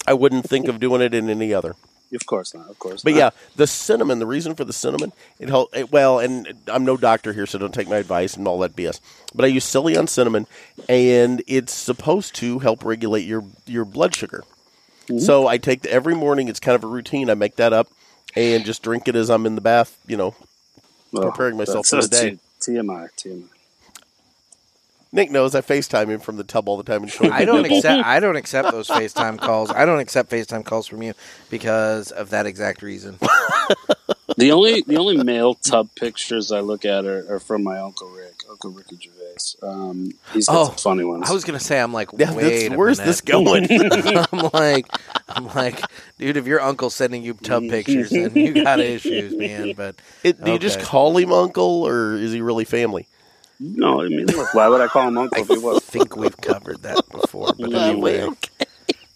[SPEAKER 3] I wouldn't think of doing it in any other.
[SPEAKER 4] Of course not. Of course.
[SPEAKER 3] But
[SPEAKER 4] not.
[SPEAKER 3] yeah, the cinnamon. The reason for the cinnamon, it help. It, well, and I'm no doctor here, so don't take my advice and all that BS. But I use Cilion cinnamon, and it's supposed to help regulate your your blood sugar. So I take the, every morning. It's kind of a routine. I make that up and just drink it as I'm in the bath. You know,
[SPEAKER 4] Well,
[SPEAKER 3] preparing myself
[SPEAKER 4] that's-
[SPEAKER 3] for the
[SPEAKER 4] that's
[SPEAKER 3] day.
[SPEAKER 4] T- TMI. TMI.
[SPEAKER 3] Nick knows I Facetime him from the tub all the time and show him.
[SPEAKER 2] I
[SPEAKER 3] my
[SPEAKER 2] don't
[SPEAKER 3] nipple.
[SPEAKER 2] accept. I don't accept those FaceTime calls. I don't accept FaceTime calls from you because of that exact reason.
[SPEAKER 4] the only the only male tub pictures I look at are, are from my uncle Rick, Uncle Ricky Gervais. Um, he's got
[SPEAKER 2] Oh,
[SPEAKER 4] some funny ones.
[SPEAKER 2] I was gonna say, I'm like,
[SPEAKER 3] Yeah,
[SPEAKER 2] wait,
[SPEAKER 3] that's,
[SPEAKER 2] a
[SPEAKER 3] where's
[SPEAKER 2] minute.
[SPEAKER 3] this going?
[SPEAKER 2] I'm like, I'm like, dude, if your uncle's sending you tub pictures, then you got issues, man. But
[SPEAKER 3] It- do you just
[SPEAKER 2] Okay.
[SPEAKER 3] call him uncle, or is he really family?
[SPEAKER 4] no, I mean, look, why would I call him uncle
[SPEAKER 2] I
[SPEAKER 4] if he was?
[SPEAKER 2] think we've covered that before. But anyway, all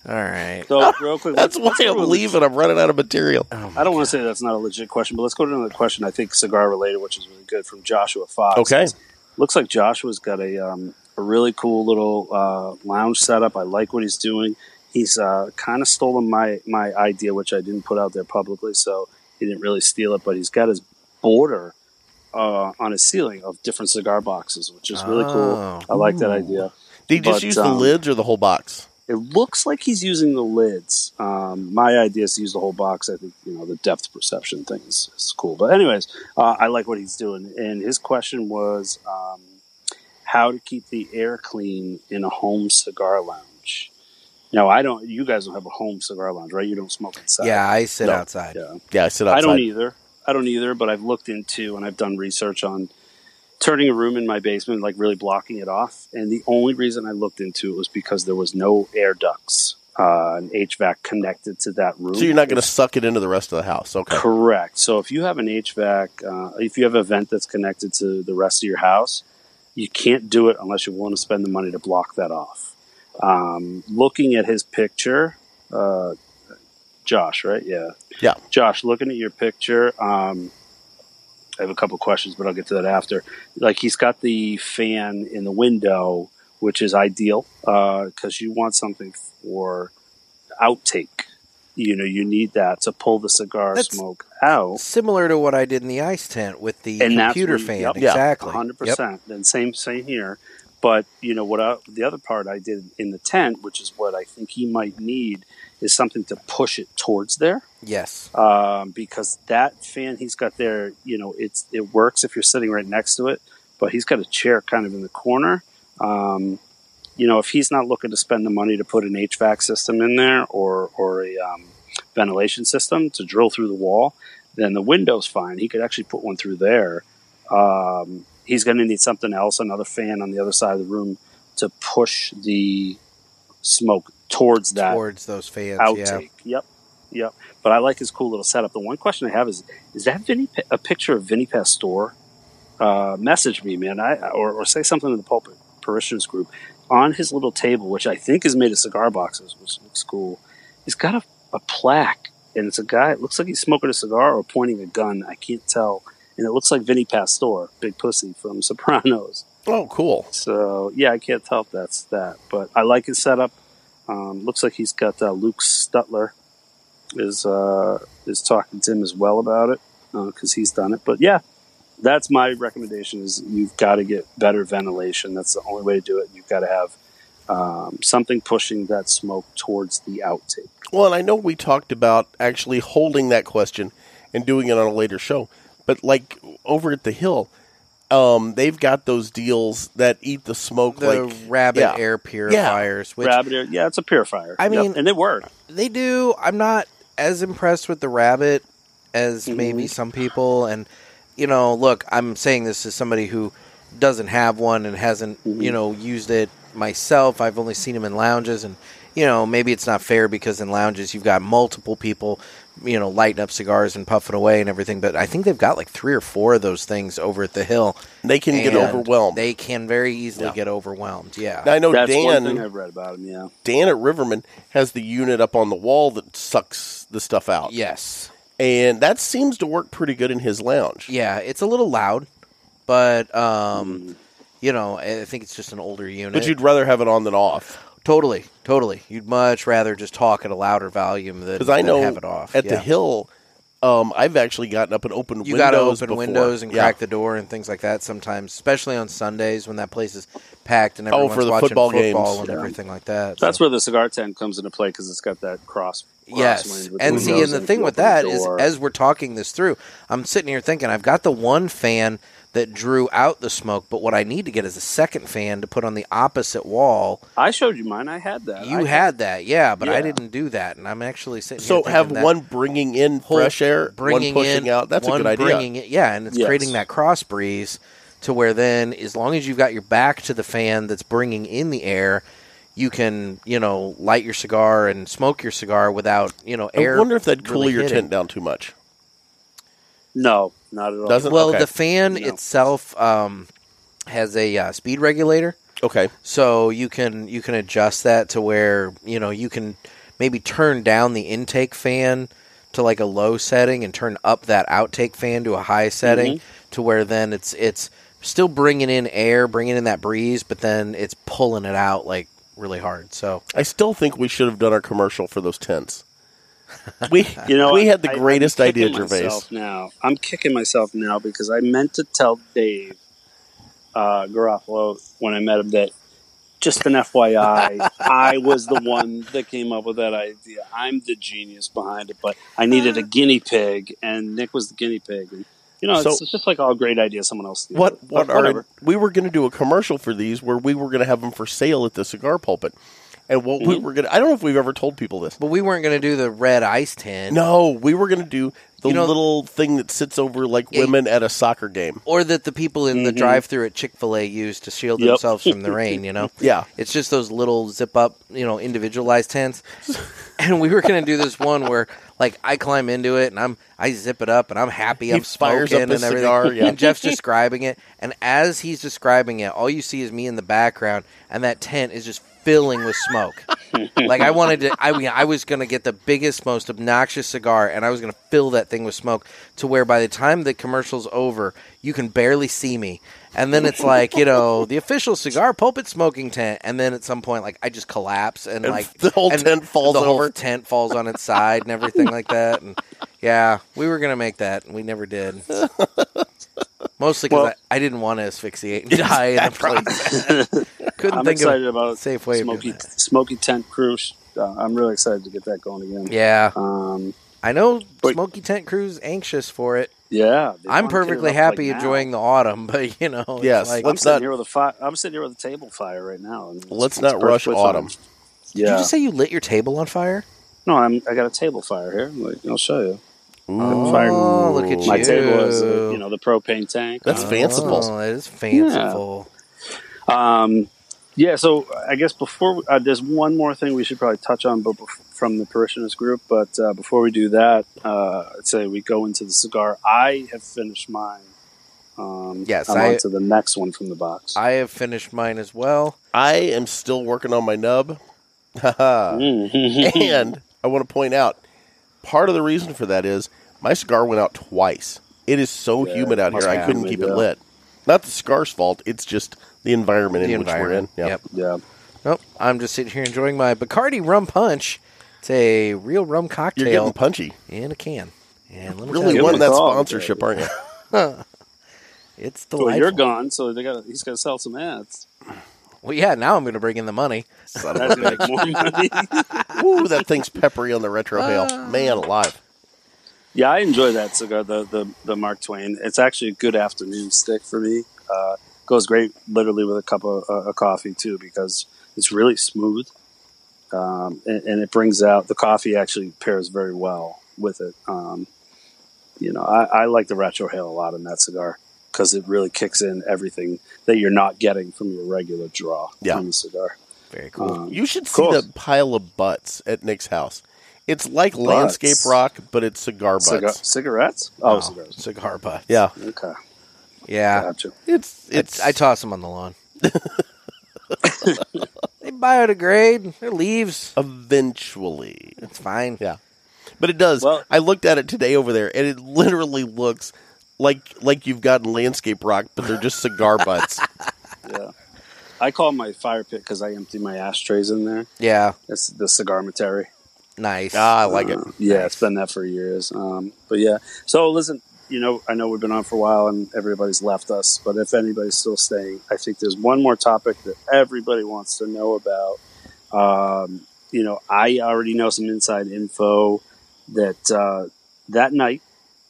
[SPEAKER 2] right.
[SPEAKER 4] So real quick,
[SPEAKER 3] That's why
[SPEAKER 4] let's- let's go
[SPEAKER 3] I'm
[SPEAKER 4] to-
[SPEAKER 3] leaving. I'm running out of material.
[SPEAKER 4] I don't want to say that's not a legit question, but let's go to another question. I think cigar related, which is really good, from Joshua Fox.
[SPEAKER 3] Okay.
[SPEAKER 4] looks like Joshua's got a um, a really cool little uh, lounge setup. I like what he's doing. He's uh, kind of stolen my my idea, which I didn't put out there publicly, so he didn't really steal it. But he's got his border uh, on his ceiling of different cigar boxes, which is really
[SPEAKER 2] Oh.
[SPEAKER 4] cool. I like that idea.
[SPEAKER 3] Did you just
[SPEAKER 4] But,
[SPEAKER 3] use the
[SPEAKER 4] um,
[SPEAKER 3] lids or the whole box?
[SPEAKER 4] It looks like he's using the lids. Um, my idea is to use the whole box. I think you know the depth perception thing is, is cool. But anyways, uh, I like what he's doing. And his question was um, how to keep the air clean in a home cigar lounge. Now I don't. You guys don't have a home cigar lounge, right? You don't smoke inside.
[SPEAKER 2] Yeah, I sit
[SPEAKER 3] No.
[SPEAKER 2] outside.
[SPEAKER 4] Yeah.
[SPEAKER 3] Yeah, I sit outside.
[SPEAKER 4] I don't either. I don't either, but I've looked into and I've done research on turning a room in my basement, like really blocking it off. And the only reason I looked into it was because there was no air ducts, uh, an HVAC connected to that room.
[SPEAKER 3] So you're not going to suck it into the rest of the house. Okay.
[SPEAKER 4] Correct. So if you have an HVAC, uh, if you have a vent that's connected to the rest of your house, you can't do it unless you want to spend the money to block that off. Um, looking at his picture, uh, Josh, right? Yeah.
[SPEAKER 3] Yeah.
[SPEAKER 4] Josh, looking at your picture, um, I have a couple questions, but I'll get to that after. Like he's got the fan in the window, which is ideal because you want something for outtake. You know, you need that to pull the cigar
[SPEAKER 2] That's-
[SPEAKER 4] smoke out.
[SPEAKER 2] Similar to what I did in the ice tent with the
[SPEAKER 4] And that's
[SPEAKER 2] computer
[SPEAKER 4] when-
[SPEAKER 2] fan.
[SPEAKER 4] yep. Yeah.
[SPEAKER 2] exactly.
[SPEAKER 4] hundred
[SPEAKER 2] Yep.
[SPEAKER 4] percent. Then same same here. But you know what? I, the other part I did in the tent, which is what I think he might need, is something to push it towards there
[SPEAKER 2] Yes.
[SPEAKER 4] um, because that fan he's got there, you know, it's it works if you're sitting right next to it. But he's got a chair kind of in the corner. Um, you know, if he's not looking to spend the money to put an HVAC system in there or or a um, ventilation system to drill through the wall, then the window's fine. He could actually put one through there. Um, he's going to need something else, another fan on the other side of the room to push the smoke towards that
[SPEAKER 2] Towards those fans. Yeah.
[SPEAKER 4] outtake. Yep, yep. But I like his cool little setup. The one question I have is: Is that Vinny Pa- a picture of Vinny Pastor? Uh, message me, man, I, or, or say something in the pulpit parishioners group on his little table, which I think is made of cigar boxes, which looks cool. He's got a, a plaque and it's a guy. It looks like he's smoking a cigar or pointing a gun. I can't tell, and it looks like Vinny Pastore, Big Pussy from Sopranos.
[SPEAKER 3] Oh, cool.
[SPEAKER 4] So yeah, I can't tell if that's that, but I like his setup. Um, looks like he's got uh, Luke Stutler is uh, is talking to him as well about it because he's done it. But yeah, that's my recommendation: is you've got to get better ventilation. That's the only way to do it. You've got to have um, something pushing that smoke towards the outtake.
[SPEAKER 3] Well, and I know we talked about actually holding that question and doing it on a later show, but like over at the Hill, um, they've got those deals that eat the smoke
[SPEAKER 2] The
[SPEAKER 3] like
[SPEAKER 2] rabbit
[SPEAKER 3] yeah.
[SPEAKER 2] air purifiers, which
[SPEAKER 4] rabbit air, yeah, it's a purifier.
[SPEAKER 2] I mean-
[SPEAKER 4] and they work.
[SPEAKER 2] they do. I'm not as impressed with the rabbit as
[SPEAKER 3] Mm-hmm.
[SPEAKER 2] maybe some people. And you know, look, I'm saying this as somebody who doesn't have one and hasn't,
[SPEAKER 3] Mm-hmm.
[SPEAKER 2] you know, used it myself. I've only seen them in lounges, and you know, maybe it's not fair because in lounges you've got multiple people, you know, lighting up cigars and puffing away and everything. But I think they've got like three or four of those things over at the hill.
[SPEAKER 3] They can get
[SPEAKER 2] and
[SPEAKER 3] overwhelmed.
[SPEAKER 2] They can very easily
[SPEAKER 3] Yeah.
[SPEAKER 2] get overwhelmed. Yeah.
[SPEAKER 3] Now, I know
[SPEAKER 4] That's one thing
[SPEAKER 3] Dan
[SPEAKER 4] I've read about them. Yeah,
[SPEAKER 3] Dan at Riverman has the unit up on the wall that sucks the stuff out.
[SPEAKER 2] yes.
[SPEAKER 3] And that seems to work pretty good in his lounge.
[SPEAKER 2] Yeah, it's a little loud, but um, you know, I I think it's just an older unit.
[SPEAKER 3] Mm. But you'd rather have it on than off.
[SPEAKER 2] totally, totally. You'd much rather just talk at a louder volume than,
[SPEAKER 3] Because I
[SPEAKER 2] than
[SPEAKER 3] know
[SPEAKER 2] have it off
[SPEAKER 3] at
[SPEAKER 2] Yeah.
[SPEAKER 3] the hill, um, I've actually gotten up and opened
[SPEAKER 2] You
[SPEAKER 3] windows.
[SPEAKER 2] got to open
[SPEAKER 3] before.
[SPEAKER 2] windows and
[SPEAKER 3] Yeah.
[SPEAKER 2] crack the door and things like that sometimes, especially on Sundays when that place is packed and
[SPEAKER 3] Oh,
[SPEAKER 2] everyone's
[SPEAKER 3] for the
[SPEAKER 2] watching
[SPEAKER 3] football
[SPEAKER 2] football,
[SPEAKER 3] games.
[SPEAKER 2] and
[SPEAKER 3] Yeah.
[SPEAKER 2] everything like that.
[SPEAKER 4] that's
[SPEAKER 2] so-
[SPEAKER 4] where the cigar tent comes into play because it's got that cross.
[SPEAKER 2] Yes,
[SPEAKER 4] crosswind with
[SPEAKER 2] and see,
[SPEAKER 4] windows
[SPEAKER 2] and the
[SPEAKER 4] if
[SPEAKER 2] thing
[SPEAKER 4] you
[SPEAKER 2] with
[SPEAKER 4] open the
[SPEAKER 2] that is,
[SPEAKER 4] door-
[SPEAKER 2] as we're talking this through, I'm sitting here thinking I've got the one fan that drew out the smoke, but what I need to get is a second fan to put on the opposite wall
[SPEAKER 4] I showed you mine. I had that.
[SPEAKER 2] You
[SPEAKER 4] I-
[SPEAKER 2] had that, yeah, but I
[SPEAKER 4] Yeah.
[SPEAKER 2] didn't do that, and I'm actually sitting. here
[SPEAKER 3] So
[SPEAKER 2] thinking
[SPEAKER 3] have
[SPEAKER 2] that
[SPEAKER 3] one bringing in
[SPEAKER 2] whole
[SPEAKER 3] fresh air,
[SPEAKER 2] bringing
[SPEAKER 3] one pushing
[SPEAKER 2] in,
[SPEAKER 3] out. That's a
[SPEAKER 2] one
[SPEAKER 3] good idea.
[SPEAKER 2] Bringing it, yeah, and it's
[SPEAKER 4] Yes.
[SPEAKER 2] creating that cross breeze to where then, as long as you've got your back to the fan that's bringing in the air, you can you know light your cigar and smoke your cigar without you know air.
[SPEAKER 3] I wonder if that'd cool
[SPEAKER 2] really
[SPEAKER 3] your
[SPEAKER 2] hitting.
[SPEAKER 3] tent down too much.
[SPEAKER 4] No, not at all.
[SPEAKER 3] Doesn't
[SPEAKER 2] Well,
[SPEAKER 3] okay.
[SPEAKER 2] the fan
[SPEAKER 4] No.
[SPEAKER 2] itself um, has a uh, speed regulator.
[SPEAKER 3] okay.
[SPEAKER 2] so you can you can adjust that to where you know you can maybe turn down the intake fan to like a low setting and turn up that outtake fan to a high setting to where then it's it's still bringing in air bringing in that breeze but then it's pulling it out like really hard so
[SPEAKER 3] I still think we should have done our commercial for those tents. We
[SPEAKER 4] You know,
[SPEAKER 3] we
[SPEAKER 4] I-
[SPEAKER 3] had the
[SPEAKER 4] I- I'm
[SPEAKER 3] greatest idea,
[SPEAKER 4] kicking
[SPEAKER 3] Gervais.
[SPEAKER 4] myself Now I'm kicking myself now because I meant to tell Dave uh, Garofalo when I met him that just an FYI, I was the one that came up with that idea. I'm the genius behind it, but I needed a guinea pig, and Nick was the guinea pig. And, you know, it's,
[SPEAKER 3] So-
[SPEAKER 4] it's just like all great ideas someone else. steals.
[SPEAKER 3] What
[SPEAKER 4] But
[SPEAKER 3] what
[SPEAKER 4] whatever.
[SPEAKER 3] are we were going to do a commercial for these where we were going to have them for sale at the cigar pulpit, and what
[SPEAKER 2] Mm-hmm.
[SPEAKER 3] we were going to I don't know if we've ever told people this.
[SPEAKER 2] but we weren't going to do the red ice tin
[SPEAKER 3] No, we were going to do the
[SPEAKER 2] You know-
[SPEAKER 3] little thing that sits over like
[SPEAKER 2] Yeah, you-
[SPEAKER 3] women at a soccer game.
[SPEAKER 2] or that the people in the drive-through at Chick-fil-A use to shield
[SPEAKER 4] Yep.
[SPEAKER 2] themselves from the rain, you know.
[SPEAKER 3] Yeah.
[SPEAKER 2] It's just those little zip up, you know, individualized tents. And we were going to do this one where like I climb into it and I'm I zip it up and I'm happy I'm
[SPEAKER 3] fires up
[SPEAKER 2] smoking and
[SPEAKER 3] his
[SPEAKER 2] everything.
[SPEAKER 3] cigar, yeah.
[SPEAKER 2] And Jeff's describing it and as he's describing it, all you see is me in the background and that tent is just filling with smoke. like I wanted to I mean I was going to get the biggest most obnoxious cigar and I was going to fill that thing with smoke to where by the time the commercial's over, you can barely see me. And then it's like, you know, the official cigar pulpit smoking tent and then at some point like I just collapse and,
[SPEAKER 3] And
[SPEAKER 2] like
[SPEAKER 3] the whole
[SPEAKER 2] and
[SPEAKER 3] tent falls
[SPEAKER 2] the whole
[SPEAKER 3] over.
[SPEAKER 2] tent falls on its side and everything like that and yeah, we were going to make that and we never did. Mostly because
[SPEAKER 4] Well-
[SPEAKER 2] I, I didn't want to asphyxiate and die in the process. Couldn't
[SPEAKER 4] I'm
[SPEAKER 2] think
[SPEAKER 4] excited
[SPEAKER 2] of
[SPEAKER 4] about
[SPEAKER 2] safe way of doing
[SPEAKER 4] Smoky,
[SPEAKER 2] that.
[SPEAKER 4] Smoky Tent Cruise. Uh, I'm really excited to get that going again.
[SPEAKER 2] Yeah.
[SPEAKER 4] Um,
[SPEAKER 2] I know
[SPEAKER 4] But-
[SPEAKER 2] Smoky Tent Crew's anxious for it.
[SPEAKER 4] yeah. they
[SPEAKER 2] I'm
[SPEAKER 4] wanna get it
[SPEAKER 2] perfectly
[SPEAKER 4] up, like,
[SPEAKER 2] happy
[SPEAKER 4] now.
[SPEAKER 2] enjoying the autumn, but you know, it's
[SPEAKER 3] Yes,
[SPEAKER 2] like,
[SPEAKER 4] I'm
[SPEAKER 3] let's-
[SPEAKER 4] sitting
[SPEAKER 3] not-
[SPEAKER 4] here with a fi- I'm sitting here with a table fire right now. and it's-
[SPEAKER 3] Let's
[SPEAKER 4] it's
[SPEAKER 3] not rush
[SPEAKER 4] perfectly
[SPEAKER 3] autumn.
[SPEAKER 4] fine.
[SPEAKER 2] did you
[SPEAKER 4] Yeah.
[SPEAKER 2] just say you lit your table on fire?
[SPEAKER 4] no, I'm. I got a table fire here. Like, I'll show you.
[SPEAKER 2] Oh, look at
[SPEAKER 4] My
[SPEAKER 2] you!
[SPEAKER 4] table is, uh, you know, the propane tank.
[SPEAKER 3] That's
[SPEAKER 4] Uh,
[SPEAKER 3] fanciful.
[SPEAKER 2] Oh, that is fanciful.
[SPEAKER 4] Um, yeah. So I guess before we- uh, there's one more thing we should probably touch on, but bef- from the parishioners group. But uh, before we do that, uh, I'd say we go into the cigar. I have finished mine. Um,
[SPEAKER 2] Yes,
[SPEAKER 4] I'm
[SPEAKER 2] I-
[SPEAKER 4] on to the next one from the box.
[SPEAKER 2] I have finished mine as well.
[SPEAKER 3] I am still working on my nub. Haha.
[SPEAKER 4] Mm.
[SPEAKER 3] and I want to point out part of the reason for that is my cigar went out twice. It is so
[SPEAKER 6] Yeah,
[SPEAKER 3] humid out
[SPEAKER 6] must
[SPEAKER 3] here, I
[SPEAKER 6] be
[SPEAKER 3] couldn't
[SPEAKER 6] humid,
[SPEAKER 3] keep it
[SPEAKER 6] yeah.
[SPEAKER 3] lit. Not the cigar's fault; it's just the environment
[SPEAKER 2] The
[SPEAKER 3] in
[SPEAKER 2] environment,
[SPEAKER 3] which we're in. Yeah.
[SPEAKER 4] Yeah.
[SPEAKER 2] Nope. I'm just sitting here enjoying my Bacardi rum punch. It's a real rum cocktail.
[SPEAKER 3] You're getting punchy.
[SPEAKER 2] in a can. And let me tell
[SPEAKER 3] Really
[SPEAKER 2] you
[SPEAKER 3] won
[SPEAKER 2] what,
[SPEAKER 3] that
[SPEAKER 4] song,
[SPEAKER 3] sponsorship, aren't you?
[SPEAKER 2] It's delightful.
[SPEAKER 4] Well, you're gone, so they got. He's got to sell some ads.
[SPEAKER 2] Well, yeah. Now I'm going to bring in the money.
[SPEAKER 3] Son of
[SPEAKER 4] That's
[SPEAKER 3] a
[SPEAKER 4] gonna make more money.
[SPEAKER 3] Ooh, that thing's peppery on the retro
[SPEAKER 2] Uh.
[SPEAKER 3] hail. Man alive.
[SPEAKER 4] Yeah, I enjoy that cigar, the, the the Mark Twain. It's actually a good afternoon stick for me. Uh, goes great, literally with a cup of uh, a coffee too, because it's really smooth, um, and, and it brings out the coffee. Actually, pairs very well with it. Um, you know, I, I like the retro hail a lot in that cigar because it really kicks in everything that you're not getting from your regular draw
[SPEAKER 3] Yeah.
[SPEAKER 4] from the cigar.
[SPEAKER 2] Very cool.
[SPEAKER 4] Um,
[SPEAKER 3] You should see
[SPEAKER 4] Cool.
[SPEAKER 3] the pile of butts at Nick's house. It's like landscape rock, but it's cigar butts.
[SPEAKER 4] cigar, cigarettes? Oh, cigars.
[SPEAKER 2] Cigar butt.
[SPEAKER 3] Yeah,
[SPEAKER 4] Okay, Oh.
[SPEAKER 2] Yeah.
[SPEAKER 4] gotcha.
[SPEAKER 3] it's
[SPEAKER 2] It's,
[SPEAKER 3] it's.
[SPEAKER 2] I toss them on the lawn. they biodegrade. They're leaves.
[SPEAKER 3] eventually,
[SPEAKER 2] It's fine.
[SPEAKER 3] Yeah. but it does.
[SPEAKER 4] Well-
[SPEAKER 3] I looked at it today over there, and it literally looks like like you've gotten landscape rock, but they're just cigar butts.
[SPEAKER 4] Yeah. I call it my fire pit because I empty my ashtrays in there.
[SPEAKER 2] Yeah.
[SPEAKER 4] It's the cigarmatary.
[SPEAKER 2] Nice.
[SPEAKER 3] ah, I like it.
[SPEAKER 4] Um, Yeah, it's been that for years. Um, but yeah, so listen, you know, I know we've been on for a while and everybody's left us, but if anybody's still staying, I think there's one more topic that everybody wants to know about. Um, you know, I already know some inside info that uh, that night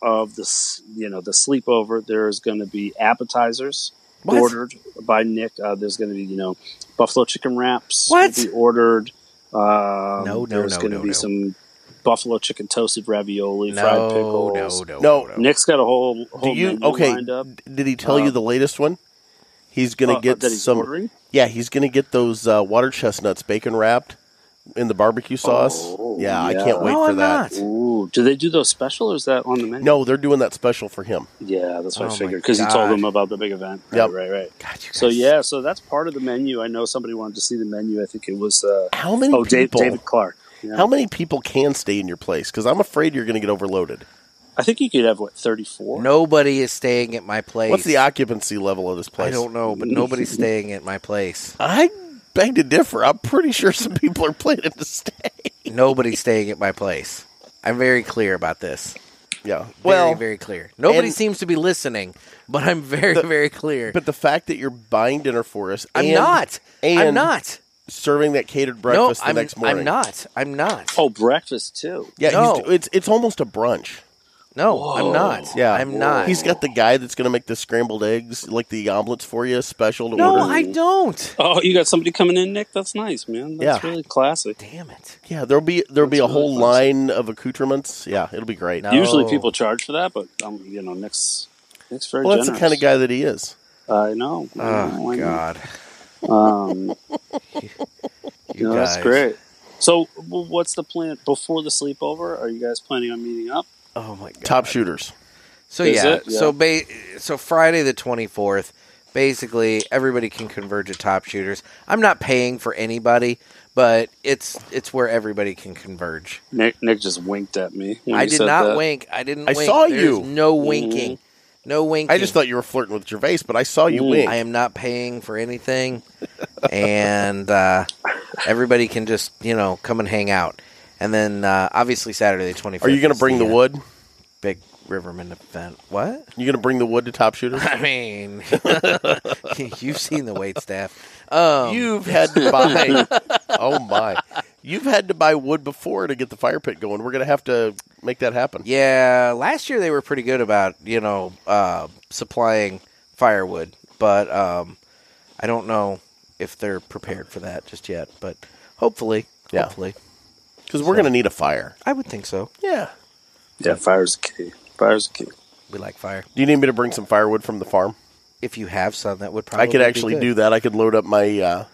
[SPEAKER 4] of the s- you know the sleepover, there's going to be appetizers.
[SPEAKER 2] What?
[SPEAKER 4] Ordered by Nick. Uh, there's going to be, you know, buffalo chicken wraps.
[SPEAKER 2] What?
[SPEAKER 4] will Be ordered. Um,
[SPEAKER 2] No, no,
[SPEAKER 4] There's
[SPEAKER 2] no,
[SPEAKER 4] going to
[SPEAKER 2] no,
[SPEAKER 4] be
[SPEAKER 2] no.
[SPEAKER 4] some buffalo chicken toasted ravioli,
[SPEAKER 2] No,
[SPEAKER 4] fried
[SPEAKER 2] no,
[SPEAKER 4] pickles.
[SPEAKER 2] no,
[SPEAKER 3] No.
[SPEAKER 2] no.
[SPEAKER 4] Nick's got a whole
[SPEAKER 3] Do
[SPEAKER 4] whole
[SPEAKER 3] you
[SPEAKER 4] menu
[SPEAKER 3] okay?
[SPEAKER 4] lined up.
[SPEAKER 3] d- Did he tell you
[SPEAKER 4] Uh,
[SPEAKER 3] the latest one? He's gonna
[SPEAKER 4] Uh,
[SPEAKER 3] get
[SPEAKER 4] that he's
[SPEAKER 3] some.
[SPEAKER 4] ordering.
[SPEAKER 3] Yeah, he's gonna get those uh, water chestnuts bacon wrapped in the barbecue sauce.
[SPEAKER 4] Oh,
[SPEAKER 3] yeah, I
[SPEAKER 4] yeah.
[SPEAKER 3] can't wait
[SPEAKER 2] No,
[SPEAKER 3] for
[SPEAKER 2] I'm
[SPEAKER 3] that.
[SPEAKER 2] not.
[SPEAKER 4] Ooh, do they do those special or is that on the menu?
[SPEAKER 3] No, they're doing that special for him.
[SPEAKER 4] Yeah, that's what
[SPEAKER 2] Oh,
[SPEAKER 4] I
[SPEAKER 2] my
[SPEAKER 4] figured because he told
[SPEAKER 2] God.
[SPEAKER 4] them about the big event. Right,
[SPEAKER 3] Yep.
[SPEAKER 4] right, right.
[SPEAKER 2] God, you guys.
[SPEAKER 4] So yeah, so that's part of the menu. I know somebody wanted to see the menu. I think it was uh,
[SPEAKER 3] How many
[SPEAKER 4] oh Dave,
[SPEAKER 3] people?
[SPEAKER 4] David Clark. Yeah.
[SPEAKER 3] How many people can stay in your place? Because I'm afraid you're going to get overloaded.
[SPEAKER 4] I think you could have what thirty four.
[SPEAKER 2] Nobody is staying at my place.
[SPEAKER 3] What's the occupancy level of this place?
[SPEAKER 2] I don't know, but nobody's staying at my place.
[SPEAKER 3] I beg to differ. I'm pretty sure some people are planning to stay.
[SPEAKER 2] Nobody's staying at my place. I'm very clear about this.
[SPEAKER 3] Yeah.
[SPEAKER 2] very, very clear. Nobody
[SPEAKER 3] and-
[SPEAKER 2] seems to be listening, but I'm very, very clear.
[SPEAKER 3] but the fact that you're buying dinner for us,
[SPEAKER 2] I'm
[SPEAKER 3] and-
[SPEAKER 2] not. I'm
[SPEAKER 3] and
[SPEAKER 2] not.
[SPEAKER 3] serving that catered
[SPEAKER 2] No,
[SPEAKER 3] breakfast the
[SPEAKER 2] I'm,
[SPEAKER 3] next morning.
[SPEAKER 2] I'm not. I'm not.
[SPEAKER 4] Oh, breakfast too.
[SPEAKER 3] Yeah,
[SPEAKER 2] No.
[SPEAKER 3] he's, it's it's almost a brunch.
[SPEAKER 2] no, I'm not.
[SPEAKER 3] Yeah,
[SPEAKER 2] I'm not.
[SPEAKER 3] He's got the guy that's going to make the scrambled eggs, like the omelets for you, special to
[SPEAKER 2] no,
[SPEAKER 3] order.
[SPEAKER 2] I don't.
[SPEAKER 4] Oh, you got somebody coming in, Nick. That's nice, man. That's
[SPEAKER 3] Yeah.
[SPEAKER 4] really classy.
[SPEAKER 2] Damn it.
[SPEAKER 3] yeah, there'll be there'll be a
[SPEAKER 4] That's really
[SPEAKER 3] whole
[SPEAKER 4] nice.
[SPEAKER 3] line of accoutrements. Yeah, it'll be great.
[SPEAKER 2] No.
[SPEAKER 4] Usually
[SPEAKER 2] Oh.
[SPEAKER 4] people charge for that, but um, you know, Nick's Nick's very
[SPEAKER 3] Well, that's
[SPEAKER 4] generous.
[SPEAKER 3] the kind of guy that he is.
[SPEAKER 4] I know.
[SPEAKER 2] Oh God.
[SPEAKER 4] Um, you
[SPEAKER 2] You
[SPEAKER 4] know, that's
[SPEAKER 2] guys.
[SPEAKER 4] great. So, w- what's the plan before the sleepover? Are you guys planning on meeting up?
[SPEAKER 2] Oh my God.
[SPEAKER 3] Top shooters.
[SPEAKER 2] So
[SPEAKER 4] Is
[SPEAKER 2] yeah,
[SPEAKER 4] it? Yeah.
[SPEAKER 2] so ba- so Friday the twenty fourth, basically everybody can converge at Top Shooters. I'm not paying for anybody, but it's it's where everybody can converge.
[SPEAKER 4] Nick, Nick just winked at me. when
[SPEAKER 2] I
[SPEAKER 4] you
[SPEAKER 2] did
[SPEAKER 4] said
[SPEAKER 2] not
[SPEAKER 4] that. Mm-hmm.
[SPEAKER 2] wink. I didn't.
[SPEAKER 3] I
[SPEAKER 2] wink.
[SPEAKER 3] saw
[SPEAKER 2] There's
[SPEAKER 3] you.
[SPEAKER 2] No winking. No winking.
[SPEAKER 3] I just thought you were flirting with Gervais, but I saw you wink.
[SPEAKER 2] I am not paying for anything, and uh, everybody can just you know come and hang out. And then uh, obviously Saturday the twenty fourth.
[SPEAKER 3] Are you going to bring the wood?
[SPEAKER 2] Big Riverman event. What?
[SPEAKER 3] You going to bring the wood to Top Shooters?
[SPEAKER 2] I mean, you've seen the wait staff. Um,
[SPEAKER 3] You've had to buy. oh my! You've had to buy wood before to get the fire pit going. We're going to have to make that happen.
[SPEAKER 2] yeah, last year they were pretty good about you know uh, supplying firewood, but um, I don't know if they're prepared for that just yet. But hopefully,
[SPEAKER 3] Yeah.
[SPEAKER 2] hopefully,
[SPEAKER 3] because we're going to need a fire.
[SPEAKER 2] I would think so.
[SPEAKER 3] Yeah.
[SPEAKER 4] Yeah, fire's the key. Fire's the key.
[SPEAKER 2] We like fire.
[SPEAKER 3] Do you need me to bring some firewood from the farm?
[SPEAKER 2] If you have some, that would probably
[SPEAKER 3] I could actually
[SPEAKER 2] be good.
[SPEAKER 3] do that. I could load up my uh,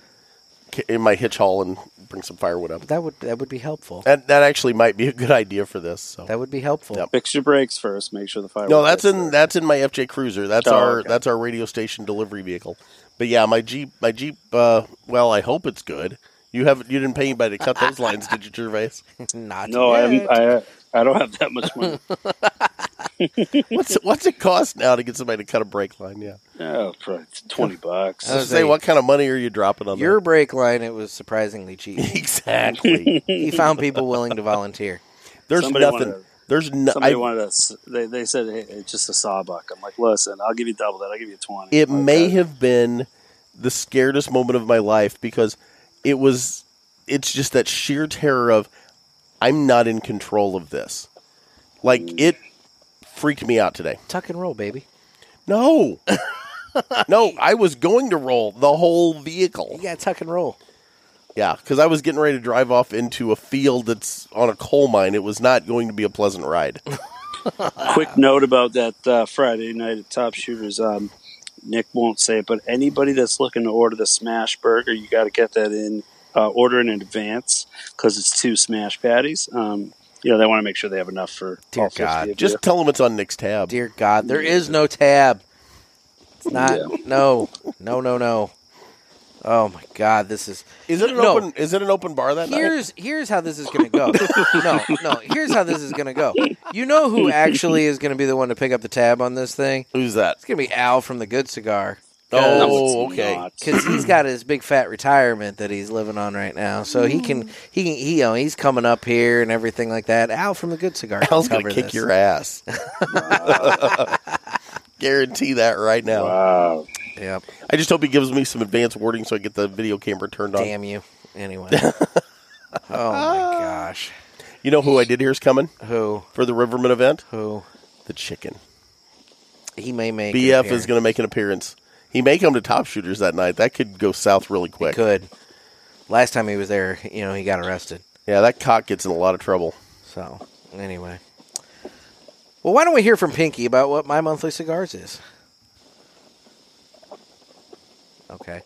[SPEAKER 3] ki- in my hitch haul and bring some firewood up.
[SPEAKER 2] That would that would be helpful.
[SPEAKER 3] That that actually might be a good idea for this. So.
[SPEAKER 2] That would be helpful.
[SPEAKER 3] Yep.
[SPEAKER 4] Fix your brakes first. Make sure the fire.
[SPEAKER 3] no, that's in that's in my FJ Cruiser. That's
[SPEAKER 4] Oh,
[SPEAKER 3] our
[SPEAKER 4] okay.
[SPEAKER 3] that's our radio station delivery vehicle. But yeah, my Jeep my Jeep. Uh, well, I hope it's good. You You haven't. You didn't pay anybody to cut those lines, did you, Gervais? Not.
[SPEAKER 4] No, I haven't- I I don't have that much money.
[SPEAKER 3] what's it, what's it cost now to get somebody to cut a brake line? Yeah.
[SPEAKER 4] Oh, probably twenty bucks.
[SPEAKER 3] I was say, what kind of money are you dropping on
[SPEAKER 2] Your brake line, it was surprisingly cheap.
[SPEAKER 3] Exactly.
[SPEAKER 2] he found people willing to volunteer.
[SPEAKER 3] There's
[SPEAKER 4] Somebody
[SPEAKER 3] nothing.
[SPEAKER 4] wanted-
[SPEAKER 3] There's no.
[SPEAKER 4] Somebody
[SPEAKER 3] I-
[SPEAKER 4] wanted us. They, they said hey, it's just a sawbuck. I'm like, listen, I'll give you double that. I'll give you twenty.
[SPEAKER 3] it
[SPEAKER 4] Like,
[SPEAKER 3] may
[SPEAKER 4] uh,
[SPEAKER 3] have been the scariest moment of my life because it was it's just that sheer terror of i'm not in control of this like
[SPEAKER 4] Mm.
[SPEAKER 3] it freaked me out today
[SPEAKER 2] Tuck and roll, baby.
[SPEAKER 3] no no i was going to roll the whole vehicle
[SPEAKER 2] You got tuck and roll.
[SPEAKER 3] yeah because i was getting ready to drive off into a field that's on a coal mine it was not going to be a pleasant ride
[SPEAKER 2] Oh,
[SPEAKER 4] quick note about that uh, Friday night at Top Shooters. Um, Nick won't say it, but anybody that's looking to order the smash burger, you got to get that in uh, order in advance because it's two smash patties. Um, you know they want to make sure they have enough for
[SPEAKER 2] Dear
[SPEAKER 4] all 50
[SPEAKER 2] God,
[SPEAKER 4] of
[SPEAKER 3] just
[SPEAKER 4] you.
[SPEAKER 3] tell them it's on nick's tab
[SPEAKER 2] Dear God, there is no tab. It's not.
[SPEAKER 4] Yeah.
[SPEAKER 2] No, no, no, no. Oh my God, this is.
[SPEAKER 3] is it an
[SPEAKER 2] No.
[SPEAKER 3] open is it an open bar that night
[SPEAKER 2] Here's here's how this is going to go. no, no. Here's how this is going to go. You know who actually is going to be the one to pick up the tab on this thing?
[SPEAKER 3] who's that
[SPEAKER 2] It's going to be Al from the Good Cigar.
[SPEAKER 3] oh
[SPEAKER 4] it's
[SPEAKER 3] okay
[SPEAKER 4] not.
[SPEAKER 2] because he's got his big fat retirement that he's living on right now, so he can
[SPEAKER 3] Mm-hmm.
[SPEAKER 2] he can he, you know, he's coming up here and everything like that. Al from the Good Cigar. can
[SPEAKER 3] Al's gonna
[SPEAKER 2] cover
[SPEAKER 3] kick
[SPEAKER 2] this.
[SPEAKER 3] your ass. Guarantee that right now.
[SPEAKER 4] Wow.
[SPEAKER 2] Yep.
[SPEAKER 3] I just hope he gives me some advance warning so I get the video camera turned on.
[SPEAKER 2] Damn you. Anyway. oh
[SPEAKER 3] Ah.
[SPEAKER 2] my gosh.
[SPEAKER 3] You know who I did hear is coming
[SPEAKER 2] Who
[SPEAKER 3] for the Riverman event?
[SPEAKER 2] who
[SPEAKER 3] The chicken.
[SPEAKER 2] he may make an
[SPEAKER 3] BF is
[SPEAKER 2] appearance.
[SPEAKER 3] going to make an appearance. He may come to Top Shooters that night. That could go south really quick.
[SPEAKER 2] could. Last time he was there, you know, he got arrested.
[SPEAKER 3] Yeah, that cock gets in a lot of trouble.
[SPEAKER 2] So anyway. Well, why don't we hear from Pinky about what my monthly cigars is? Okay.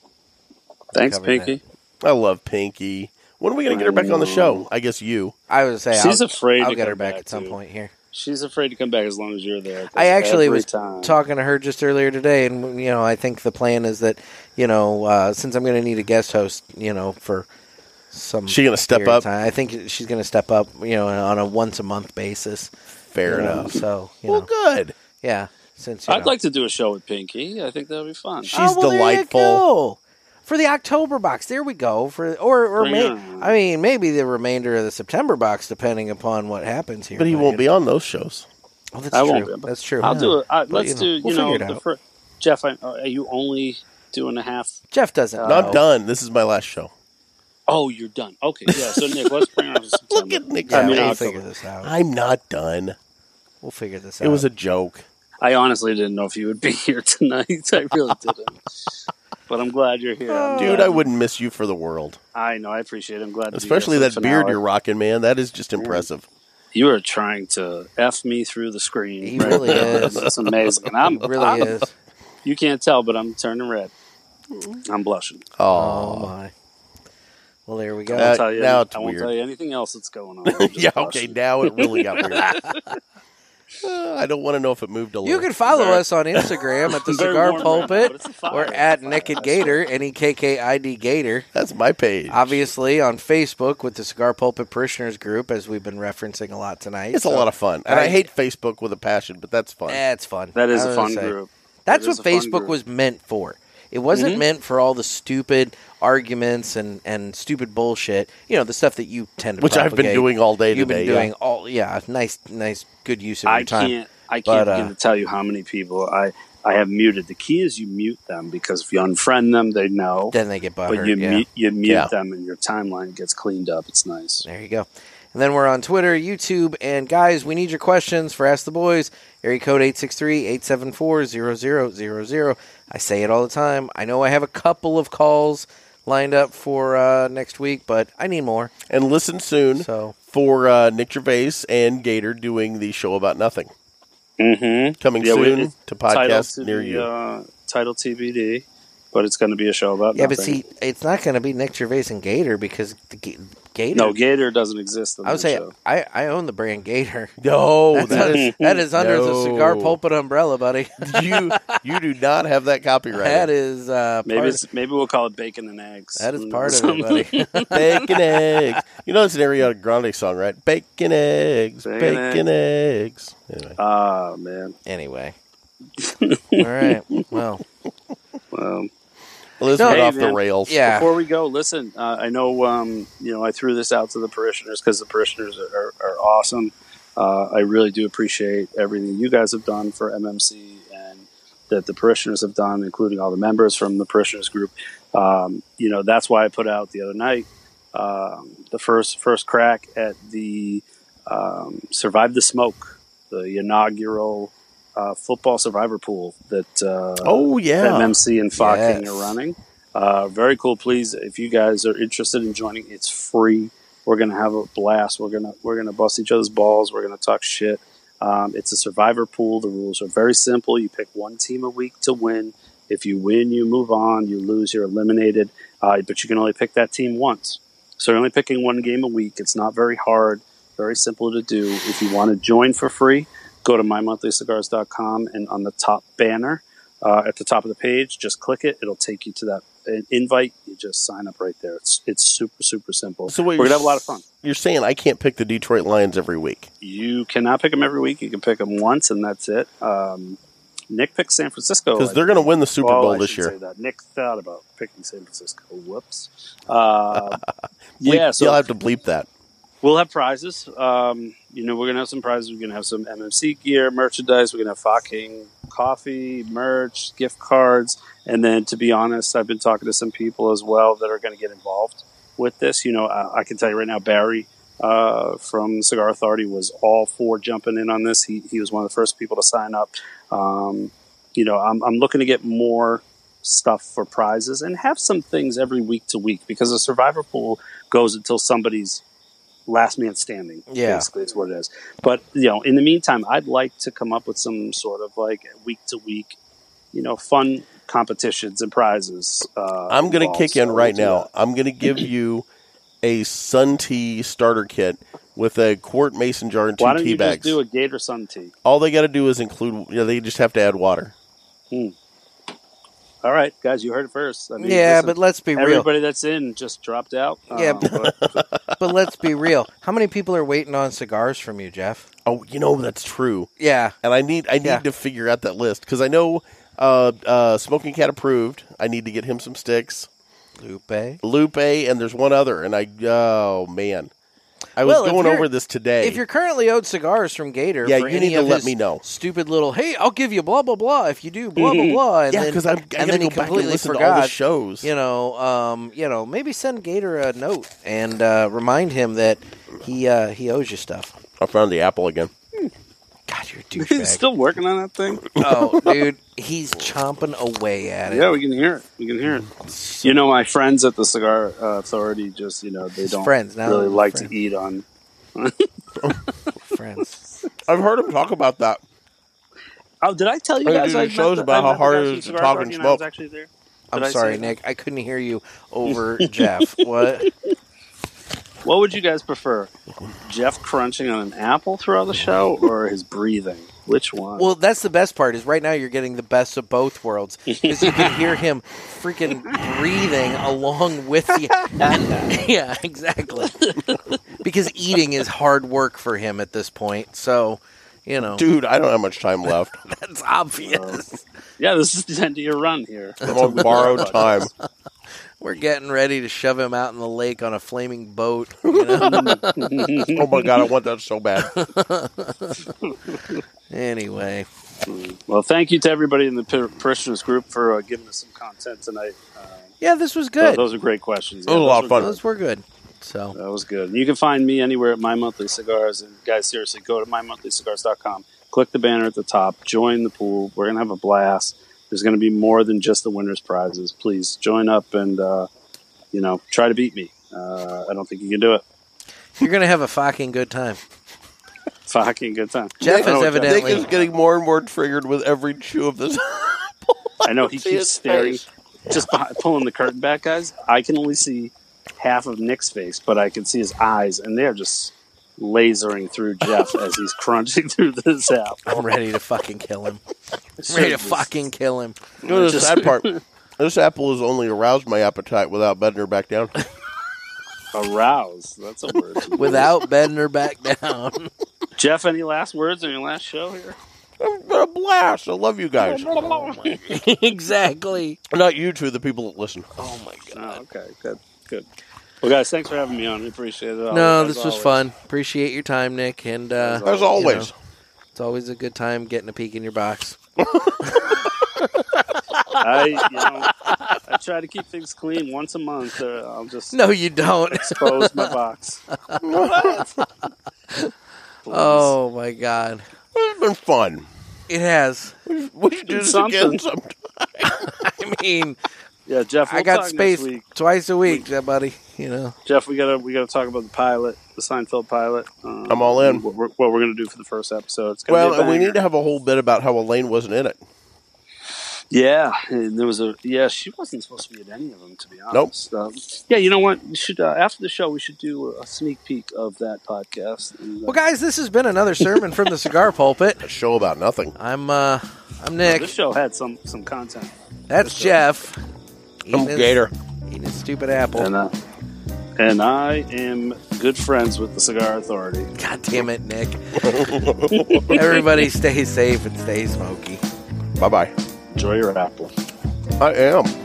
[SPEAKER 4] Thanks,
[SPEAKER 2] Covered that.
[SPEAKER 4] Pinky.
[SPEAKER 3] I love Pinky. When are we going to get her back on the show? I guess you.
[SPEAKER 2] I would say
[SPEAKER 4] She's
[SPEAKER 2] I'll,
[SPEAKER 4] afraid
[SPEAKER 2] I'll
[SPEAKER 4] to
[SPEAKER 2] get her
[SPEAKER 4] come
[SPEAKER 2] back,
[SPEAKER 4] back,
[SPEAKER 2] at some
[SPEAKER 4] too.
[SPEAKER 2] point here.
[SPEAKER 4] She's afraid to come back as long as you're there.
[SPEAKER 2] I actually
[SPEAKER 4] Every
[SPEAKER 2] was
[SPEAKER 4] time.
[SPEAKER 2] talking to her just earlier today, and you know, I think the plan is that you know, uh, since I'm going to need a guest host, you know, for some
[SPEAKER 3] She gonna step
[SPEAKER 2] period of
[SPEAKER 3] up?
[SPEAKER 2] time, I think she's going to step up, you know, on a once a month basis.
[SPEAKER 3] Fair
[SPEAKER 2] you know,
[SPEAKER 3] enough.
[SPEAKER 2] So you
[SPEAKER 3] Well,
[SPEAKER 2] know,
[SPEAKER 3] good.
[SPEAKER 2] yeah, since you
[SPEAKER 4] I'd
[SPEAKER 2] know-
[SPEAKER 4] like to do a show with Pinky. I think that would be fun.
[SPEAKER 3] She's
[SPEAKER 2] Oh, well, there you
[SPEAKER 3] delightful.
[SPEAKER 2] go. For the October box, there we go. For or or
[SPEAKER 4] Bring it
[SPEAKER 2] may,
[SPEAKER 4] on.
[SPEAKER 2] I mean maybe the remainder of the September box, depending upon what happens here.
[SPEAKER 3] But he won't be on those shows.
[SPEAKER 2] Oh, that's
[SPEAKER 4] I
[SPEAKER 2] true.
[SPEAKER 4] won't be.
[SPEAKER 2] That's true.
[SPEAKER 4] I'll
[SPEAKER 2] Yeah.
[SPEAKER 4] do it. I,
[SPEAKER 2] But,
[SPEAKER 4] let's do. You
[SPEAKER 2] we'll
[SPEAKER 4] know,
[SPEAKER 2] figure it
[SPEAKER 4] the
[SPEAKER 2] out.
[SPEAKER 4] fir- Jeff, I, oh, are you only doing a half
[SPEAKER 2] Jeff doesn't.
[SPEAKER 3] No,
[SPEAKER 2] know.
[SPEAKER 3] I'm done. This is my last show.
[SPEAKER 4] Oh, you're done. Okay, yeah. So Nick, let's bring her up.
[SPEAKER 3] Look at Nick's
[SPEAKER 2] Yeah,
[SPEAKER 4] I mean,
[SPEAKER 2] we'll
[SPEAKER 4] I'll-
[SPEAKER 3] face.
[SPEAKER 2] figure this out.
[SPEAKER 3] I'm not done.
[SPEAKER 2] We'll figure this out.
[SPEAKER 3] It was a joke.
[SPEAKER 4] I honestly didn't know if you would be here tonight. I really didn't. But I'm glad you're here, I'm
[SPEAKER 3] Dude,
[SPEAKER 4] glad-
[SPEAKER 2] Oh.
[SPEAKER 3] I wouldn't miss you for the world.
[SPEAKER 4] I know. I appreciate. it. I'm glad. to be here
[SPEAKER 3] Especially
[SPEAKER 4] for the
[SPEAKER 3] that beard
[SPEAKER 4] finale.
[SPEAKER 3] you're rocking, man. That is just impressive.
[SPEAKER 4] You are trying to f me through the screen.
[SPEAKER 2] He really is.
[SPEAKER 4] It's amazing. And I'm
[SPEAKER 2] It really
[SPEAKER 4] I'm-
[SPEAKER 2] is.
[SPEAKER 4] You can't tell, but I'm turning red. I'm blushing.
[SPEAKER 2] Oh
[SPEAKER 3] Oh,
[SPEAKER 2] my. Well, there we go.
[SPEAKER 3] Uh,
[SPEAKER 4] I'll tell you,
[SPEAKER 3] now it's
[SPEAKER 4] I won't
[SPEAKER 3] weird.
[SPEAKER 4] tell you anything else that's going on. I'm just
[SPEAKER 3] yeah. Okay,
[SPEAKER 4] blushing.
[SPEAKER 3] now it really got weird. Uh, I don't want to know if it moved a little.
[SPEAKER 2] you can follow
[SPEAKER 4] Very-
[SPEAKER 2] us on Instagram at the
[SPEAKER 4] Very
[SPEAKER 2] Cigar
[SPEAKER 4] warm right now,
[SPEAKER 2] Pulpit
[SPEAKER 4] but it's a fire.
[SPEAKER 2] or
[SPEAKER 4] It's a
[SPEAKER 2] at
[SPEAKER 4] fire.
[SPEAKER 2] Naked Gator, N E K K I D Gator.
[SPEAKER 3] That's my page.
[SPEAKER 2] Obviously on Facebook with the Cigar Pulpit Parishioners Group, as we've been referencing a lot tonight.
[SPEAKER 3] It's a lot of fun, and I hate Facebook with a passion, but that's fun.
[SPEAKER 2] That's fun.
[SPEAKER 4] That is
[SPEAKER 2] I
[SPEAKER 4] a
[SPEAKER 2] was
[SPEAKER 4] fun
[SPEAKER 2] gonna say.
[SPEAKER 4] group.
[SPEAKER 2] That's
[SPEAKER 4] That is
[SPEAKER 2] what
[SPEAKER 4] a fun
[SPEAKER 2] Facebook
[SPEAKER 4] group. Mm-hmm.
[SPEAKER 2] was meant for. It wasn't meant for all the stupid arguments and, and stupid bullshit. You know the stuff that you tend to
[SPEAKER 3] Which I've been
[SPEAKER 2] propagate.
[SPEAKER 3] doing all day
[SPEAKER 2] You've been
[SPEAKER 3] today, yeah.
[SPEAKER 2] doing all yeah. Nice, nice, good use of your
[SPEAKER 4] I
[SPEAKER 2] time.
[SPEAKER 4] can't. I
[SPEAKER 2] But,
[SPEAKER 4] can't begin
[SPEAKER 2] uh,
[SPEAKER 4] to tell you how many people I I have muted. The key is you mute them because if you unfriend them, they know.
[SPEAKER 2] Then they get butthurt.
[SPEAKER 4] but you
[SPEAKER 2] yeah.
[SPEAKER 4] mute you mute
[SPEAKER 3] Yeah.
[SPEAKER 4] them, and your timeline gets cleaned up. It's nice.
[SPEAKER 2] There you go. And then we're on Twitter, YouTube, and guys, we need your questions for Ask the Boys. Area code 863-874-0000. I say it all the time. I know I have a couple of calls lined up for uh, next week, but I need more.
[SPEAKER 3] and listen
[SPEAKER 4] Mm-hmm.
[SPEAKER 3] soon
[SPEAKER 2] So
[SPEAKER 3] for uh, Nick Gervais and Gator doing the show about nothing
[SPEAKER 4] Mm-hmm.
[SPEAKER 3] coming
[SPEAKER 4] Yeah, we-
[SPEAKER 3] soon
[SPEAKER 4] it's
[SPEAKER 3] to
[SPEAKER 4] Title
[SPEAKER 3] podcast
[SPEAKER 4] to uh,
[SPEAKER 3] near
[SPEAKER 4] be,
[SPEAKER 3] you.
[SPEAKER 4] Uh, title TBD. but it's going to be a show about
[SPEAKER 2] Yeah, but
[SPEAKER 4] nothing.
[SPEAKER 2] see, it's not going to be Nick Gervais and Gator because the Ga- Gator.
[SPEAKER 4] no, Gator doesn't exist. In
[SPEAKER 2] I would
[SPEAKER 4] the
[SPEAKER 2] say
[SPEAKER 4] show.
[SPEAKER 2] I, I own the brand Gator.
[SPEAKER 3] No,
[SPEAKER 2] that's
[SPEAKER 3] that
[SPEAKER 2] un-
[SPEAKER 3] is-
[SPEAKER 2] that is under the
[SPEAKER 3] No.
[SPEAKER 2] cigar pulpit umbrella, buddy.
[SPEAKER 3] you you do not have that copyright.
[SPEAKER 2] That is uh,
[SPEAKER 4] maybe
[SPEAKER 2] part-
[SPEAKER 4] it's, maybe we'll call it bacon and eggs.
[SPEAKER 2] that is
[SPEAKER 4] Mm,
[SPEAKER 2] part of it,
[SPEAKER 4] something.
[SPEAKER 2] buddy.
[SPEAKER 3] bacon eggs. You know it's an Ariana Grande song, right? Bacon eggs,
[SPEAKER 4] Bacon
[SPEAKER 3] bacon, eggs. Anyway,
[SPEAKER 4] Ah man,
[SPEAKER 2] Anyway. All right. Well,
[SPEAKER 4] well,
[SPEAKER 3] well, this
[SPEAKER 2] No,
[SPEAKER 3] went
[SPEAKER 4] hey,
[SPEAKER 3] off
[SPEAKER 4] man.
[SPEAKER 3] the rails.
[SPEAKER 2] yeah.
[SPEAKER 4] Before we go, listen. Uh, I know um, you know I threw this out to the parishioners because the parishioners are, are, are awesome. Uh, I really do appreciate everything you guys have done for MMC and that the parishioners have done, including all the members from the parishioners group. Um, you know that's why I put out the other night um, the first first crack at the um, survive the smoke, the inaugural uh, football survivor pool that uh,
[SPEAKER 3] Oh yeah.
[SPEAKER 4] MMC and Focking
[SPEAKER 2] Yes.
[SPEAKER 4] are running. Uh, very cool. Please, if you guys are interested in joining, it's free. We're gonna have a blast. We're gonna we're gonna bust each other's balls. We're gonna talk shit. Um, it's a survivor pool. The rules are very simple. You pick one team a week to win. If you win, you move on. You lose, you're eliminated. Uh, but you can only pick that team once. So you're only picking one game a week. It's not very hard. Very simple to do. If you want to join for free, go to mymonthlycigars.com and on the top banner, uh, at the top of the page. Just click it; it'll take you to that uh, invite. You just sign up right there. It's it's super super simple.
[SPEAKER 3] So
[SPEAKER 4] we're
[SPEAKER 3] what
[SPEAKER 4] gonna
[SPEAKER 3] you're
[SPEAKER 4] have a lot of fun.
[SPEAKER 3] You're saying I can't pick the Detroit Lions every week?
[SPEAKER 4] You cannot pick them every week. You can pick them once, and that's it. Um, Nick picked San Francisco
[SPEAKER 3] Because
[SPEAKER 4] Oh, I
[SPEAKER 3] they're going to win the Super
[SPEAKER 4] Well,
[SPEAKER 3] Bowl
[SPEAKER 4] I
[SPEAKER 3] this
[SPEAKER 4] should
[SPEAKER 3] year.
[SPEAKER 4] say that. Nick thought about picking San Francisco. Whoops. Uh,
[SPEAKER 3] Bleep-
[SPEAKER 4] yeah, so
[SPEAKER 3] you'll have to bleep that.
[SPEAKER 4] We'll have prizes. Um, you know, we're gonna have some prizes. We're gonna have some MMC gear, merchandise. We're gonna have fucking coffee, merch, gift cards, and then to be honest, I've been talking to some people as well that are gonna get involved with this. You know, I, I can tell you right now, Barry uh, from Cigar Authority was all for jumping in on this. He he was one of the first people to sign up. Um, you know, I'm I'm looking to get more stuff for prizes and have some things every week to week because the survivor pool goes until somebody's last man standing.
[SPEAKER 2] Yeah.
[SPEAKER 4] basically, it's what it is. But you know, in the meantime, I'd like to come up with some sort of like week to week, you know, fun competitions and prizes. Uh,
[SPEAKER 3] I'm going to
[SPEAKER 4] involved.
[SPEAKER 3] kick
[SPEAKER 4] So
[SPEAKER 3] in
[SPEAKER 4] we'll
[SPEAKER 3] right
[SPEAKER 4] do
[SPEAKER 3] now.
[SPEAKER 4] that.
[SPEAKER 3] I'm going to give you a Sun Tea starter kit with a quart mason jar and two
[SPEAKER 4] Why don't
[SPEAKER 3] tea
[SPEAKER 4] you
[SPEAKER 3] bags.
[SPEAKER 4] just do a Gator Sun tea?
[SPEAKER 3] All they got to do is include. You know, they just have to add water.
[SPEAKER 4] All right, guys, you heard it first. I mean,
[SPEAKER 2] yeah,
[SPEAKER 4] listen,
[SPEAKER 2] but let's be real.
[SPEAKER 4] everybody that's in just dropped out.
[SPEAKER 2] Yeah,
[SPEAKER 4] Um, but-
[SPEAKER 2] But let's be real. How many people are waiting on cigars from you, Jeff?
[SPEAKER 3] Oh, you know that's true.
[SPEAKER 2] Yeah.
[SPEAKER 3] And I need I need
[SPEAKER 2] Yeah.
[SPEAKER 3] to figure out that list because I know uh, uh, Smoking Cat approved. I need to get him some sticks.
[SPEAKER 2] Lupe.
[SPEAKER 3] Lupe and there's one other. And I oh man, I was
[SPEAKER 2] Well, if
[SPEAKER 3] going
[SPEAKER 2] you're-
[SPEAKER 3] over this today.
[SPEAKER 2] If you're currently owed cigars from Gator,
[SPEAKER 3] Yeah,
[SPEAKER 2] for
[SPEAKER 3] you
[SPEAKER 2] any
[SPEAKER 3] need to
[SPEAKER 2] of
[SPEAKER 3] let
[SPEAKER 2] his
[SPEAKER 3] me know. Mm-hmm.
[SPEAKER 2] Stupid little, hey, I'll give you blah blah blah if you do blah blah blah. And
[SPEAKER 3] yeah,
[SPEAKER 2] then-
[SPEAKER 3] because I'm, I'm
[SPEAKER 2] and
[SPEAKER 3] going
[SPEAKER 2] then
[SPEAKER 3] to
[SPEAKER 2] he
[SPEAKER 3] go back and
[SPEAKER 2] completely
[SPEAKER 3] listen
[SPEAKER 2] forgot.
[SPEAKER 3] to all the shows.
[SPEAKER 2] You know, um, you know, maybe send Gator a note and uh, remind him that he uh, he owes you stuff.
[SPEAKER 3] I found the apple again.
[SPEAKER 2] God, you're a
[SPEAKER 4] He's
[SPEAKER 2] douchebag.
[SPEAKER 4] still working on that thing.
[SPEAKER 2] oh, dude, he's chomping away at it.
[SPEAKER 4] Yeah, we can hear it. We can hear it. You know, my friends at the Cigar uh, Authority just, you know, they don't
[SPEAKER 2] friends, now
[SPEAKER 4] really
[SPEAKER 2] they're
[SPEAKER 4] like
[SPEAKER 2] friends.
[SPEAKER 4] to eat on.
[SPEAKER 2] Friends.
[SPEAKER 3] I've heard him talk about that.
[SPEAKER 4] Oh, did I tell you
[SPEAKER 3] Oh, you
[SPEAKER 4] guys?
[SPEAKER 3] do
[SPEAKER 4] I
[SPEAKER 3] the shows
[SPEAKER 4] met the-
[SPEAKER 3] about
[SPEAKER 4] I
[SPEAKER 3] how
[SPEAKER 4] met the
[SPEAKER 3] hard
[SPEAKER 4] guys
[SPEAKER 3] it
[SPEAKER 4] from
[SPEAKER 3] is to
[SPEAKER 4] Cigar
[SPEAKER 3] talk
[SPEAKER 4] Authority
[SPEAKER 3] and
[SPEAKER 4] I was
[SPEAKER 3] smoke.
[SPEAKER 4] actually there.
[SPEAKER 2] I'm
[SPEAKER 4] Did I
[SPEAKER 2] sorry,
[SPEAKER 4] say-
[SPEAKER 2] Nick. I couldn't hear you over Jeff. What?
[SPEAKER 4] What would you guys prefer? Jeff crunching on an apple throughout the show or his breathing? Which one?
[SPEAKER 2] Well, that's the best part is right now you're getting the best of both worlds because you can hear him freaking breathing along with you. yeah, exactly. because eating is hard work for him at this point. So, you know,
[SPEAKER 3] Dude, I don't have much time left.
[SPEAKER 2] that's obvious.
[SPEAKER 4] Uh, yeah, this is the end of your run here.
[SPEAKER 3] I'm on borrowed time.
[SPEAKER 2] We're getting ready to shove him out in the lake on a flaming boat. You know?
[SPEAKER 3] Oh my god, I want that so bad.
[SPEAKER 2] anyway,
[SPEAKER 4] Well, thank you to everybody in the par- parishioners group for uh, giving us some content tonight. Uh,
[SPEAKER 2] yeah, this was
[SPEAKER 4] th-
[SPEAKER 2] good.
[SPEAKER 4] those are great questions.
[SPEAKER 3] It was a
[SPEAKER 4] those
[SPEAKER 3] lot of
[SPEAKER 4] were
[SPEAKER 3] fun.
[SPEAKER 4] good.
[SPEAKER 2] Those were good. So,
[SPEAKER 4] That was good. You can find me anywhere at My Monthly Cigars. And guys, seriously, go to mymonthlycigars.com. Click the banner at the top. Join the pool. We're going to have a blast. There's going to be more than just the winner's prizes. Please join up and, uh, you know, try to beat me. Uh, I don't think you can do it.
[SPEAKER 2] you're going to have a fucking good time.
[SPEAKER 4] Fucking good time.
[SPEAKER 2] Jeff
[SPEAKER 4] I know
[SPEAKER 2] is
[SPEAKER 4] what
[SPEAKER 2] evident-
[SPEAKER 3] Nick is getting more and more triggered with every chew of this.
[SPEAKER 4] I know he
[SPEAKER 3] See
[SPEAKER 4] keeps
[SPEAKER 3] his
[SPEAKER 4] staring.
[SPEAKER 3] face.
[SPEAKER 4] just behind, pulling the curtain back, guys, I can only see half of Nick's face, but I can see his eyes, and they're just lasering through Jeff as he's crunching through this app.
[SPEAKER 2] I'm ready to fucking kill him. ready to fucking kill him.
[SPEAKER 3] Go to the sad part. This apple has only aroused my appetite without bending her back down.
[SPEAKER 4] Arouse. That's a word.
[SPEAKER 2] Without bending her back down.
[SPEAKER 4] Jeff, any last words on your last show here?
[SPEAKER 3] It's been a blast. I love you guys.
[SPEAKER 2] exactly.
[SPEAKER 3] Not you two, the people that listen.
[SPEAKER 2] Oh my god.
[SPEAKER 4] Oh, okay, good, good. Well, guys, thanks for having me on. We appreciate it. all.
[SPEAKER 2] No,
[SPEAKER 4] Oh, As
[SPEAKER 2] this was
[SPEAKER 4] always.
[SPEAKER 2] fun. Appreciate your time, Nick. And uh,
[SPEAKER 3] As always.
[SPEAKER 2] You know, it's always a good time getting a peek in your box.
[SPEAKER 4] I, you know, I try to keep things clean once a month. Or I'll just
[SPEAKER 2] No, you don't.
[SPEAKER 4] expose my box.
[SPEAKER 2] oh my god.
[SPEAKER 3] It's been fun.
[SPEAKER 2] It has.
[SPEAKER 3] We should do
[SPEAKER 4] It's
[SPEAKER 3] this again
[SPEAKER 4] something.
[SPEAKER 3] sometime.
[SPEAKER 2] I mean,
[SPEAKER 4] Yeah, Jeff. We'll
[SPEAKER 2] I got
[SPEAKER 4] talk
[SPEAKER 2] space
[SPEAKER 4] Next week.
[SPEAKER 2] twice a week, yeah, buddy. You know.
[SPEAKER 4] Jeff, we gotta we gotta talk about the pilot, the Seinfeld pilot. Um,
[SPEAKER 3] I'm all in.
[SPEAKER 4] What we're, what we're gonna do for the first episode? It's gonna
[SPEAKER 3] Well,
[SPEAKER 4] be a
[SPEAKER 3] and we need
[SPEAKER 4] banger.
[SPEAKER 3] to have a whole bit about how Elaine wasn't in it.
[SPEAKER 4] Yeah, and there was a yeah. She wasn't supposed to be at any of them, to be honest. Um, yeah, you know what? We should uh, after the show we should do a sneak peek of that podcast. And, uh,
[SPEAKER 2] Well, guys, this has been another sermon from the cigar pulpit.
[SPEAKER 3] A show about nothing.
[SPEAKER 2] I'm uh, I'm Nick.
[SPEAKER 4] this show had some some content.
[SPEAKER 2] That's Jeff.
[SPEAKER 3] I'm
[SPEAKER 2] Eating his-
[SPEAKER 3] Gator.
[SPEAKER 2] Eating his stupid apple.
[SPEAKER 4] And, uh, and I am good friends with the Cigar Authority.
[SPEAKER 2] God damn it, Nick. Everybody stay safe and stay smoky.
[SPEAKER 3] Bye bye.
[SPEAKER 4] Enjoy your apple.
[SPEAKER 3] I am.